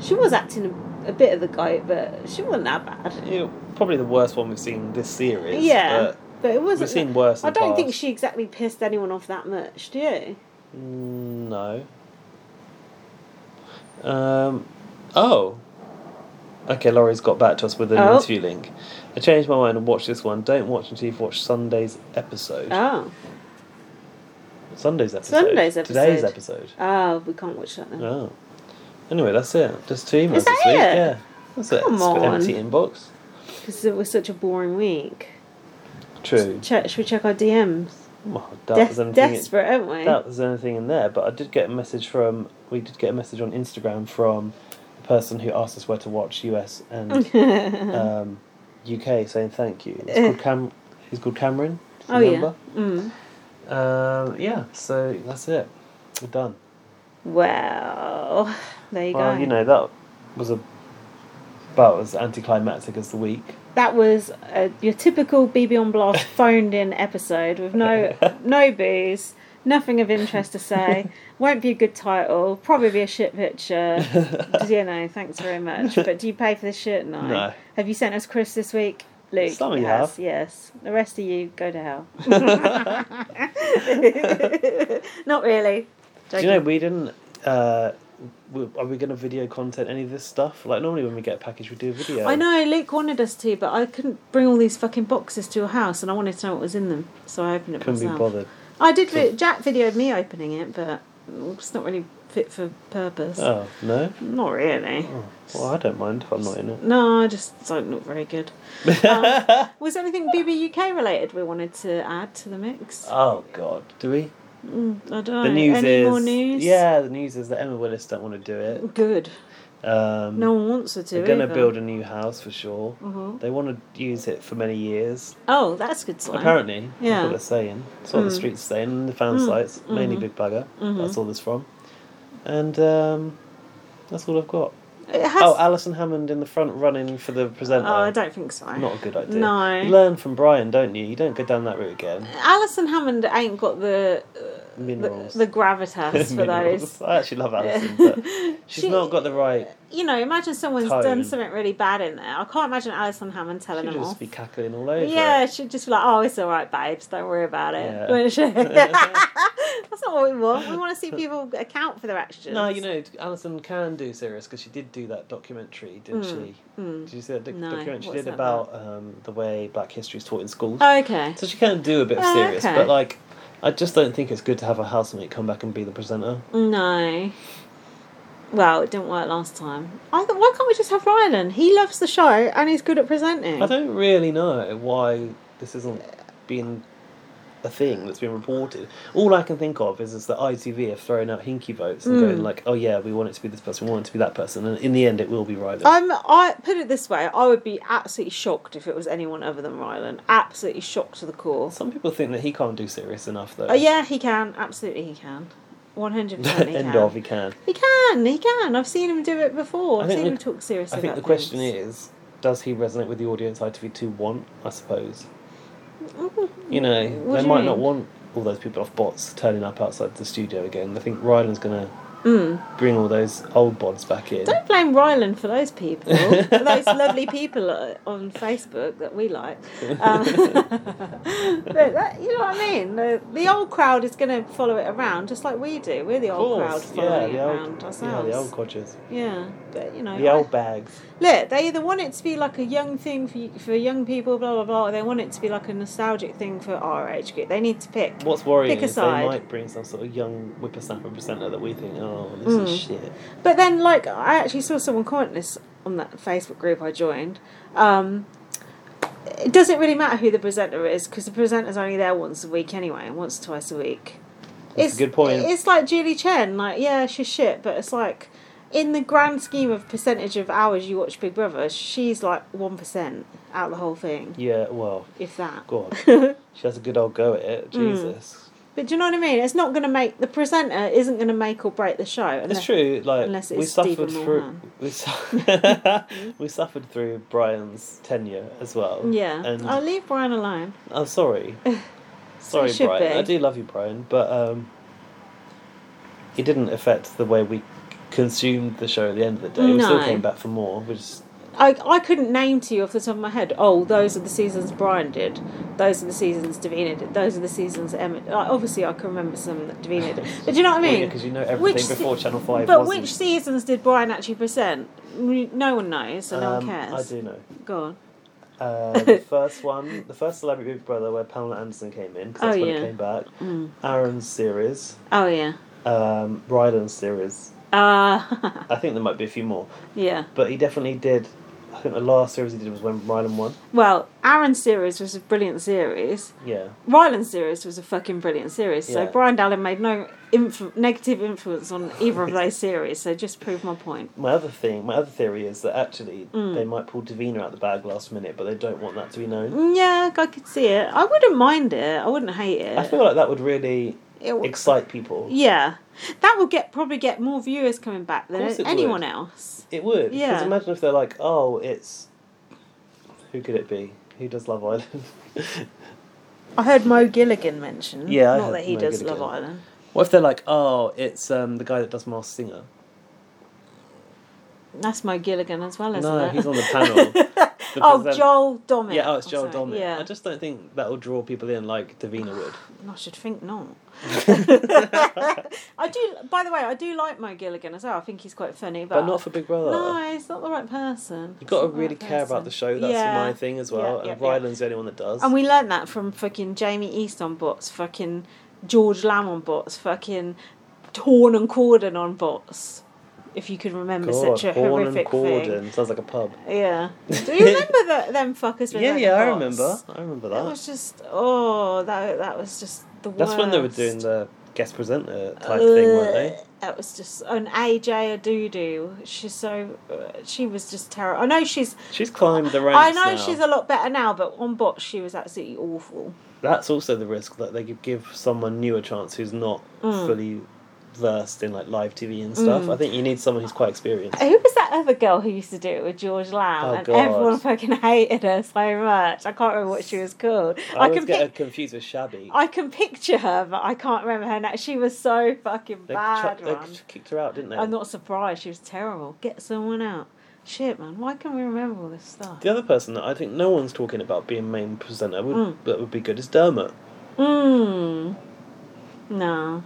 Speaker 1: She was acting a, a bit of the goat, but she wasn't that bad.
Speaker 2: Yeah, probably the worst one we've seen this series.
Speaker 1: yeah,
Speaker 2: but
Speaker 1: but it
Speaker 2: we've
Speaker 1: wasn't.
Speaker 2: seen worse.
Speaker 1: I
Speaker 2: in the
Speaker 1: don't think
Speaker 2: past.
Speaker 1: she exactly pissed anyone off that much, do you?
Speaker 2: Mm, No. Um, oh. Okay, Laurie's got back to us with an
Speaker 1: Oh.
Speaker 2: interview link. I changed my mind and watched this one. Don't watch until you've watched Sunday's episode.
Speaker 1: Oh,
Speaker 2: Sunday's episode.
Speaker 1: Sunday's
Speaker 2: Today's episode.
Speaker 1: episode. oh, we can't watch that now.
Speaker 2: Oh. Anyway, that's it. Just two emails
Speaker 1: Is that
Speaker 2: this week.
Speaker 1: it?
Speaker 2: Yeah. That's it.
Speaker 1: Come
Speaker 2: It's got
Speaker 1: on.
Speaker 2: empty inbox.
Speaker 1: because it was such a boring week.
Speaker 2: True.
Speaker 1: Check, should we check our DMs?
Speaker 2: Well, I doubt
Speaker 1: Des-
Speaker 2: there's anything in-
Speaker 1: desperate, aren't we?
Speaker 2: doubt there's anything in there, but I did get a message from we did get a message on Instagram from the person who asked us where to watch US and um, UK saying thank you. It's called Cam. He's called Cameron. if you
Speaker 1: Oh, yeah.
Speaker 2: remember. Um, yeah. So that's it. We're done.
Speaker 1: Well, there you
Speaker 2: well,
Speaker 1: go.
Speaker 2: you know that was a about as anticlimactic as the week.
Speaker 1: That was uh your typical BB on Blast phoned in episode with no no booze, nothing of interest to say. Won't be a good title. Probably be a shit picture. you know, thanks very much. But do you pay for this shit? No.
Speaker 2: No.
Speaker 1: Have you sent us Chris this week? Luke
Speaker 2: Some of you
Speaker 1: has,
Speaker 2: have.
Speaker 1: yes. The rest of you go to hell. Not really.
Speaker 2: Do you know we didn't. Uh, w- are we going to video content any of this stuff? Like normally when we get a package, we do a video.
Speaker 1: I know Luke wanted us to, but I couldn't bring all these fucking boxes to your house, and I wanted to know what was in them, so I opened it
Speaker 2: Couldn't be
Speaker 1: myself.
Speaker 2: bothered.
Speaker 1: I did. Vi- Jack videoed me opening it, but it's not really fit for purpose.
Speaker 2: Oh no.
Speaker 1: Not really.
Speaker 2: Well, I don't mind if I'm not in it.
Speaker 1: No, I just don't look very good. Um, was there anything BB UK related we wanted to add to the mix? Mm,
Speaker 2: Oh God, do we?
Speaker 1: I don't know.
Speaker 2: The news
Speaker 1: Any
Speaker 2: is
Speaker 1: more news?
Speaker 2: yeah, the news is that Emma Willis don't want to do it.
Speaker 1: Good.
Speaker 2: Um,
Speaker 1: No one wants her to.
Speaker 2: they're going to
Speaker 1: either.
Speaker 2: build a new house for sure.
Speaker 1: Uh-huh.
Speaker 2: They want to use it for many years.
Speaker 1: Oh, that's a good sign.
Speaker 2: Apparently, that's
Speaker 1: Yeah. Mm. Mm-hmm.
Speaker 2: what they're saying. That's what the streets are saying. The fan sites, mainly Big Bugger. That's all this from. And um, that's all I've got.
Speaker 1: It has.
Speaker 2: Oh, Alison Hammond in the front running for the presenter.
Speaker 1: Oh, I don't think so.
Speaker 2: Not a good idea.
Speaker 1: No.
Speaker 2: You learn from Brian, don't you? You don't go down that route again.
Speaker 1: Alison Hammond ain't got the uh, the,
Speaker 2: Minerals.
Speaker 1: the gravitas for
Speaker 2: Minerals.
Speaker 1: those.
Speaker 2: I actually love Alison, but she's
Speaker 1: She-
Speaker 2: not got the right.
Speaker 1: You know, imagine someone's
Speaker 2: Tone.
Speaker 1: done something really bad in there. I can't imagine Alison Hammond telling
Speaker 2: She'd
Speaker 1: them
Speaker 2: just
Speaker 1: off.
Speaker 2: be cackling all over.
Speaker 1: yeah,
Speaker 2: it.
Speaker 1: she'd just be like, "Oh, it's all right, babes. Don't worry about it."
Speaker 2: Yeah.
Speaker 1: Wouldn't she? That's not what we want. We want to see people account for their actions.
Speaker 2: No, you know, Alison can do serious because she did do that documentary, didn't she? Did you see that doc-
Speaker 1: Hmm. No,
Speaker 2: documentary she
Speaker 1: what's
Speaker 2: did
Speaker 1: that
Speaker 2: about um, the way black history is taught in schools?
Speaker 1: Okay.
Speaker 2: So she can do a bit of
Speaker 1: Oh,
Speaker 2: serious,
Speaker 1: okay.
Speaker 2: but like, I just don't think it's good to have a housemate come back and be the presenter.
Speaker 1: No. Well, it didn't work last time. I thought, why can't we just have Rylan? He loves the show and he's good at presenting.
Speaker 2: I don't really know why this isn't being a thing that's been reported. All I can think of is, is that ITV have thrown out hinky votes and
Speaker 1: Hmm.
Speaker 2: going like, oh yeah, we want it to be this person, we want it to be that person, and in the end it will be Rylan.
Speaker 1: I'm. Um, I put it this way: I would be absolutely shocked if it was anyone other than Rylan. Absolutely shocked to the core.
Speaker 2: Some people think that he can't do serious enough though.
Speaker 1: Oh yeah, he can. Absolutely, he can. One hundred percent, he
Speaker 2: End
Speaker 1: can.
Speaker 2: of, he can.
Speaker 1: He can. He can. I've seen him do it before.
Speaker 2: I
Speaker 1: I've
Speaker 2: think
Speaker 1: seen
Speaker 2: the-
Speaker 1: him talk seriously.
Speaker 2: I think the
Speaker 1: about
Speaker 2: question
Speaker 1: things.
Speaker 2: is, does he resonate with the audience ITV2 want? I suppose. You know,
Speaker 1: Mm, What do
Speaker 2: they
Speaker 1: you
Speaker 2: might not
Speaker 1: mean?
Speaker 2: want all those people off bots turning up outside the studio again. I think Rylan's gonna bring all those old bods back in.
Speaker 1: Hmm. Don't blame Rylan for those people, for those lovely people uh, on Facebook that we like. Um, but that, you know what I mean? The, the old crowd is going to follow it around just like we do. We're the
Speaker 2: Of
Speaker 1: old crowd
Speaker 2: course,
Speaker 1: following
Speaker 2: the
Speaker 1: it
Speaker 2: old-
Speaker 1: around
Speaker 2: Yeah,
Speaker 1: ourselves.
Speaker 2: the old codgers.
Speaker 1: Yeah, but you know,
Speaker 2: The
Speaker 1: I-
Speaker 2: old bags.
Speaker 1: look, they either want it to be like a young thing for y- for young people, blah blah blah. Or they want it to be like a nostalgic thing for our age group. They need to pick.
Speaker 2: What's worrying
Speaker 1: Pick a
Speaker 2: is they
Speaker 1: side.
Speaker 2: might bring some sort of young whippersnapper presenter that we think, oh, this is
Speaker 1: Mm.
Speaker 2: shit.
Speaker 1: But then, like, I actually saw someone comment this on that Facebook group I joined. Um, it doesn't really matter who the presenter is because the presenter's only there once a week anyway, once or twice a week.
Speaker 2: a good point.
Speaker 1: It's like Julie Chen, like, yeah, she's shit, but it's like, in the grand scheme of percentage of hours you watch Big Brother, she's like 1% out of the whole thing,
Speaker 2: Yeah, well,
Speaker 1: if that. Mm.
Speaker 2: God, she has a good old go at it. Jesus.
Speaker 1: But do you know what I mean? It's not going to make the presenter isn't going to make or break the show.
Speaker 2: It's
Speaker 1: unless-
Speaker 2: true. Like
Speaker 1: unless
Speaker 2: we
Speaker 1: it's
Speaker 2: suffered
Speaker 1: Stephen
Speaker 2: through
Speaker 1: Mulhan.
Speaker 2: we, su- we suffered through Brian's tenure as well.
Speaker 1: Yeah, Oh,
Speaker 2: and
Speaker 1: I'll leave Brian alone.
Speaker 2: I'm Oh, sorry. Sorry,
Speaker 1: should
Speaker 2: Brian.
Speaker 1: be.
Speaker 2: I do love you, Brian, but um, it didn't affect the way we consumed the show at the end of the day. We still
Speaker 1: No.
Speaker 2: came back for more. We just
Speaker 1: I, I couldn't name to you off the top of my head. Oh, those are the seasons Brian did. Those are the seasons Davina did. Those are the seasons Emma. Like, obviously, I can remember some that Davina did. But do you know what I mean?
Speaker 2: because you know everything
Speaker 1: Which se-
Speaker 2: before Channel Five.
Speaker 1: but
Speaker 2: wasn't.
Speaker 1: which seasons did Brian actually present? We- No one knows, so no one
Speaker 2: Um,
Speaker 1: cares.
Speaker 2: I do know.
Speaker 1: Go on.
Speaker 2: Uh, the first one, the first Celebrity Big Brother where Pamela Anderson came in, 'cause that's
Speaker 1: Oh,
Speaker 2: when
Speaker 1: yeah. Mm.
Speaker 2: it came back. Aaron's series,
Speaker 1: Oh yeah.
Speaker 2: um, Ryland's series.
Speaker 1: Uh,
Speaker 2: I think there might be a few more,
Speaker 1: yeah.
Speaker 2: but he definitely did. I think the last series he did was when Ryland won.
Speaker 1: Well, Aaron's series was a brilliant series.
Speaker 2: Yeah,
Speaker 1: Ryland's series was a fucking brilliant series. So
Speaker 2: Yeah.
Speaker 1: Brian Dallin made no inf- negative influence on either of those series. So just prove my point.
Speaker 2: My other thing, my other theory is that actually
Speaker 1: Mm.
Speaker 2: they might pull Davina out the bag last minute, but they don't want that to be known.
Speaker 1: Mm, Yeah, I could see it. I wouldn't mind it. I wouldn't hate it.
Speaker 2: I feel like that would really
Speaker 1: It w-
Speaker 2: excite people.
Speaker 1: yeah, that would get probably get more viewers coming back than
Speaker 2: Course it
Speaker 1: anyone
Speaker 2: would.
Speaker 1: else.
Speaker 2: It would.
Speaker 1: Yeah.
Speaker 2: Because imagine if they're like, oh, it's who could it be? Who does Love Island?
Speaker 1: I heard Mo Gilligan mentioned.
Speaker 2: Yeah, I
Speaker 1: not
Speaker 2: heard
Speaker 1: that he
Speaker 2: Mo
Speaker 1: does
Speaker 2: Gilligan.
Speaker 1: Love Island.
Speaker 2: what if they're like, oh, it's um, the guy that does Masked Singer?
Speaker 1: That's Mo Gilligan as well, isn't
Speaker 2: No,
Speaker 1: it?
Speaker 2: he's on the panel.
Speaker 1: oh,
Speaker 2: present-
Speaker 1: Joel Dommett.
Speaker 2: Yeah, oh, it's Joel
Speaker 1: I'm sorry.
Speaker 2: Dommett.
Speaker 1: Yeah,
Speaker 2: I just don't think that will draw people in like Davina would.
Speaker 1: I should think not. I do. By the way, I do like Mo Gilligan as well. I think he's quite funny, but,
Speaker 2: But not for Big Brother.
Speaker 1: no, he's not the right person.
Speaker 2: You've got to
Speaker 1: He's not the
Speaker 2: really
Speaker 1: right
Speaker 2: care
Speaker 1: person.
Speaker 2: about the show. That's
Speaker 1: Yeah.
Speaker 2: my thing as well.
Speaker 1: Yeah, yeah,
Speaker 2: and
Speaker 1: yeah.
Speaker 2: Ryland's the only one that does.
Speaker 1: And we learned that from fucking Jamie East on bots, fucking George Lamb on bots, fucking Horn and Corden on bots. If you can remember
Speaker 2: God,
Speaker 1: such a
Speaker 2: Horn and
Speaker 1: horrific thing.
Speaker 2: Corden. Sounds like a pub.
Speaker 1: Yeah. Do you remember the, them fuckers? with
Speaker 2: Yeah,
Speaker 1: them
Speaker 2: yeah, I
Speaker 1: bots?
Speaker 2: remember. I remember
Speaker 1: It
Speaker 2: that.
Speaker 1: was just oh that that was just the worst.
Speaker 2: That's when they were doing the guest presenter type thing, weren't they?
Speaker 1: Ugh. Uh, That was just an AJ Adudu. She's so uh, she was just terrible. I know she's
Speaker 2: She's climbed the ranks.
Speaker 1: I know
Speaker 2: now.
Speaker 1: she's a lot better now, but on bot she was absolutely awful.
Speaker 2: That's also the risk that they could give someone new a chance who's not
Speaker 1: Mm.
Speaker 2: fully versed in like live TV and stuff. I think you need someone who's quite experienced.
Speaker 1: Who was that other girl who used to do it with George Lamb?
Speaker 2: Oh,
Speaker 1: and
Speaker 2: God.
Speaker 1: everyone fucking hated her so much. I can't remember what she was called.
Speaker 2: I,
Speaker 1: I
Speaker 2: always
Speaker 1: can
Speaker 2: get her
Speaker 1: pic-
Speaker 2: confused with Shabby.
Speaker 1: I can picture her, but I can't remember her name. She was so fucking
Speaker 2: They,
Speaker 1: bad.
Speaker 2: chuck-
Speaker 1: man.
Speaker 2: they kicked her out, didn't they?
Speaker 1: I'm not surprised. She was terrible. Get someone out. Shit, man. Why can't we remember all this stuff?
Speaker 2: The other person that I think no one's talking about being main presenter would,
Speaker 1: Mm.
Speaker 2: that would be good is Dermot.
Speaker 1: Mmm. No.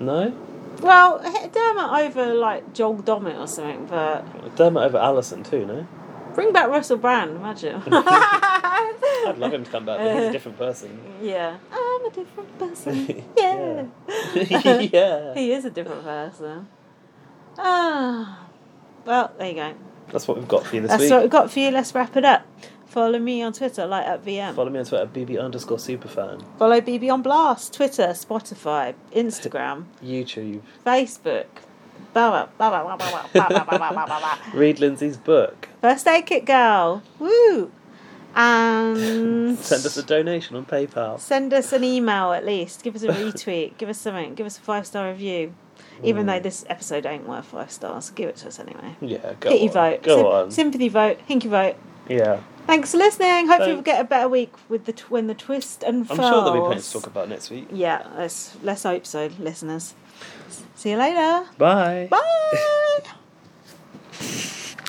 Speaker 2: No,
Speaker 1: Well, he- Dermot over like Joel Dommett or something, but
Speaker 2: Dermot over Alison too. No,
Speaker 1: bring back Russell Brand. Imagine. I'd
Speaker 2: I'd love him to come back. But
Speaker 1: Uh,
Speaker 2: he's a different person.
Speaker 1: Yeah. I'm a different person. Yeah.
Speaker 2: yeah,
Speaker 1: He is a different person. Ah. Well, there you go.
Speaker 2: that's what we've got for you this
Speaker 1: That's
Speaker 2: week.
Speaker 1: what we've got for you. Let's wrap it up. Follow me on Twitter, like at VM.
Speaker 2: Follow me on Twitter, bb underscore superfan,
Speaker 1: Follow BB on Blast, Twitter, Spotify, Instagram,
Speaker 2: YouTube.
Speaker 1: Facebook. Blah, blah, blah, blah, blah, blah, blah, blah, blah, blah, blah, blah.
Speaker 2: Read Lindsay's book.
Speaker 1: First Aid Kit Girl. Woo! And
Speaker 2: Send us a donation on PayPal.
Speaker 1: send us an email at least. Give us a retweet. give us something. Give us a five star review. Even
Speaker 2: Mm.
Speaker 1: though this episode ain't worth five stars, give it to us anyway.
Speaker 2: Yeah, go
Speaker 1: Pity
Speaker 2: on.
Speaker 1: vote.
Speaker 2: Go
Speaker 1: Sym-
Speaker 2: on.
Speaker 1: Sympathy vote. Hinky vote.
Speaker 2: yeah.
Speaker 1: Thanks for listening. Hopefully,
Speaker 2: Thanks.
Speaker 1: we'll get a better week with the t- when the twist
Speaker 2: I'm
Speaker 1: unfolds.
Speaker 2: sure there'll be plenty to talk about next week.
Speaker 1: Yeah, let's let's hope so, listeners. See you later.
Speaker 2: Bye.
Speaker 1: Bye.